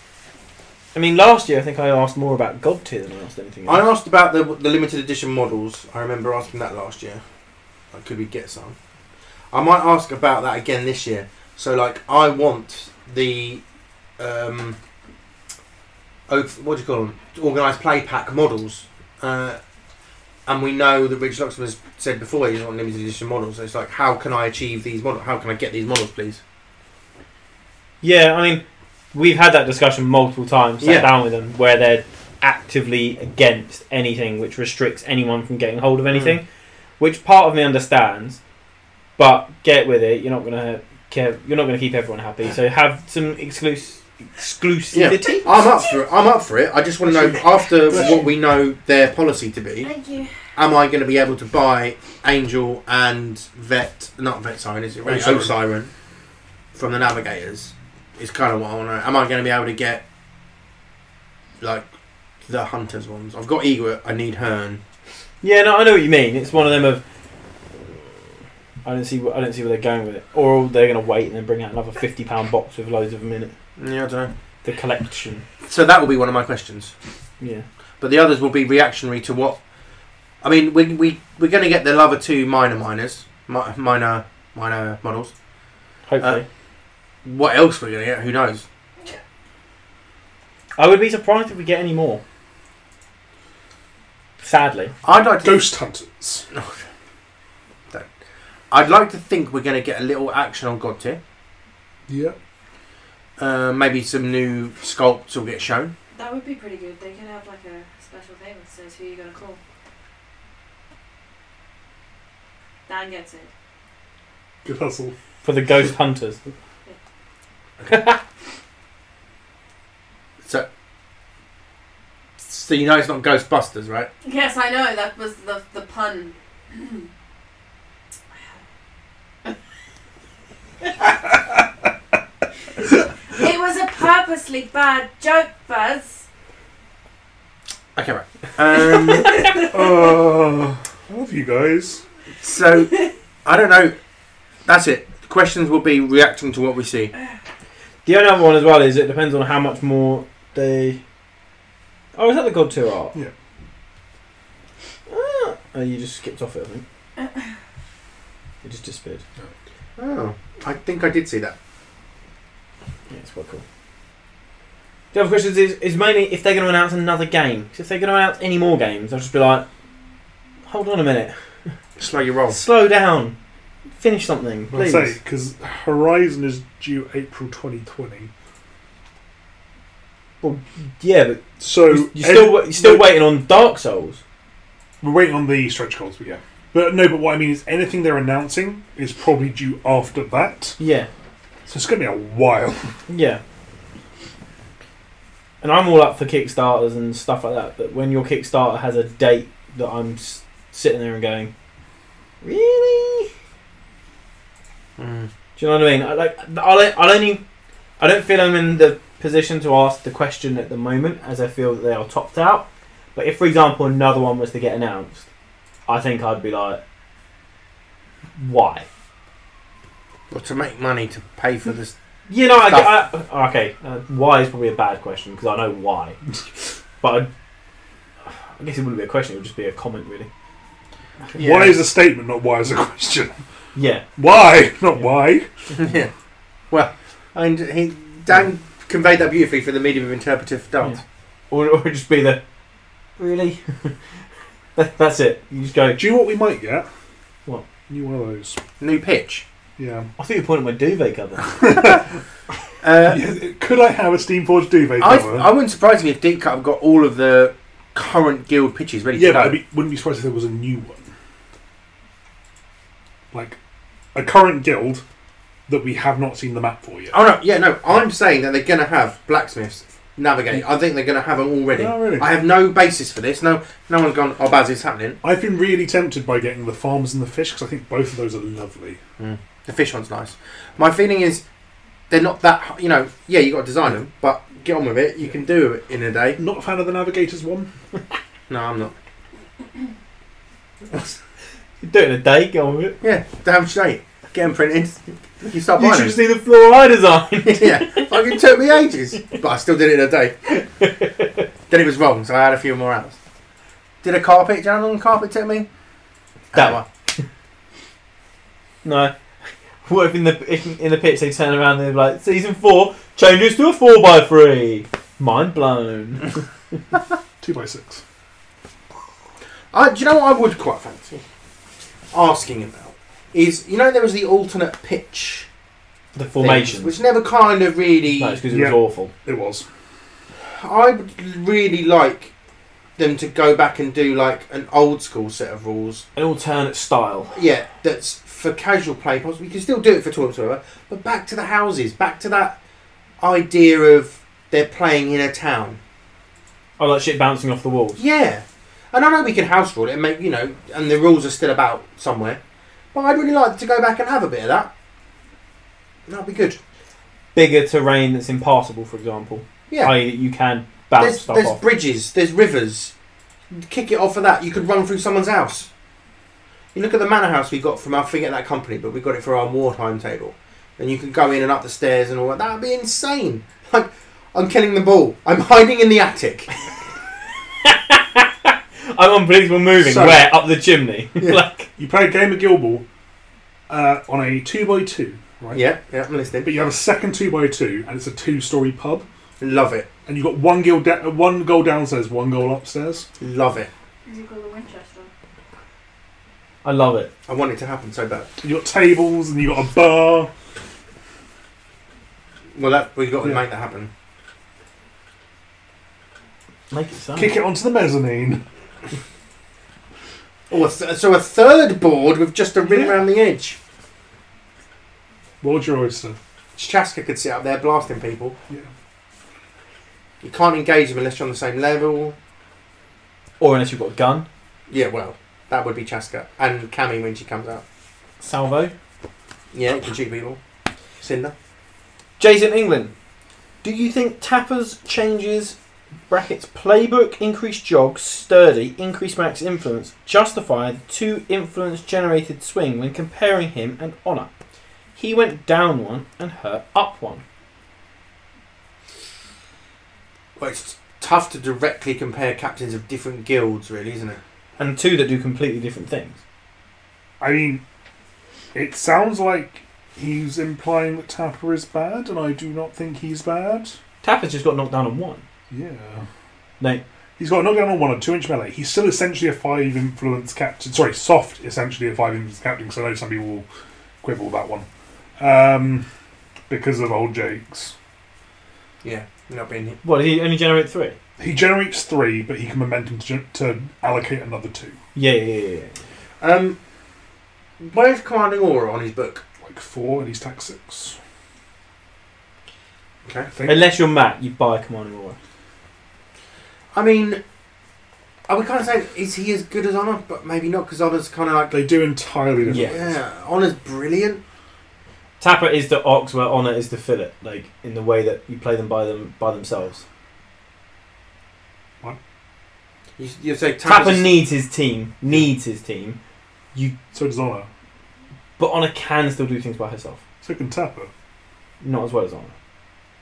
[SPEAKER 1] I mean, last year I think I asked more about God tier than I asked anything
[SPEAKER 2] I
[SPEAKER 1] else.
[SPEAKER 2] asked about the, the limited edition models. I remember asking that last year. Like, could we get some? I might ask about that again this year. So, like, I want the um, oath- what do you call them? Organised play pack models. Uh, and we know that Rich Luxman has said before he doesn't want limited edition models. So it's like, how can I achieve these models? How can I get these models, please?
[SPEAKER 1] Yeah, I mean, we've had that discussion multiple times, sat
[SPEAKER 2] Yeah.
[SPEAKER 1] down with them, where they're actively against anything which restricts anyone from getting hold of anything,
[SPEAKER 2] Hmm.
[SPEAKER 1] which part of me understands, but get with it. You're not gonna care. You're not gonna keep everyone happy. So have some exclus- exclusivity.
[SPEAKER 2] I'm up for it. I'm up for it. I just want to know after what we know their policy to be.
[SPEAKER 4] Thank you.
[SPEAKER 2] am I going to be able to buy Angel and Vet, not Vet Siren, is it? Right?
[SPEAKER 3] Osiren.
[SPEAKER 2] Osiren from the Navigators is kind of what I want to know. Am I going to be able to get like the Hunters ones? I've got Egret, I need Hearn.
[SPEAKER 1] Yeah, no, I know what you mean. It's one of them of. I don't see. I don't see where they're going with it. Or they're going to wait and then bring out another fifty pound box with loads of them in it.
[SPEAKER 2] Yeah, I don't know.
[SPEAKER 1] The collection.
[SPEAKER 2] So that will be one of my questions.
[SPEAKER 1] Yeah.
[SPEAKER 2] But the others will be reactionary to what. I mean, we, we, we're going to get the Lover 2 minor minors, mi- minor, minor models.
[SPEAKER 1] Hopefully,
[SPEAKER 2] What else we're going to get? Who knows?
[SPEAKER 1] I would be surprised if we get any more. Sadly,
[SPEAKER 2] I'd like to
[SPEAKER 3] Ghost hunters.
[SPEAKER 2] I'd like to think we're going to get a little action on God tier.
[SPEAKER 3] Yeah.
[SPEAKER 2] Uh, maybe some new sculpts will get shown.
[SPEAKER 4] That would be pretty good. They could have like a special thing that says who you gonna call. Dan gets it.
[SPEAKER 3] Good hustle.
[SPEAKER 1] for the ghost hunters.
[SPEAKER 2] So, so you know it's not Ghostbusters, right?
[SPEAKER 4] Yes, I know. That was the the pun. it was a enormously bad joke, Buzz.
[SPEAKER 2] Okay, right. Um,
[SPEAKER 3] Oh, I love you guys.
[SPEAKER 2] so, I don't know. That's it. The questions will be reacting to what we see.
[SPEAKER 1] The only other one as well is it depends on how much more they. Oh, is that the God Tier art?
[SPEAKER 3] Yeah.
[SPEAKER 1] Ah, oh, you just skipped off it, I think. it just disappeared.
[SPEAKER 2] Oh, I think I did see that.
[SPEAKER 1] Yeah, it's quite cool. The other question is, is mainly if they're going to announce another game. 'Cause if they're going to announce any more games, I'll just be like, hold on a minute,
[SPEAKER 2] Slow your roll.
[SPEAKER 1] slow down, finish something,
[SPEAKER 3] I'll
[SPEAKER 1] please.
[SPEAKER 3] say because Horizon is due April 2020.
[SPEAKER 1] Yeah, but
[SPEAKER 3] So
[SPEAKER 1] you- you're still wa- you're still waiting on Dark Souls.
[SPEAKER 3] We're waiting on the stretch goals, but yeah. But no, but what I mean is anything they're announcing is probably due after that.
[SPEAKER 1] Yeah,
[SPEAKER 3] So it's going to be a while.
[SPEAKER 1] yeah. And I'm all up for Kickstarters and stuff like that. But when your Kickstarter has a date that I'm s- sitting there and going, really?
[SPEAKER 2] Hmm.
[SPEAKER 1] Do you know what I mean? I, like, I'll, I'll only, I don't feel I'm in the position to ask the question at the moment, as I feel that they are topped out. But if, for example, another one was to get announced, I think I'd be like, why?
[SPEAKER 2] Well, to make money to pay for this.
[SPEAKER 1] You know, I, get- I, okay, uh, why is probably a bad question because I know why, but I, I guess it wouldn't be a question; it would just be a comment, really.
[SPEAKER 3] Why is a statement, not why is a question?
[SPEAKER 1] Yeah,
[SPEAKER 3] Why? Not
[SPEAKER 1] Yeah.
[SPEAKER 3] why.
[SPEAKER 2] yeah. Well, and he Dan conveyed that beautifully for the medium of interpretive dance.
[SPEAKER 1] or, or it'd just be the really. that, that's it. You just go.
[SPEAKER 3] Do you know what we might get?
[SPEAKER 1] What?
[SPEAKER 3] New one of those.
[SPEAKER 2] New pitch.
[SPEAKER 3] Yeah.
[SPEAKER 1] I think you pointed my duvet cover.
[SPEAKER 2] Uh,
[SPEAKER 3] Yeah, Could I have a Steamforged duvet
[SPEAKER 2] I,
[SPEAKER 3] cover?
[SPEAKER 2] I wouldn't surprise me if Deep Cut have got all of the current guild pitches ready
[SPEAKER 3] yeah,
[SPEAKER 2] to go.
[SPEAKER 3] but I be, wouldn't be surprised if there was a new one. Like a current guild that we have not seen the map for yet.
[SPEAKER 2] Oh no, yeah, no. I'm saying that they're going to have blacksmiths navigate. I think they're going to have them already.
[SPEAKER 3] No, Oh, really.
[SPEAKER 2] I have no basis for this. No, no one's gone. Oh, Baz, it's happening.
[SPEAKER 3] I've been really tempted by getting the farms and the fish because I think both of those are lovely.
[SPEAKER 2] The fish one's nice. My feeling is they're not that. You know, yeah, you got to design them, but get on with it. You can do it in a day.
[SPEAKER 3] Not a fan of the navigators one.
[SPEAKER 2] No, I'm not.
[SPEAKER 1] you do it in a day, go on with it.
[SPEAKER 2] Yeah, damn straight. Get them printed. You start
[SPEAKER 1] You
[SPEAKER 2] buying
[SPEAKER 1] should see
[SPEAKER 2] them.
[SPEAKER 1] the floor I designed.
[SPEAKER 2] yeah, fucking took me ages, but I still did it in a day. then it was wrong, so I had a few more hours. Did a carpet? Do you know how long the carpet took me?
[SPEAKER 1] That
[SPEAKER 2] Hour.
[SPEAKER 1] No. What if in the if in the pitch they turn around and they're like season four changes to a four by three? Mind blown.
[SPEAKER 3] Two by six.
[SPEAKER 2] I, do you know what I would quite fancy asking about? Is you know there was the alternate pitch
[SPEAKER 1] The
[SPEAKER 2] things,
[SPEAKER 1] formations.
[SPEAKER 2] which never kind of really.
[SPEAKER 1] No, it's because it
[SPEAKER 3] Yeah.
[SPEAKER 1] was awful.
[SPEAKER 3] It was.
[SPEAKER 2] I would really like them to go back and do like an old school set of rules
[SPEAKER 1] An alternate style.
[SPEAKER 2] Yeah, that's for casual play. Possibly you can still do it for tournaments, whatever. But back to the houses, back to that idea of they're playing in a town.
[SPEAKER 1] Oh, like shit bouncing off the walls.
[SPEAKER 2] Yeah, and I know we can house rule it and make you know, and the rules are still about somewhere. But I'd really like to go back and have a bit of that. That'd be good.
[SPEAKER 1] Bigger terrain that's impassable, for example.
[SPEAKER 2] Yeah,
[SPEAKER 1] I.e., that you can bounce
[SPEAKER 2] there's,
[SPEAKER 1] stuff
[SPEAKER 2] there's
[SPEAKER 1] off.
[SPEAKER 2] bridges, there's rivers. Kick it off of that. You could run through someone's house. You look at the manor house we got from I forget that company, but we got it for our wartime table, and you can go in and up the stairs and all that. That'd be insane. Like I'm killing the ball. I'm hiding in the attic.
[SPEAKER 1] I'm unbelievable moving.
[SPEAKER 3] So-
[SPEAKER 1] Where? Up the chimney. like,
[SPEAKER 3] You play a game of Gilball uh, on a two by two, right?
[SPEAKER 2] yeah, yeah, I'm listening.
[SPEAKER 3] But you have a second two by two, and it's a two story pub,
[SPEAKER 2] Love it,
[SPEAKER 3] and you've got one guild, da- uh, one goal downstairs, one goal upstairs.
[SPEAKER 2] love it.
[SPEAKER 4] Is it called the Winchester?
[SPEAKER 1] I love it.
[SPEAKER 2] I want it to happen so bad.
[SPEAKER 3] And you've got tables, and you've got a bar.
[SPEAKER 2] Well, that we've got to
[SPEAKER 3] Yeah.
[SPEAKER 2] make that happen.
[SPEAKER 1] Make it sound.
[SPEAKER 3] Kick it onto the mezzanine.
[SPEAKER 2] Oh, a th- so a third board with just a ring around the edge.
[SPEAKER 3] World your oyster.
[SPEAKER 2] Chaska could sit out there blasting people.
[SPEAKER 3] Yeah.
[SPEAKER 2] You can't engage them unless you're on the same level.
[SPEAKER 1] Or unless you've got a gun.
[SPEAKER 2] Yeah, well, that would be Chaska and Cammy when she comes out.
[SPEAKER 1] Salvo.
[SPEAKER 2] Yeah, you can shoot people. Cinder.
[SPEAKER 1] Jason England. Do you think Tapper's changes brackets playbook increased jogs sturdy increased max influence justify the two influence generated swing when comparing him and Honor? He went down one and her up one.
[SPEAKER 2] Well, it's tough to directly compare captains of different guilds, really, isn't it?
[SPEAKER 1] And two that do completely different things.
[SPEAKER 3] I mean, it sounds like he's implying that Tapper is bad, and I do not think he's bad.
[SPEAKER 1] Tapper's just got knocked down on one.
[SPEAKER 3] Yeah.
[SPEAKER 1] No.
[SPEAKER 3] He's got a knockdown on one and two inch melee. He's still essentially a five influence captain. Sorry, soft essentially a five influence captain. Because I know some people will quibble that one um, because of old Jake's.
[SPEAKER 2] Yeah, not being hit.
[SPEAKER 1] What, did he only generate three?
[SPEAKER 3] He generates three, but he can momentum to, gen- to allocate another two,
[SPEAKER 1] Yeah, yeah, yeah, yeah.
[SPEAKER 2] Um, where's Commanding Aura on his book?
[SPEAKER 3] like four, and he's tax six.
[SPEAKER 2] Okay.
[SPEAKER 3] I think.
[SPEAKER 1] Unless you're Matt, you buy Commander Aura.
[SPEAKER 2] I mean, I would kind of say, is he as good as Honor? But maybe not, because Honor's kind of like,
[SPEAKER 3] They do entirely different.
[SPEAKER 1] Yeah.
[SPEAKER 2] yeah, Honor's brilliant.
[SPEAKER 1] Tapper is the ox where Honor is the fillet, like in the way that you play them by them by themselves.
[SPEAKER 2] You, you say
[SPEAKER 1] Tapper
[SPEAKER 2] Tapper's-
[SPEAKER 1] needs his team, needs his team,
[SPEAKER 3] So does Honor.
[SPEAKER 1] but Honor can still do things by herself,
[SPEAKER 3] So can Tapper.
[SPEAKER 1] not as well as Honor.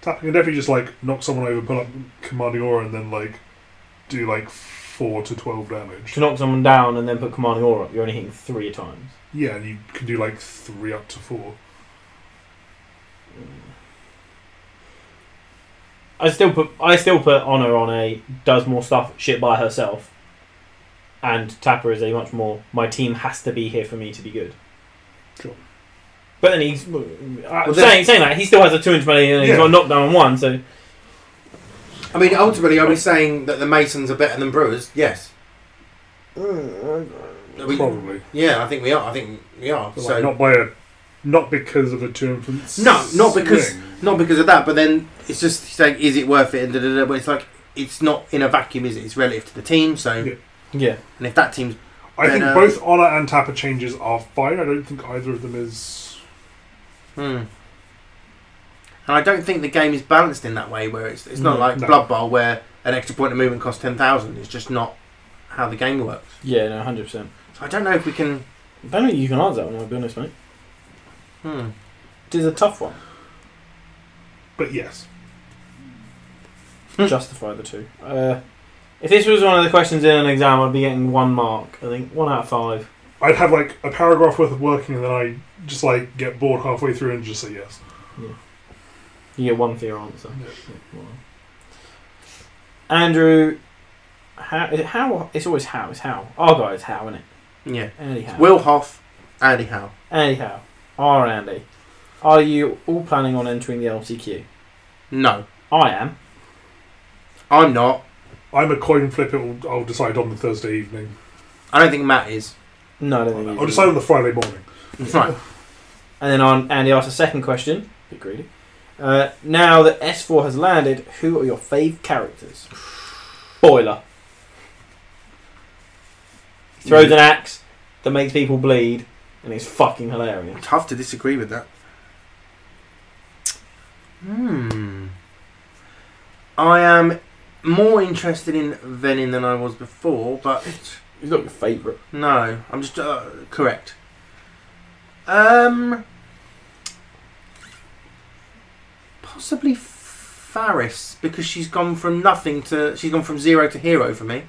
[SPEAKER 3] Tapper can definitely just like knock someone over, pull up Commanding Aura, and then like do like four to twelve damage.
[SPEAKER 1] To knock someone down and then put commanding aura up, you're only hitting three times.
[SPEAKER 3] Yeah, and you can do like three up to four.
[SPEAKER 1] I still put I still put Honor on a does more stuff shit by herself, and Tapper is a much more my team has to be here for me to be good.
[SPEAKER 3] Sure.
[SPEAKER 1] But then he's I'm
[SPEAKER 2] Well,
[SPEAKER 1] saying saying that he still has a two inch melee and he's
[SPEAKER 3] Yeah.
[SPEAKER 1] got knocked down on one, so
[SPEAKER 2] I mean, ultimately, are we saying that the Masons are better than Brewers? Yes.
[SPEAKER 3] Mm,
[SPEAKER 2] Are we-
[SPEAKER 3] Probably.
[SPEAKER 2] yeah, I think we are. I think we are.
[SPEAKER 3] But,
[SPEAKER 2] so
[SPEAKER 3] like, not by a not because of a two influence.
[SPEAKER 2] No, not because-
[SPEAKER 3] swing.
[SPEAKER 2] not because of that, but then it's just saying, is it worth it? And da, da, da, but it's like it's not in a vacuum, is it? It's relative to the team. So,
[SPEAKER 3] Yeah.
[SPEAKER 1] yeah.
[SPEAKER 2] and if that team's
[SPEAKER 3] I think
[SPEAKER 2] Then, uh,
[SPEAKER 3] both honor and tapper changes are fine. I don't think either of them is.
[SPEAKER 2] hmm. and I don't think the game is balanced in that way, where it's it's not
[SPEAKER 1] No,
[SPEAKER 2] like
[SPEAKER 3] no.
[SPEAKER 2] Blood Bowl, where an extra point of movement costs ten thousand. It's just not how the game works.
[SPEAKER 1] Yeah, no, hundred percent.
[SPEAKER 2] So I don't know if we can.
[SPEAKER 1] I don't think you can answer that one. I'll be honest, mate.
[SPEAKER 2] Hmm.
[SPEAKER 1] It is a tough one.
[SPEAKER 3] But yes,
[SPEAKER 1] Justify the two. Uh, if this was one of the questions in an exam, I'd be getting one mark. I think one out of five.
[SPEAKER 3] I'd have like a paragraph worth of working, and then I just like get bored halfway through and just say yes.
[SPEAKER 1] You get one for your answer. Andrew, how is it? How it's always how it's how. Our guy is how, isn't it?
[SPEAKER 2] Yeah,
[SPEAKER 1] Andy how.
[SPEAKER 2] Will Hoff, Andy Howe.
[SPEAKER 1] Andy how. Our Andy. Are you all planning on entering the LCQ?
[SPEAKER 2] No,
[SPEAKER 1] I am.
[SPEAKER 2] I'm not.
[SPEAKER 3] I'm a coin flip. It will, I'll decide on the Thursday evening.
[SPEAKER 2] I don't think Matt is.
[SPEAKER 1] No, I don't think you
[SPEAKER 2] Mm-hmm.
[SPEAKER 3] I'll
[SPEAKER 1] do.
[SPEAKER 3] decide on the Friday morning.
[SPEAKER 2] Right.
[SPEAKER 1] And then on Andy asked a second question. Bit greedy. Uh, now that S4 has landed, who are your fave characters? Boiler. He throws an axe that makes people bleed, and it's fucking hilarious.
[SPEAKER 2] Tough to disagree with that. Hmm. I am more interested in Venin than I was before, but
[SPEAKER 1] He's not your favourite.
[SPEAKER 2] no, I'm just uh, correct. Um. Possibly Faris because she's gone from nothing to she's gone from zero to hero for me.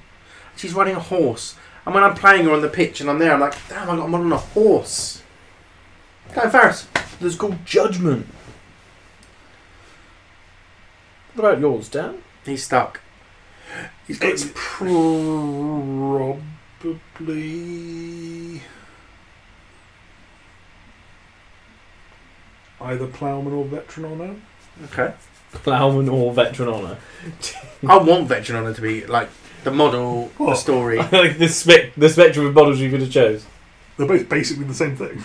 [SPEAKER 2] She's riding a horse, and when I'm playing her on the pitch and I'm there, I'm like, damn, I got I'm on a horse. Go Faris.
[SPEAKER 1] There's called Judgment. What about yours, Dan?
[SPEAKER 2] He's stuck. He's got
[SPEAKER 3] It's probably either ploughman or veteran honor.
[SPEAKER 1] Plowman or Veteran Honour?
[SPEAKER 2] I want Veteran Honor to be like the model, the
[SPEAKER 3] What?
[SPEAKER 2] story.
[SPEAKER 1] like the, spe- the spectrum of models you could have chose.
[SPEAKER 3] They're both basically the same thing.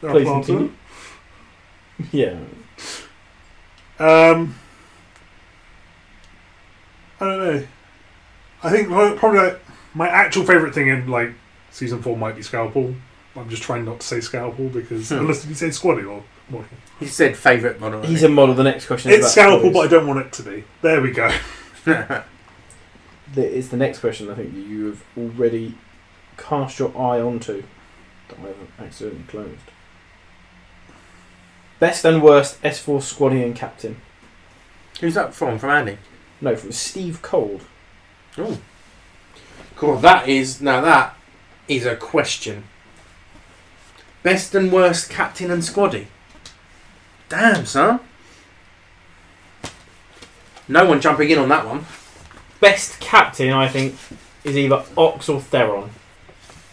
[SPEAKER 3] They're a
[SPEAKER 1] Please
[SPEAKER 3] planter.
[SPEAKER 1] continue. Yeah.
[SPEAKER 3] Um, I don't know. I think pro- probably like, my actual favourite thing in like season four might be Scalpel. I'm just trying not to say Scalpel because
[SPEAKER 2] Hmm.
[SPEAKER 3] unless you say Squaddy or model.
[SPEAKER 2] He said favourite model. I
[SPEAKER 10] He's a
[SPEAKER 2] think.
[SPEAKER 10] model. The next question is
[SPEAKER 3] It's
[SPEAKER 10] about
[SPEAKER 3] scalable, but I don't want it to be. There we go.
[SPEAKER 10] The- It's the next question I think that you have already cast your eye onto that I haven't accidentally closed. Best and worst S4 squadron captain.
[SPEAKER 2] Who's that from? From Andy.
[SPEAKER 10] No, from Steve Cold.
[SPEAKER 2] Cool. That is now that is a question. Best and worst captain and squaddy. Damn son. No one jumping in on that one.
[SPEAKER 1] Best captain, I think, is either Ox or Theron.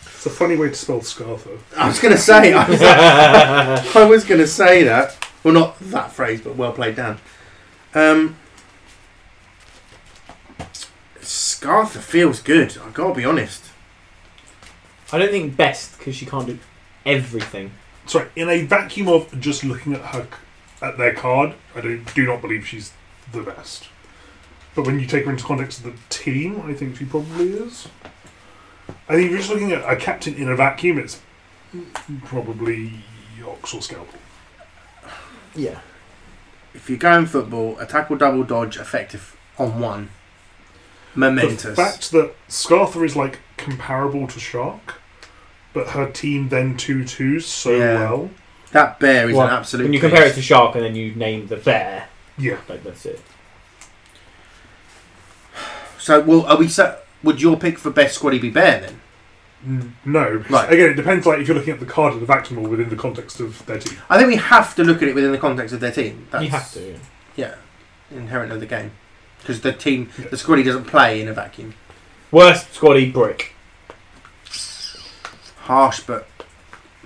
[SPEAKER 3] It's a funny way to spell Scartho.
[SPEAKER 2] I was gonna say. I was, I was gonna say that. Well, not that phrase, but well played, Dan. Um, Scartha feels good. I gotta be honest.
[SPEAKER 1] I don't think best because she can't do everything.
[SPEAKER 3] Sorry, in a vacuum of just looking at her c- at their card, I don't, do not believe she's the best. But when you take her into context of the team, I think she probably is. I think if you're just looking at a captain in a vacuum, it's probably Ox or Scalpel.
[SPEAKER 10] Yeah.
[SPEAKER 2] If you're going football, a tackle, double, dodge, effective on one.
[SPEAKER 3] The
[SPEAKER 2] Momentous.
[SPEAKER 3] fact that Scartha is like comparable to Shark, but her team then two twos so
[SPEAKER 2] Yeah.
[SPEAKER 3] well.
[SPEAKER 2] That bear is
[SPEAKER 1] Well,
[SPEAKER 2] an absolute.
[SPEAKER 1] When you compare it
[SPEAKER 2] beast.
[SPEAKER 1] to Shark and then you name the bear,
[SPEAKER 3] Yeah.
[SPEAKER 1] like that's it.
[SPEAKER 2] so, well, are we? So, would your pick for best squaddy be bear then?
[SPEAKER 3] N- Mm, No.
[SPEAKER 2] Right.
[SPEAKER 3] Again, it depends like if you're looking at the card of the vacuum or within the context of their team.
[SPEAKER 2] I think we have to look at it within the context of their team. That's
[SPEAKER 1] You have to. yeah.
[SPEAKER 2] Yeah, inherent of the game because the team, the squaddy doesn't play in a vacuum.
[SPEAKER 1] Worst squaddy brick.
[SPEAKER 2] Harsh, but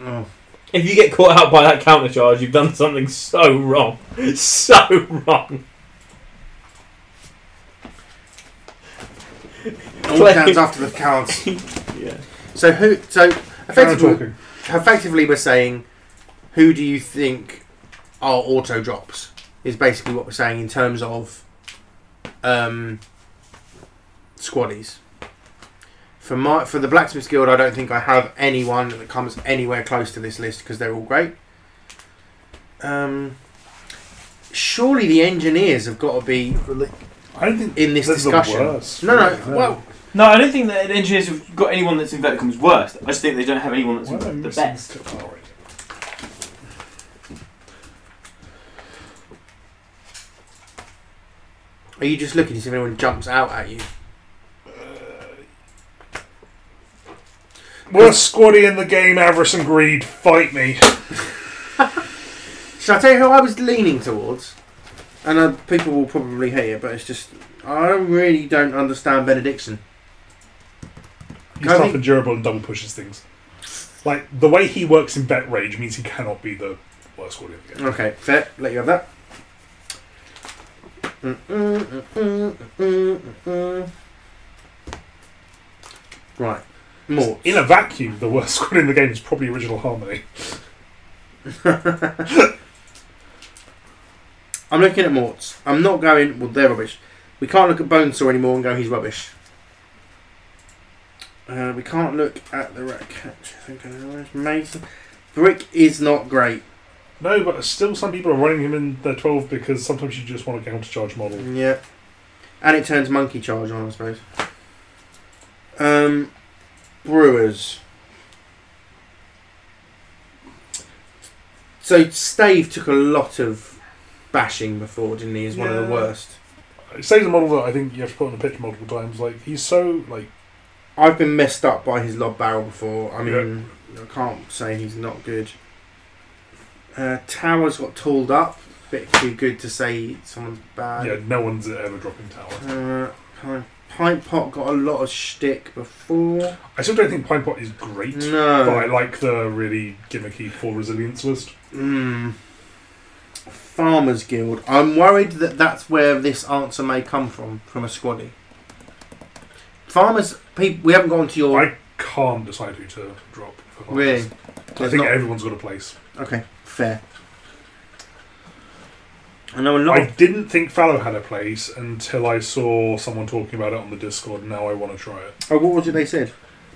[SPEAKER 2] oh,
[SPEAKER 1] If you get caught out by that counter charge, you've done something so wrong, so wrong.
[SPEAKER 2] all
[SPEAKER 1] Play.
[SPEAKER 2] downs after the cards.
[SPEAKER 1] Yeah.
[SPEAKER 2] So who? So
[SPEAKER 3] Now
[SPEAKER 2] effectively,
[SPEAKER 3] talking.
[SPEAKER 2] effectively, we're saying, who do you think are auto drops? Is basically what we're saying in terms of um, squaddies. For my for the blacksmiths guild, I don't think I have anyone that comes anywhere close to this list because they're all great. Um, surely the engineers have got to be
[SPEAKER 3] I don't think
[SPEAKER 2] in this
[SPEAKER 3] That's the
[SPEAKER 2] discussion.
[SPEAKER 3] worst,
[SPEAKER 2] no, no.
[SPEAKER 3] really.
[SPEAKER 2] Well,
[SPEAKER 5] No, I don't think that engineers have got anyone that's in Verticom's worst. I just think they don't have anyone that's
[SPEAKER 3] Why am I
[SPEAKER 5] the
[SPEAKER 3] missing
[SPEAKER 5] best.
[SPEAKER 3] this card? Oh, right.
[SPEAKER 2] are you just looking to see if anyone jumps out at you?
[SPEAKER 3] Worst squaddy in the game, Avarice and Greed, fight me.
[SPEAKER 2] Should I tell you who I was leaning towards? And uh, people will probably hear, but it's just I really don't understand benediction.
[SPEAKER 3] He's
[SPEAKER 2] I
[SPEAKER 3] tough
[SPEAKER 2] think-
[SPEAKER 3] and durable and double pushes things. Like the way he works in Bet Rage means he cannot be the worst squaddy in the game.
[SPEAKER 2] Okay, fair. Let you have that. Mm-mm, mm-mm, mm-mm, mm-mm. Right, more.
[SPEAKER 3] In a vacuum, the worst squad in the game is probably Original Harmony.
[SPEAKER 2] I'm looking at Morts. I'm not going. Well, they're rubbish. We can't look at Bonesaw anymore and go he's rubbish. Uh, we can't look at the rat catch. I think uh, where's Mason. Brick is not great.
[SPEAKER 3] No, but still, some people are running him in their 12 because sometimes you just want a countercharge model.
[SPEAKER 2] Yeah. And it turns monkey charge on, I suppose. Um, Brewers. So Stave took a lot of bashing before, didn't he? As one of
[SPEAKER 3] Yeah.
[SPEAKER 2] the worst.
[SPEAKER 3] Stays a model that I think you have to put on the pitch multiple times. Like he's so like
[SPEAKER 2] I've been messed up by his lob barrel before. I mean, I can't say he's not good. Uh, Towers got tooled up. Bit too good to say someone's
[SPEAKER 3] yeah,
[SPEAKER 2] bad.
[SPEAKER 3] no one's ever dropping tower.
[SPEAKER 2] Uh, Pint- Pint Pot got a lot of shtick before.
[SPEAKER 3] I still don't think Pine Pot is great, but I
[SPEAKER 2] No.
[SPEAKER 3] like the really gimmicky full resilience list.
[SPEAKER 2] Mm. Farmers Guild. I'm worried that that's where this answer may come from, from a squaddy. Farmers, people, we haven't gone to your.
[SPEAKER 3] I can't decide who to drop. for Harvest.
[SPEAKER 2] Really?
[SPEAKER 3] I
[SPEAKER 2] There's
[SPEAKER 3] think
[SPEAKER 2] not-
[SPEAKER 3] everyone's got a place.
[SPEAKER 2] Okay, fair. I know a lot
[SPEAKER 3] I
[SPEAKER 2] of
[SPEAKER 3] didn't think Fallow had a place until I saw someone talking about it on the Discord. and Now I want to try it.
[SPEAKER 2] Oh, what was it they said?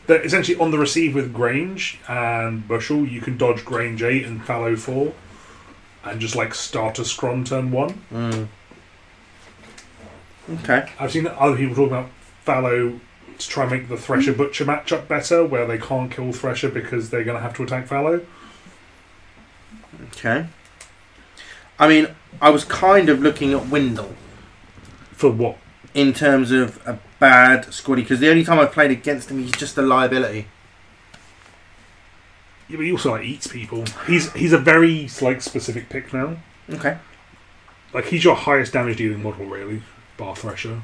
[SPEAKER 3] They're essentially on the receive with Grange and Bushel. You can dodge Grange eight and Fallow four, and just like start a scrum turn one.
[SPEAKER 2] Mm. Okay.
[SPEAKER 3] I've seen other people talking about fallow to try and make the Thresher Butcher matchup better, where they can't kill Thresher because they're going to have to attack fallow.
[SPEAKER 2] Okay. I mean, I was kind of looking at Windle
[SPEAKER 3] For what?
[SPEAKER 2] in terms of a bad squaddy because the only time I've played against him, he's just a liability.
[SPEAKER 3] Yeah, but he also like eats people. He's he's a very like specific pick now.
[SPEAKER 2] Okay.
[SPEAKER 3] Like he's your highest damage dealing model really, bar Thresher.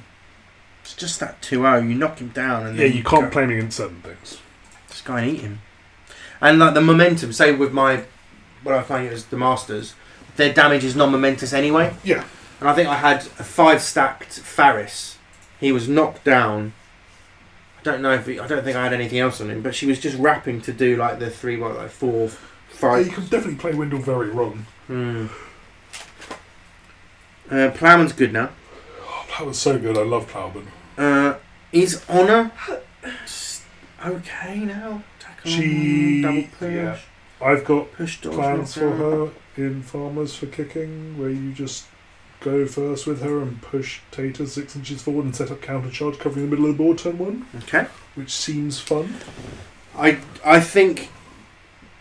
[SPEAKER 2] It's just that 2 0. You knock him down and
[SPEAKER 3] Yeah,
[SPEAKER 2] then
[SPEAKER 3] you can't
[SPEAKER 2] go,
[SPEAKER 3] play him against certain things.
[SPEAKER 2] Just go and eat him. And like the momentum, say with my, what I find is the Masters, their damage is non momentous anyway.
[SPEAKER 3] Yeah.
[SPEAKER 2] And I think I had a five stacked Faris. He was knocked down. I don't know if he, I don't think I had anything else on him, but she was just rapping to do like the three, what, like four,
[SPEAKER 3] Yeah,
[SPEAKER 2] five.
[SPEAKER 3] you can definitely play Windle very wrong.
[SPEAKER 2] Hmm. Uh, Plowman's good now.
[SPEAKER 3] Oh, Plowman's so good. I love Plowman.
[SPEAKER 2] Uh, is Honor s- okay now? Tackle,
[SPEAKER 3] She-
[SPEAKER 2] double push,
[SPEAKER 3] yeah. I've got
[SPEAKER 2] push doors,
[SPEAKER 3] plans for
[SPEAKER 2] knockdown.
[SPEAKER 3] her in Farmers for Kicking, where you just go first with her and push Tater six inches forward and set up counter charge covering the middle of the board turn one,
[SPEAKER 2] Okay.
[SPEAKER 3] which seems fun.
[SPEAKER 2] I I think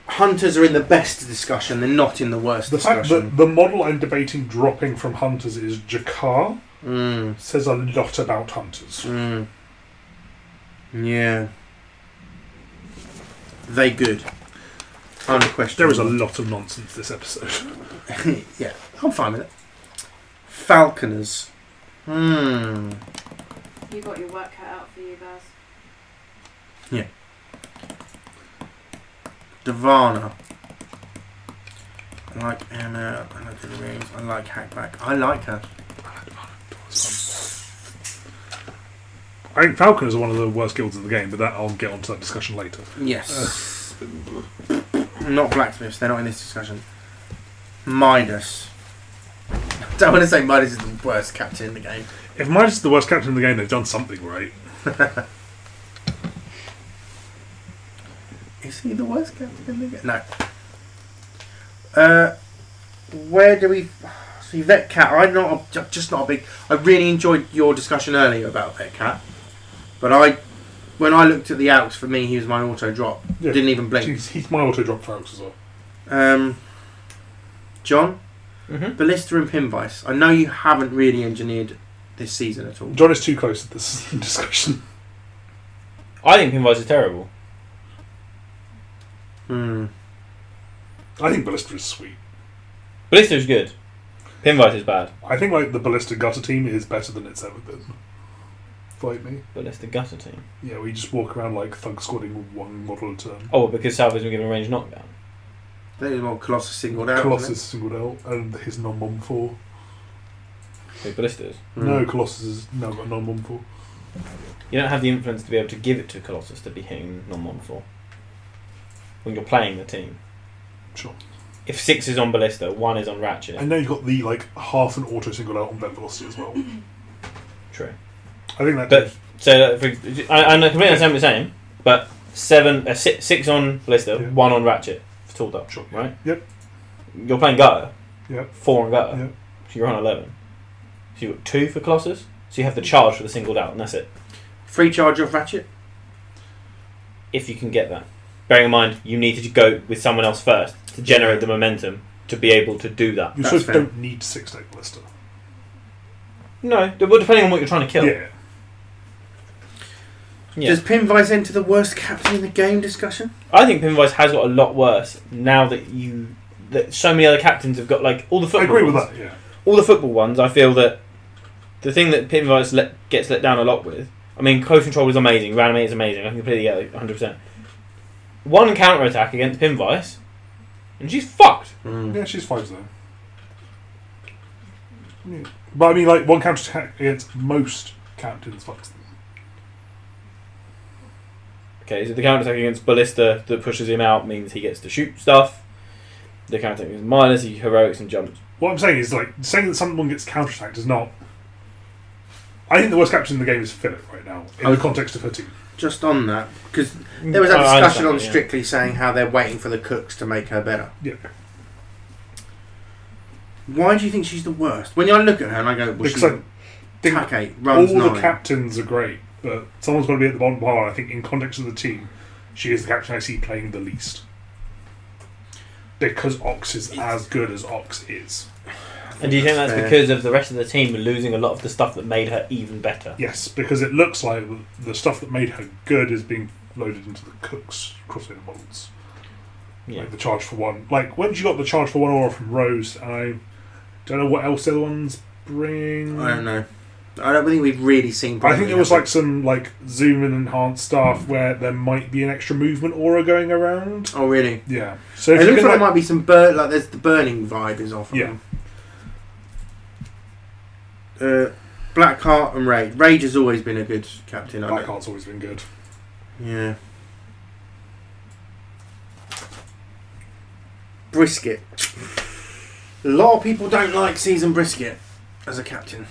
[SPEAKER 2] hunters are in the best discussion. They're not in the worst
[SPEAKER 3] The fact
[SPEAKER 2] discussion.
[SPEAKER 3] that the model I'm debating dropping from Hunters is Jakar
[SPEAKER 2] Mm,
[SPEAKER 3] says a lot about Hunters.
[SPEAKER 2] mm. Yeah. They good. Unquestionable.
[SPEAKER 3] There is a lot of nonsense this episode.
[SPEAKER 2] yeah, I'm fine with it. Falconers. Hmm.
[SPEAKER 4] You got your work cut out for you guys.
[SPEAKER 2] Divana. I like Anna. I like the rings. I like Hackback. I like her.
[SPEAKER 3] I think Falconers are one of the worst guilds in the game, but that I'll get onto that discussion later.
[SPEAKER 2] Yes. not blacksmiths. They're not in this discussion. Midas. I don't want to say Midas is the worst captain in the game.
[SPEAKER 3] If Midas is the worst captain in the game, they've done something right.
[SPEAKER 2] Is he the worst captain in the game? No. Uh, where do we? See Vetcat. I'm not a, ju- just not a big. I really enjoyed your discussion earlier about Vetcat, but I, when I looked at the outs for me, he was my auto drop.
[SPEAKER 3] Yeah.
[SPEAKER 2] Didn't even blink.
[SPEAKER 3] He's, he's my auto drop Falcons as well.
[SPEAKER 2] Um, John,
[SPEAKER 3] Mm-hmm.
[SPEAKER 5] Mhm.
[SPEAKER 2] Ballista and Pinvice. I know you haven't really engineered this season at all.
[SPEAKER 3] John is too close to this discussion.
[SPEAKER 5] I think Pinvice is terrible.
[SPEAKER 2] Hmm.
[SPEAKER 3] I think Ballista is sweet.
[SPEAKER 5] Ballista is good. Pinvice is bad.
[SPEAKER 3] I think like the Ballista Gutter team is better than it's ever been. Fight me.
[SPEAKER 5] Ballista gutter team.
[SPEAKER 3] Yeah, we just walk around like thug squatting one model at a turn.
[SPEAKER 5] Oh, because Salvage was given a range knockdown.
[SPEAKER 2] That is more Colossus singled out. wasn't
[SPEAKER 3] Colossus singled out and his non mom four.
[SPEAKER 5] Who Ballista
[SPEAKER 2] it?
[SPEAKER 5] is.
[SPEAKER 2] Hmm.
[SPEAKER 3] No, Colossus has now got non mom four.
[SPEAKER 5] You don't have the influence to be able to give it to Colossus to be hitting non one for. When you're playing the team.
[SPEAKER 3] Sure.
[SPEAKER 5] If six is on Ballista, one is on Ratchet.
[SPEAKER 3] And now you've got the like half an auto singled out on that velocity as well.
[SPEAKER 5] True.
[SPEAKER 3] I think that
[SPEAKER 5] But- So uh, for, I, I completely understand what you're saying, but seven, uh, six, six on Ballista,
[SPEAKER 3] Yeah.
[SPEAKER 5] one on Ratchet for tooled up,
[SPEAKER 3] Sure.
[SPEAKER 5] right?
[SPEAKER 3] Yep.
[SPEAKER 5] You're playing gutter.
[SPEAKER 3] Yep.
[SPEAKER 5] Four on gutter.
[SPEAKER 3] Yep.
[SPEAKER 5] So you're on eleven. So you've got two for Colossus. So you have the charge for the singled out, and that's it.
[SPEAKER 2] Free charge of Ratchet.
[SPEAKER 5] If you can get that, bearing in mind you needed to go with someone else first to generate the momentum to be able to do that.
[SPEAKER 3] you
[SPEAKER 2] That's
[SPEAKER 3] sort of
[SPEAKER 2] fair.
[SPEAKER 3] don't need six deck Ballista.
[SPEAKER 5] No, d- well, depending on what you're trying to kill.
[SPEAKER 3] Yeah.
[SPEAKER 5] Yeah.
[SPEAKER 2] Does Pinvice enter the worst captain in the game discussion?
[SPEAKER 5] I think Pinvice has got a lot worse now that you that so many other captains have got like all the
[SPEAKER 3] I
[SPEAKER 5] football.
[SPEAKER 3] agree with
[SPEAKER 5] ones-
[SPEAKER 3] that, yeah.
[SPEAKER 5] all the football ones, I feel that the thing that Pinvice let, gets let down a lot with, I mean, close control is amazing, reanimate is amazing, I can completely get it 100%. One counter attack against Pinvice, and she's fucked.
[SPEAKER 3] Yeah, she's five though. Yeah. But I mean, like one counter attack against most captains fucks them.
[SPEAKER 5] Okay, so the counter attack against Ballista that pushes him out means he gets to shoot stuff. The counter attack against Minus, he heroics and jumps.
[SPEAKER 3] What I'm saying is like saying that someone gets counter attacked is not. I think the worst captain in the game is Philip right now in
[SPEAKER 11] Oh.
[SPEAKER 3] the context of her team.
[SPEAKER 2] Just on that,
[SPEAKER 3] Mm.
[SPEAKER 2] because there was a
[SPEAKER 5] Oh, I
[SPEAKER 2] discussion on
[SPEAKER 5] understand that,
[SPEAKER 2] Strictly saying how they're waiting for the cooks to make her better.
[SPEAKER 3] Yeah.
[SPEAKER 11] Why do you think she's the worst? When I look at her and I go, well,
[SPEAKER 3] Because
[SPEAKER 11] she's
[SPEAKER 3] I think
[SPEAKER 11] tack eight,
[SPEAKER 3] all
[SPEAKER 11] runs
[SPEAKER 3] the
[SPEAKER 11] nine.
[SPEAKER 3] captains are great, but someone's got to be at the bottom bar. I think in context of the team, she is the captain I see playing the least. Because Ox is as good as Ox is.
[SPEAKER 1] And do you think that's
[SPEAKER 11] Fair.
[SPEAKER 1] because of the rest of the team losing a lot of the stuff that made her even better?
[SPEAKER 3] Yes, because it looks like the stuff that made her good is being loaded into the cook's crossover models.
[SPEAKER 1] Yeah.
[SPEAKER 3] Like the charge for one. Like when she got the charge for one aura from Rose, and I don't know what else the other one's bringing.
[SPEAKER 11] I don't know. I don't think we've really seen.
[SPEAKER 3] I think there was like some like zoom and enhanced stuff where there might be an extra movement aura going around.
[SPEAKER 11] Oh really?
[SPEAKER 3] Yeah. So if
[SPEAKER 11] it
[SPEAKER 3] you
[SPEAKER 11] looks
[SPEAKER 3] can
[SPEAKER 11] like there
[SPEAKER 3] like,
[SPEAKER 11] might be some burn. Like there's the burning vibe is off. of
[SPEAKER 3] Yeah.
[SPEAKER 11] them. Uh, Blackheart and Rage. Rage has always been a good captain. I know.
[SPEAKER 3] Blackheart's always been good.
[SPEAKER 11] Yeah. Brisket. A lot of people don't like seasoned brisket as a captain.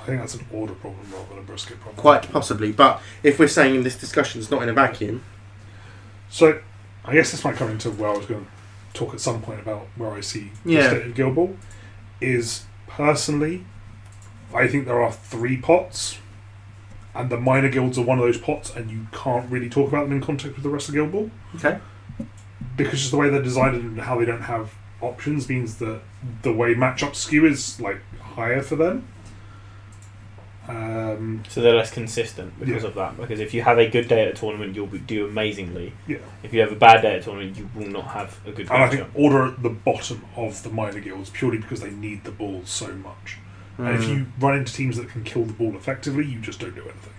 [SPEAKER 3] I think that's an order problem rather than a brisket problem.
[SPEAKER 11] Quite possibly, but if we're saying this discussion's not in a vacuum,
[SPEAKER 3] So I guess this might come into where I was going to talk at some point about where I see
[SPEAKER 11] Yeah.
[SPEAKER 3] the state of Gilball. Is personally, I think there are three pots, and the minor guilds are one of those pots, and you can't really talk about them in context with the rest of Guildball.
[SPEAKER 11] Okay.
[SPEAKER 3] Because just the way they're designed and how they don't have options means that the way matchup skew is like higher for them. Um,
[SPEAKER 1] So they're less consistent because
[SPEAKER 3] Yeah.
[SPEAKER 1] of that. Because if you have a good day at a tournament, you'll be- do amazingly.
[SPEAKER 3] Yeah.
[SPEAKER 1] If you have a bad day at a tournament, you will not have a good
[SPEAKER 3] And I
[SPEAKER 1] matchup.
[SPEAKER 3] think order at the bottom of the minor guilds purely because they need the ball so much. And
[SPEAKER 11] Hmm.
[SPEAKER 3] if you run into teams that can kill the ball effectively, you just don't do anything.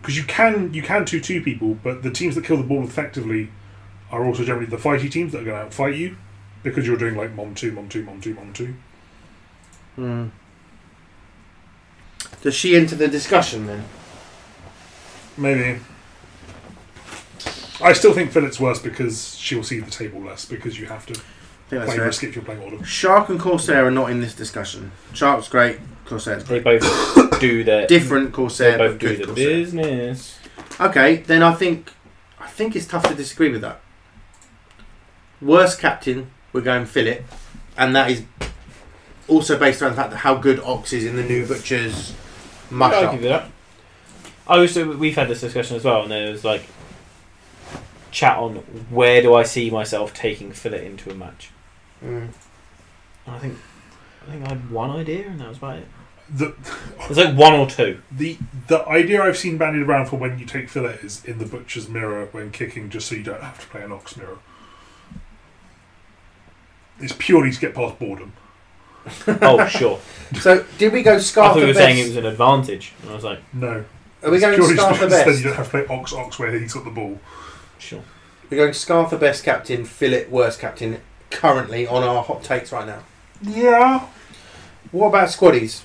[SPEAKER 3] Because you can you can two two people, but the teams that kill the ball effectively are also generally the fighty teams that are going to outfight you because you're doing like mom two mom two mom two mom two.
[SPEAKER 11] Mm. Does she enter the discussion then?
[SPEAKER 3] Maybe. I still think Philip's worse because she'll see the table less because you have to
[SPEAKER 11] I think that's
[SPEAKER 3] play
[SPEAKER 11] fair.
[SPEAKER 3] risk if you're playing order.
[SPEAKER 11] Shark and Corsair are not in this discussion. Shark's great, Corsair's
[SPEAKER 1] They
[SPEAKER 11] great.
[SPEAKER 1] both do their
[SPEAKER 11] Different Corsair,
[SPEAKER 1] They both
[SPEAKER 11] but
[SPEAKER 1] do
[SPEAKER 11] good
[SPEAKER 1] the
[SPEAKER 11] Corsair.
[SPEAKER 1] business.
[SPEAKER 11] Okay, then I think I think it's tough to disagree with that. Worst captain, we're going Philip, and that is also based around the fact that how good Ox is in the new Butchers mush
[SPEAKER 1] I'll
[SPEAKER 11] up.
[SPEAKER 1] give you that. I also we've had this discussion as well, and there was like chat on where do I see myself taking Philip into a match,
[SPEAKER 2] Mm.
[SPEAKER 1] and I think I think I had one idea, and that was about it.
[SPEAKER 3] The
[SPEAKER 1] There's like one or two.
[SPEAKER 3] The the idea I've seen bandied around for when you take fillet is in the butcher's mirror when kicking, just so you don't have to play an ox mirror. It's purely to get past boredom.
[SPEAKER 1] Oh sure,
[SPEAKER 2] So did we go
[SPEAKER 1] I
[SPEAKER 2] scarf
[SPEAKER 1] thought you
[SPEAKER 2] the
[SPEAKER 1] were
[SPEAKER 2] best?
[SPEAKER 1] saying it was an advantage, and I was like
[SPEAKER 3] No,
[SPEAKER 2] Are we
[SPEAKER 3] it's
[SPEAKER 2] going scarf the
[SPEAKER 3] because Then you
[SPEAKER 2] best?
[SPEAKER 3] don't have to play ox ox where he's got the ball.
[SPEAKER 1] sure.
[SPEAKER 2] We're going scarf the best captain, Philip worst captain currently on our hot takes right now.
[SPEAKER 3] Yeah,
[SPEAKER 2] What about squaddies?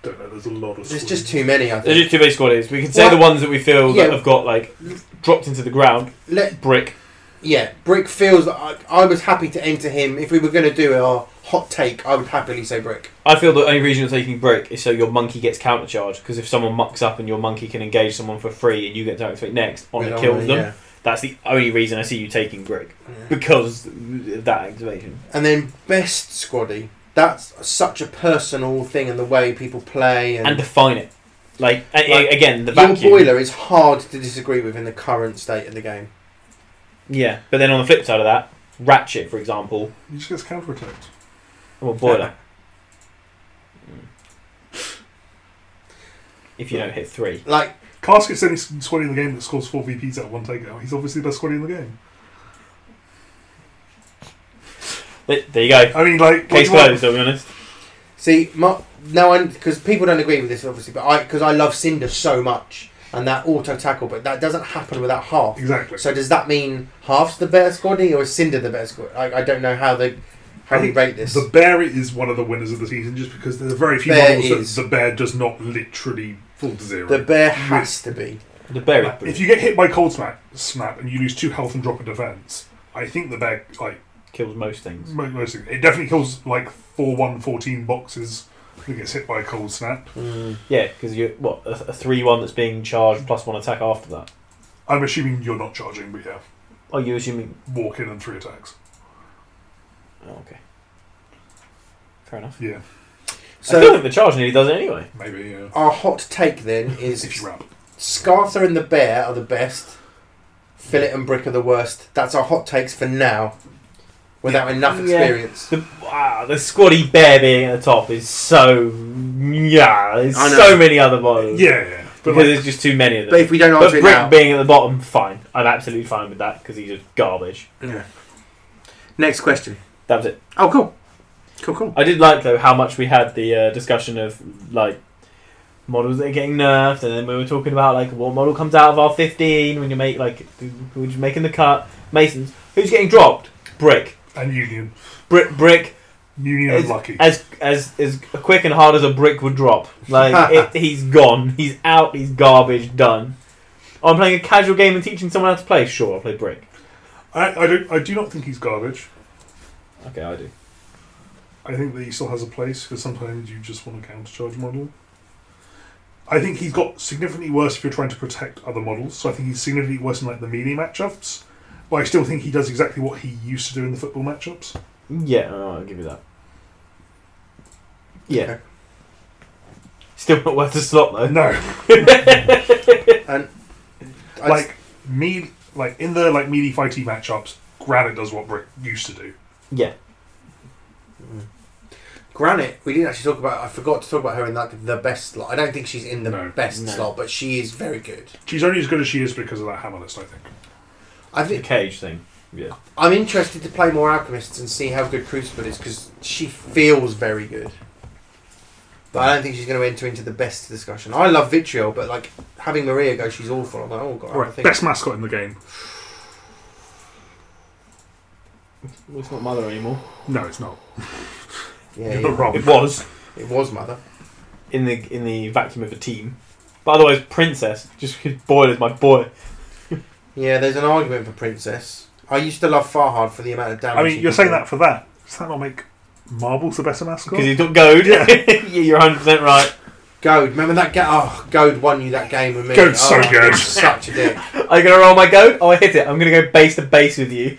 [SPEAKER 3] don't know. There's a lot of.
[SPEAKER 2] There's just too many, I
[SPEAKER 1] There's
[SPEAKER 2] think.
[SPEAKER 1] just two base squaddies. We can say
[SPEAKER 2] Well,
[SPEAKER 1] the ones that we feel
[SPEAKER 2] yeah.
[SPEAKER 1] that have got like dropped into the ground.
[SPEAKER 2] Let
[SPEAKER 1] Brick.
[SPEAKER 2] yeah, Brick feels that I, I was happy to enter him. If we were going to do our hot take, I would happily say Brick.
[SPEAKER 1] I feel the only reason you're taking brick is so your monkey gets countercharged. Because if someone mucks up and your monkey can engage someone for free and you get to activate next, on
[SPEAKER 2] With
[SPEAKER 1] it
[SPEAKER 2] our-
[SPEAKER 1] kills them.
[SPEAKER 2] yeah.
[SPEAKER 1] That's the only reason I see you taking brick
[SPEAKER 2] Yeah.
[SPEAKER 1] because of that activation.
[SPEAKER 2] And then best squaddy. That's such a personal thing, and the way people play and,
[SPEAKER 1] And define it. Like, a- a-
[SPEAKER 2] Like,
[SPEAKER 1] again, the
[SPEAKER 2] your
[SPEAKER 1] vacuum.
[SPEAKER 2] boiler is hard to disagree with in the current state of the game.
[SPEAKER 1] Yeah, but then on the flip side of that, ratchet, for example,
[SPEAKER 3] He just gets counterattacked.
[SPEAKER 1] or boiler. Mm. if you don't hit three,
[SPEAKER 2] Like
[SPEAKER 3] Casket's the only squad in the game that scores four VPs at one takedown. He's obviously the best squad in the game.
[SPEAKER 1] Th- there you go.
[SPEAKER 3] I mean, like
[SPEAKER 1] Case
[SPEAKER 3] what do you
[SPEAKER 1] closed. I'll be honest.
[SPEAKER 2] See, my, now I because people don't agree with this, obviously, but I because I love Cinder so much and that auto tackle, but that doesn't happen without
[SPEAKER 3] want?
[SPEAKER 2] half.
[SPEAKER 3] Exactly.
[SPEAKER 2] So does that mean half's the better squaddy or is Cinder the better squad? I, I don't know how they how
[SPEAKER 3] I
[SPEAKER 2] we
[SPEAKER 3] think
[SPEAKER 2] rate this.
[SPEAKER 3] The bear is one of the winners of the season just because there's very few
[SPEAKER 2] Bear
[SPEAKER 3] models
[SPEAKER 2] is.
[SPEAKER 3] that the bear does not literally fall to zero.
[SPEAKER 2] The bear has to be.
[SPEAKER 1] The berry.
[SPEAKER 3] Like, if you get hit by cold snap, snap and you lose two health and drop a defense, I think the bag like
[SPEAKER 1] kills most things.
[SPEAKER 3] mo- most of- it definitely kills like four one fourteen boxes that gets hit by a cold snap.
[SPEAKER 1] Yeah, because you what a, a three-one that's being charged plus one attack after that.
[SPEAKER 3] I'm assuming you're not charging, but yeah,
[SPEAKER 1] Oh, you assuming?
[SPEAKER 3] walk in and three attacks.
[SPEAKER 1] Oh, okay. Fair enough.
[SPEAKER 3] Yeah,
[SPEAKER 1] I feel
[SPEAKER 2] So
[SPEAKER 1] like the charge nearly does it anyway.
[SPEAKER 3] maybe. Yeah.
[SPEAKER 2] our hot take then is
[SPEAKER 3] If you rap.
[SPEAKER 2] Scartha and the Bear are the best. Fillet and Brick are the worst. That's our hot takes for now. Without enough
[SPEAKER 1] Yeah.
[SPEAKER 2] experience.
[SPEAKER 1] The, wow, the squatty bear being at the top is so yeah. There's
[SPEAKER 11] I know.
[SPEAKER 1] so many other models.
[SPEAKER 3] Yeah, yeah. But
[SPEAKER 1] because
[SPEAKER 3] like,
[SPEAKER 1] there's just too many of them.
[SPEAKER 11] But if we don't
[SPEAKER 1] But
[SPEAKER 11] answer it
[SPEAKER 1] Brick
[SPEAKER 11] now,
[SPEAKER 1] being at the bottom, fine. I'm absolutely fine with that because he's just garbage.
[SPEAKER 11] next question.
[SPEAKER 1] That was it.
[SPEAKER 11] Oh, cool, cool, cool.
[SPEAKER 1] I did like though how much we had the uh, discussion of like models that are getting nerfed, and then we were talking about like what model comes out of our 15 when you make like who's making the cut. Masons, who's getting dropped? Brick,
[SPEAKER 3] and Union,
[SPEAKER 1] Brick, Brick.
[SPEAKER 3] Union
[SPEAKER 1] It's-
[SPEAKER 3] and Lucky.
[SPEAKER 1] As as as quick and hard as a brick would drop. Like it, he's gone. He's out. He's garbage. Done. Oh, I'm playing a casual game and teaching someone how to play. Sure, I'll play brick.
[SPEAKER 3] I, I don't. I do not think he's garbage.
[SPEAKER 1] Okay, I do.
[SPEAKER 3] I think that he still has a place because sometimes you just want a countercharge model. I think he's got significantly worse if you're trying to protect other models. So I think he's significantly worse in like the melee matchups. But I still think he does exactly what he used to do in the football matchups.
[SPEAKER 1] Yeah, no, I'll give you that. Yeah.
[SPEAKER 2] Okay.
[SPEAKER 1] Still not worth a slot though.
[SPEAKER 3] No,
[SPEAKER 2] I
[SPEAKER 3] like me, like in the like melee fighty matchups, Granite does what Brick used to do.
[SPEAKER 1] Yeah.
[SPEAKER 2] Granite, we didn't actually talk about. I forgot to talk about her in like the best slot. I don't think she's in the
[SPEAKER 3] No.
[SPEAKER 2] best
[SPEAKER 1] No.
[SPEAKER 2] slot, but she is very good.
[SPEAKER 3] She's only as good as she is because of that hammer list, I think.
[SPEAKER 2] I
[SPEAKER 1] The
[SPEAKER 2] think
[SPEAKER 1] cage thing. Yeah.
[SPEAKER 2] I'm interested to play more alchemists and see how good Crucible is because she feels very good. But I don't think she's going to enter into the best discussion. I love Vitriol, but like having Maria go, she's awful. I'm like, oh god, I
[SPEAKER 3] Right,
[SPEAKER 2] think
[SPEAKER 3] best mascot in the game.
[SPEAKER 1] Well, it's not mother anymore.
[SPEAKER 3] No, it's not.
[SPEAKER 2] yeah,
[SPEAKER 3] You're
[SPEAKER 2] yeah.
[SPEAKER 3] wrong.
[SPEAKER 1] It was
[SPEAKER 2] it was mother.
[SPEAKER 1] in the in the vacuum of a team. But otherwise, princess just because boy is my boy.
[SPEAKER 2] Yeah, there's an argument for Princess. I used to love Farhad for the amount of damage.
[SPEAKER 3] I
[SPEAKER 2] he
[SPEAKER 3] mean, you're
[SPEAKER 2] could
[SPEAKER 3] saying
[SPEAKER 2] do.
[SPEAKER 3] that for that. Does that not make marbles the better mascot?
[SPEAKER 1] Because he took gold. Yeah, you're 100 percent right.
[SPEAKER 2] Goad, remember that guy? Oh, Goad won you that game with me.
[SPEAKER 3] Goad's
[SPEAKER 2] oh,
[SPEAKER 3] so good.
[SPEAKER 2] such a dick.
[SPEAKER 1] Are you gonna roll my goat? Oh, I hit it. I'm gonna go base to base with you.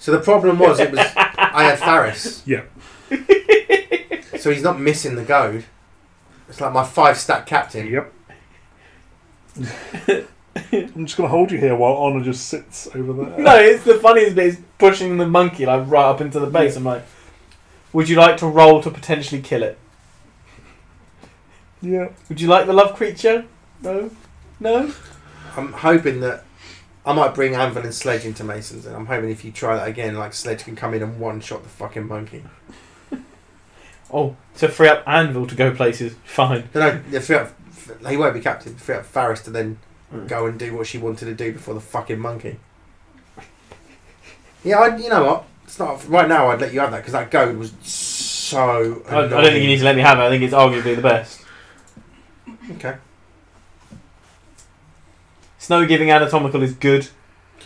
[SPEAKER 2] So the problem was it was I had Faris.
[SPEAKER 3] Yeah.
[SPEAKER 2] so he's not missing the goad. It's like my five stack captain.
[SPEAKER 3] Yep. I'm just gonna hold you here while Honor just sits over there.
[SPEAKER 1] No, it's the funniest bit is pushing the monkey like right up into the base. I'm like, would you like to roll to potentially kill it?
[SPEAKER 3] Yeah.
[SPEAKER 1] Would you like the love creature? No, no.
[SPEAKER 2] I'm hoping that I might bring Anvil and Sledge into Masons, and I'm hoping if you try that again, like Sledge can come in and one shot the fucking monkey.
[SPEAKER 1] Oh, to free up Anvil to go places. Fine.
[SPEAKER 2] No, no, yeah, free up, he won't be captain. Free up Faris to then
[SPEAKER 1] Mm.
[SPEAKER 2] go and do what she wanted to do before the fucking monkey. Yeah, I, you know what? It's not right now. I'd let you have that because that goad was so.
[SPEAKER 1] I, I don't
[SPEAKER 2] annoying.
[SPEAKER 1] think you need to let me have it. I think it's arguably the best.
[SPEAKER 2] Okay.
[SPEAKER 1] Snow giving anatomical is good.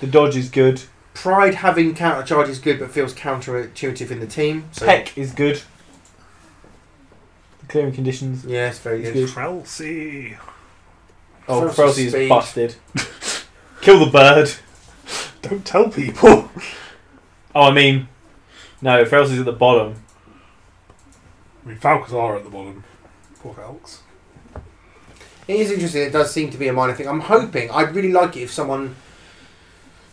[SPEAKER 1] The dodge is good.
[SPEAKER 2] Pride having counter charge is good, but feels counterintuitive in the team. So
[SPEAKER 1] Peck is good. The clearing conditions.
[SPEAKER 2] yeah, it's very good.
[SPEAKER 1] It's
[SPEAKER 3] Trelsey.
[SPEAKER 1] Oh,
[SPEAKER 2] Ferocity
[SPEAKER 1] Frosty is
[SPEAKER 2] speed.
[SPEAKER 1] busted. Kill the bird.
[SPEAKER 3] Don't tell people.
[SPEAKER 1] Oh, I mean, no, Ferocity is at the bottom.
[SPEAKER 3] I mean, Falcons are at the bottom. Poor Falcons.
[SPEAKER 2] It is interesting. It does seem to be a minor thing. I'm hoping. I'd really like it if someone.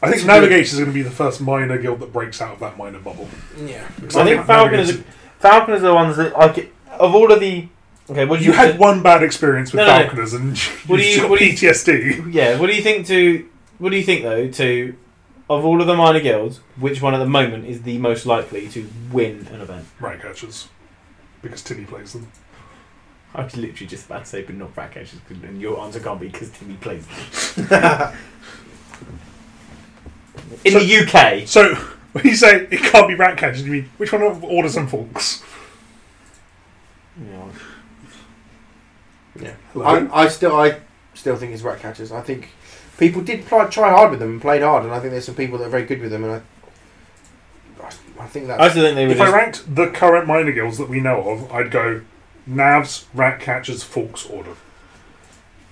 [SPEAKER 3] I think Navigators is going to be the first minor guild that breaks out of that minor bubble.
[SPEAKER 2] Yeah.
[SPEAKER 3] Because
[SPEAKER 1] I think Falcon is,
[SPEAKER 3] Navigators-
[SPEAKER 1] Falcon is the ones that like of all of the. Okay, what do you,
[SPEAKER 3] You had one bad experience with
[SPEAKER 1] No, no, no.
[SPEAKER 3] Falconers and
[SPEAKER 1] What do
[SPEAKER 3] you've
[SPEAKER 1] you-
[SPEAKER 3] got
[SPEAKER 1] what do you-
[SPEAKER 3] PTSD.
[SPEAKER 1] Yeah, what do you think? To what do you think though? To of all of the minor guilds, which one at the moment is the most likely to win an event?
[SPEAKER 3] Right catchers. Because Timmy plays them.
[SPEAKER 1] I was literally just about to say, but not Rat Catchers, and your answer can't be because Timmy plays. In the UK,
[SPEAKER 3] So, when you say it can't be rat catchers, you mean which one of orders and forks?
[SPEAKER 2] Yeah.
[SPEAKER 3] Hello?
[SPEAKER 2] I, I still I still think it's rat catchers. I think people did try, try hard with them and played hard, and I think there's some people that are very good with them, and I. I- I think
[SPEAKER 1] I
[SPEAKER 2] that.
[SPEAKER 1] still think they would.
[SPEAKER 3] If I
[SPEAKER 1] Just,
[SPEAKER 3] ranked the current minor guilds that we know of, I'd go Navs, Rat Catchers, Forks order.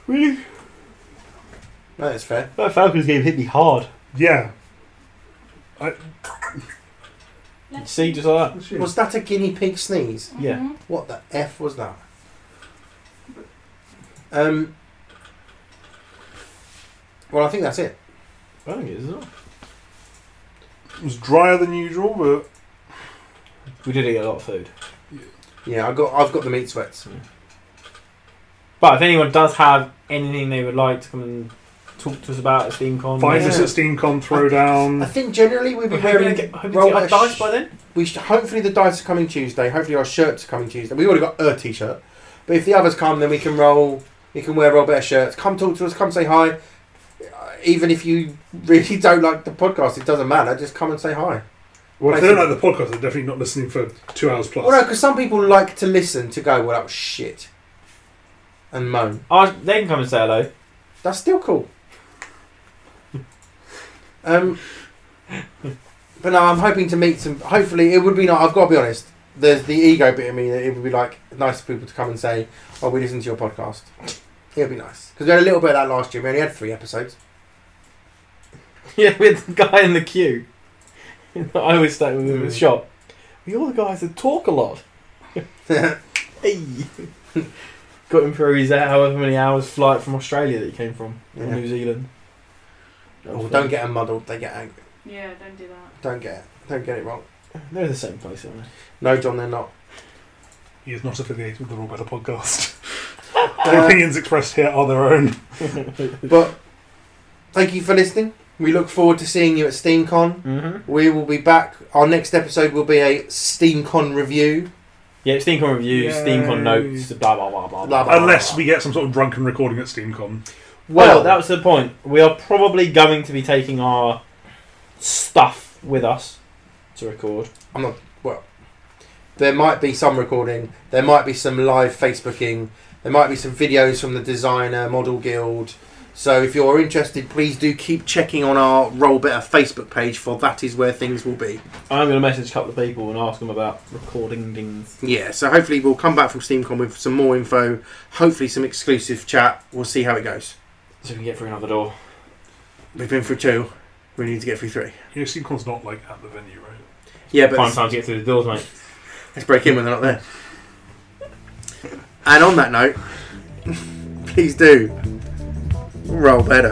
[SPEAKER 1] really,
[SPEAKER 2] No, that's fair.
[SPEAKER 1] that Falcons game hit me hard.
[SPEAKER 3] Yeah. I,
[SPEAKER 6] See, just like that.
[SPEAKER 3] Shit.
[SPEAKER 2] Was that a guinea pig sneeze?
[SPEAKER 1] Yeah.
[SPEAKER 4] Mhm.
[SPEAKER 2] What the f was that? Um. Well, I think that's it.
[SPEAKER 1] I don't think it is at all.
[SPEAKER 3] It was drier than usual, but
[SPEAKER 1] We did eat a lot of food.
[SPEAKER 2] Yeah, I got I've got the meat sweats.
[SPEAKER 1] But if anyone does have anything they would like to come and talk to us about at SteamCon,
[SPEAKER 3] find
[SPEAKER 2] Oh, yeah.
[SPEAKER 3] us at SteamCon Throwdown.
[SPEAKER 2] I think generally we've
[SPEAKER 1] We're
[SPEAKER 2] been
[SPEAKER 1] hoping to
[SPEAKER 2] wearing.
[SPEAKER 1] get hoping to
[SPEAKER 2] roll
[SPEAKER 1] get our
[SPEAKER 2] a
[SPEAKER 1] dice
[SPEAKER 2] sh-
[SPEAKER 1] by then.
[SPEAKER 2] We should, hopefully the dice are coming Tuesday. Hopefully our shirts are coming Tuesday. We already got a t-shirt, but if the others come, then we can roll. We can wear roll better shirts. Come talk to us. Come say hi. Uh, Even if you really don't like the podcast, it doesn't matter. Just come and say hi.
[SPEAKER 3] well, if they don't like the podcast, they're definitely not listening for two hours plus.
[SPEAKER 2] Well, no, because some people like to listen to go, well, that was shit, and moan.
[SPEAKER 1] Our, Oh, they can come and say hello.
[SPEAKER 2] That's still cool. um, but no, I'm hoping to meet some. Hopefully, it would be not. I've got to be honest. There's the ego bit of me that it would be like nice for people to come and say, "Oh, we listened to your podcast." It'd be nice because we had a little bit of that last year. We only had three episodes.
[SPEAKER 1] yeah, with the guy in the queue. I always stay with him in the
[SPEAKER 2] Mm.
[SPEAKER 1] shop. You're the guys that talk a lot. hey. Got him through his uh, however many hours flight from Australia that he came from, or
[SPEAKER 2] Yeah.
[SPEAKER 1] New Zealand. That was
[SPEAKER 2] Oh,
[SPEAKER 1] fun.
[SPEAKER 2] don't get 'em muddled. They get angry.
[SPEAKER 4] Yeah, don't do that.
[SPEAKER 2] Don't get it. Don't get it wrong.
[SPEAKER 1] They're the same place, aren't they?
[SPEAKER 2] No, John, they're not.
[SPEAKER 3] He is not affiliated with the Raw Better podcast. the
[SPEAKER 2] Uh,
[SPEAKER 3] opinions expressed here are their own.
[SPEAKER 2] but thank you for listening. We look forward to seeing you at SteamCon.
[SPEAKER 1] Mm-hmm.
[SPEAKER 2] We will be back. Our next episode will be a SteamCon review.
[SPEAKER 1] Yeah, SteamCon reviews, SteamCon
[SPEAKER 3] Yay.
[SPEAKER 1] notes, blah blah blah blah. blah.
[SPEAKER 2] Blah, blah.
[SPEAKER 3] Unless we get some sort of drunken recording at SteamCon.
[SPEAKER 1] Well, that was the point. We are probably going to be taking our stuff with us to record.
[SPEAKER 2] There might be some recording. There might be some live Facebooking. There might be some videos from the designer model guild. So if you're interested, please do keep checking on our Roll Better Facebook page, for that is where things will be.
[SPEAKER 1] I'm going to message a couple of people and ask them about recording things.
[SPEAKER 2] Yeah. So hopefully we'll come back from SteamCon with some more info. Hopefully some exclusive chat. We'll see how it goes.
[SPEAKER 1] So we can get through another door.
[SPEAKER 2] We've been through two. We need to get through three.
[SPEAKER 3] Yeah, SteamCon's not like at the venue, right?
[SPEAKER 2] Yeah, but
[SPEAKER 1] Prime
[SPEAKER 2] let's,
[SPEAKER 1] time to get through the doors, mate.
[SPEAKER 2] let's break in when they're not there. And on that note, please do roll better.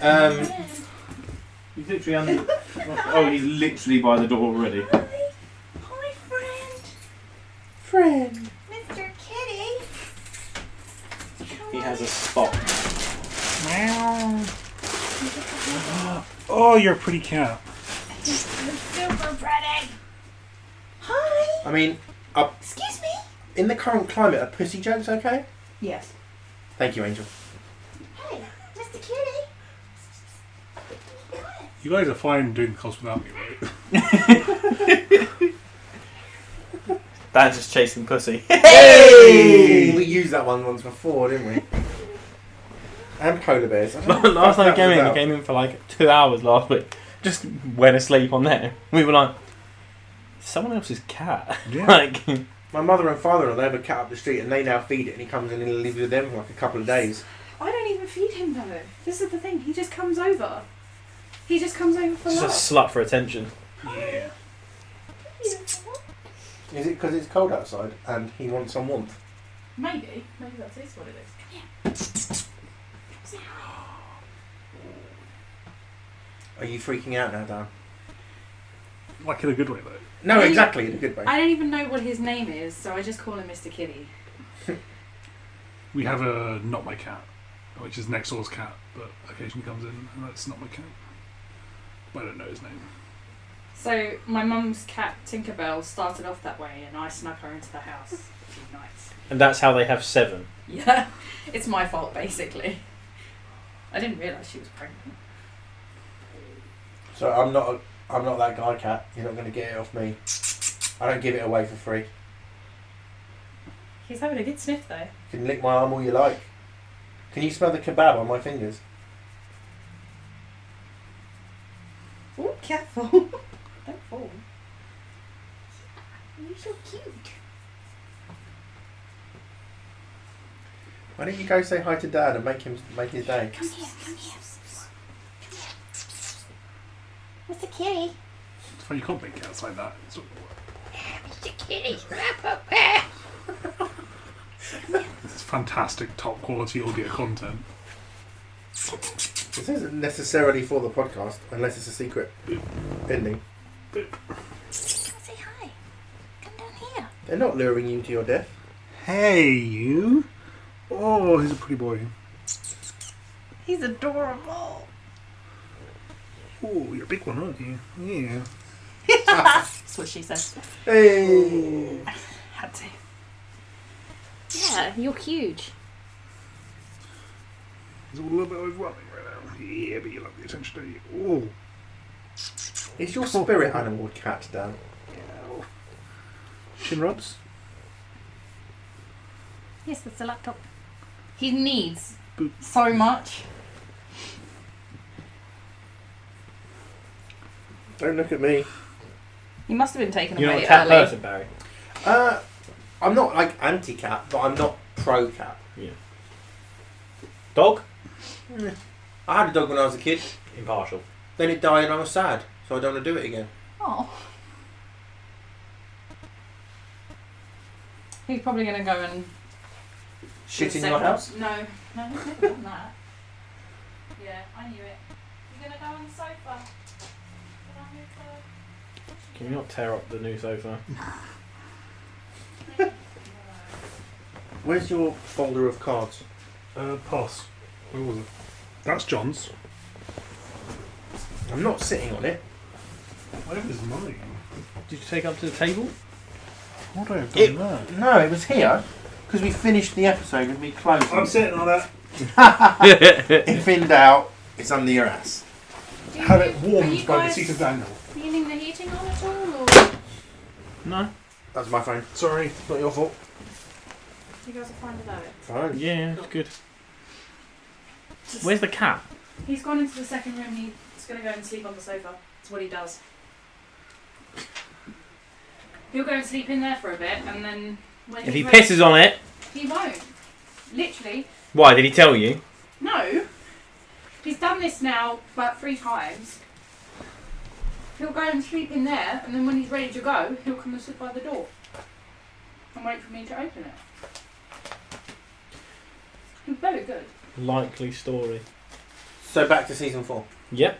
[SPEAKER 2] Um,
[SPEAKER 5] He's literally under. oh, he's literally by the door already.
[SPEAKER 4] Hi, friend.
[SPEAKER 2] friend.
[SPEAKER 4] Mr. Kitty.
[SPEAKER 5] He has a spot.
[SPEAKER 3] Oh, you're a pretty cat.
[SPEAKER 4] Super pretty. Hi.
[SPEAKER 2] I mean,
[SPEAKER 4] Excuse me.
[SPEAKER 2] in the current climate, are pussy jokes okay?
[SPEAKER 4] Yes.
[SPEAKER 2] Thank you, Angel.
[SPEAKER 4] Hey, Mr. Kitty.
[SPEAKER 3] You guys are fine doing the cos without me, right?
[SPEAKER 5] Dan's just chasing pussy.
[SPEAKER 2] Hey! We used that one once before, didn't we? and polar bears. I don't know what
[SPEAKER 1] last
[SPEAKER 2] the
[SPEAKER 1] time we
[SPEAKER 2] fuck
[SPEAKER 1] came in,
[SPEAKER 2] that
[SPEAKER 1] we
[SPEAKER 2] was
[SPEAKER 1] came in for like two hours last week. Just went asleep on there. We were like, someone else's cat. like,
[SPEAKER 2] about. My mother and father-in-law they have a cat up the street, and they now feed it, and he comes in and lives with them for like a couple of days.
[SPEAKER 4] I don't even feed him though. This is the thing. He just comes over. He just comes over for
[SPEAKER 1] just a slut
[SPEAKER 4] love.
[SPEAKER 1] for attention.
[SPEAKER 3] Yeah.
[SPEAKER 2] Is it because it's cold outside and he wants some warmth?
[SPEAKER 4] Maybe. Maybe that is what it is. Come here.
[SPEAKER 2] Are you freaking out now, Dan?
[SPEAKER 3] Like in a good way though.
[SPEAKER 2] No,
[SPEAKER 4] Really?
[SPEAKER 2] exactly. In a good way.
[SPEAKER 4] I don't even know what his name is, so I just call him Mr. Kitty.
[SPEAKER 3] We have a not my cat, which is next door's cat, but occasionally comes in, and that's not my cat. But I don't know his name.
[SPEAKER 4] So my mum's cat Tinkerbell started off that way, and I snuck her into the house a few nights.
[SPEAKER 1] And that's how they have seven.
[SPEAKER 4] Yeah, it's my fault basically. I didn't realise she was pregnant.
[SPEAKER 2] So I'm not. A, I'm not that guy, cat. You're not going to get it off me. I don't give it away for free. You
[SPEAKER 4] He's having a good sniff though.
[SPEAKER 2] can lick my arm all you like. Can you smell the kebab on my fingers?
[SPEAKER 4] Oh, careful! Don't fall.
[SPEAKER 12] You're so cute.
[SPEAKER 2] Why don't you go say hi to Dad and make him make his day?
[SPEAKER 12] Come here, come here. Mr. Kitty.
[SPEAKER 3] That's why you can't make cats like that. It's not gonna work.
[SPEAKER 12] Mr. Kitty, wrap up there.
[SPEAKER 3] It's fantastic, top quality audio content.
[SPEAKER 2] This isn't necessarily for the podcast, unless it's a secret ending.
[SPEAKER 12] Come say hi. Come down here.
[SPEAKER 2] They're not luring you to your death.
[SPEAKER 3] Hey, you. Oh, he's a pretty boy.
[SPEAKER 4] He's adorable.
[SPEAKER 3] Oh, you're a big one, aren't you? Yeah.
[SPEAKER 4] That's what she says.
[SPEAKER 2] Hey.
[SPEAKER 4] Had to.
[SPEAKER 12] Yeah, you're huge.
[SPEAKER 3] He's all a little bit overwhelming right now. Yeah, but you love the attention, don't you?
[SPEAKER 2] It's your spirit animal cat, Dan.
[SPEAKER 3] Oh. Shin rubs?
[SPEAKER 12] Yes, that's a laptop.
[SPEAKER 4] He needs
[SPEAKER 3] Boop.
[SPEAKER 4] so much.
[SPEAKER 2] Don't look at me.
[SPEAKER 4] He must have been taken
[SPEAKER 1] You're not
[SPEAKER 4] away
[SPEAKER 1] a cat
[SPEAKER 4] early.
[SPEAKER 1] person, Barry.
[SPEAKER 2] Uh, I'm not like anti cat, but I'm not pro cat.
[SPEAKER 1] Dog?
[SPEAKER 2] I had a dog when I was a kid,
[SPEAKER 1] Impartial.
[SPEAKER 2] then it died and I was sad, so I don't want to do it again.
[SPEAKER 4] Oh. He's probably gonna go and
[SPEAKER 2] Shit in
[SPEAKER 4] Second-
[SPEAKER 2] your house?
[SPEAKER 4] No, no, he's never done that. Yeah, I knew it. He's gonna go on the sofa. Can I move the-
[SPEAKER 1] Can you not tear up the new sofa?
[SPEAKER 2] Where's your folder of cards?
[SPEAKER 3] Uh, pass. Where was it? That's John's.
[SPEAKER 2] I'm not sitting on it.
[SPEAKER 3] Where is mine?
[SPEAKER 1] Did you take up to the table?
[SPEAKER 3] What I have
[SPEAKER 2] done
[SPEAKER 3] there?
[SPEAKER 2] No, it was here because we finished the episode with me closing.
[SPEAKER 3] I'm sitting on that.
[SPEAKER 2] If in doubt, it's under your ass.
[SPEAKER 4] Do you
[SPEAKER 3] Have it
[SPEAKER 4] think- are you
[SPEAKER 3] warmed by the
[SPEAKER 4] guys
[SPEAKER 3] seat of Daniel.
[SPEAKER 4] Feeling the heating on at all, or
[SPEAKER 1] No.
[SPEAKER 2] That's my phone.
[SPEAKER 3] Sorry.
[SPEAKER 2] It's not your fault.
[SPEAKER 4] you guys are fine without it?
[SPEAKER 2] Fine.
[SPEAKER 1] Yeah, it's good. Where's the cat?
[SPEAKER 4] He's gone into the second room. He's gonna go and sleep on the sofa. That's what he does. He'll go and sleep in there for a bit, and then when
[SPEAKER 1] If he
[SPEAKER 4] he's ready-
[SPEAKER 1] pisses on it,
[SPEAKER 4] he won't. Literally,
[SPEAKER 1] why did he tell you?
[SPEAKER 4] No. He's done this now about three times. He'll go and sleep in there, and then when he's ready to go, he'll come and sit by the door and wait for me to open it. He's very good.
[SPEAKER 1] Likely story.
[SPEAKER 2] So back to season four.
[SPEAKER 1] Yep.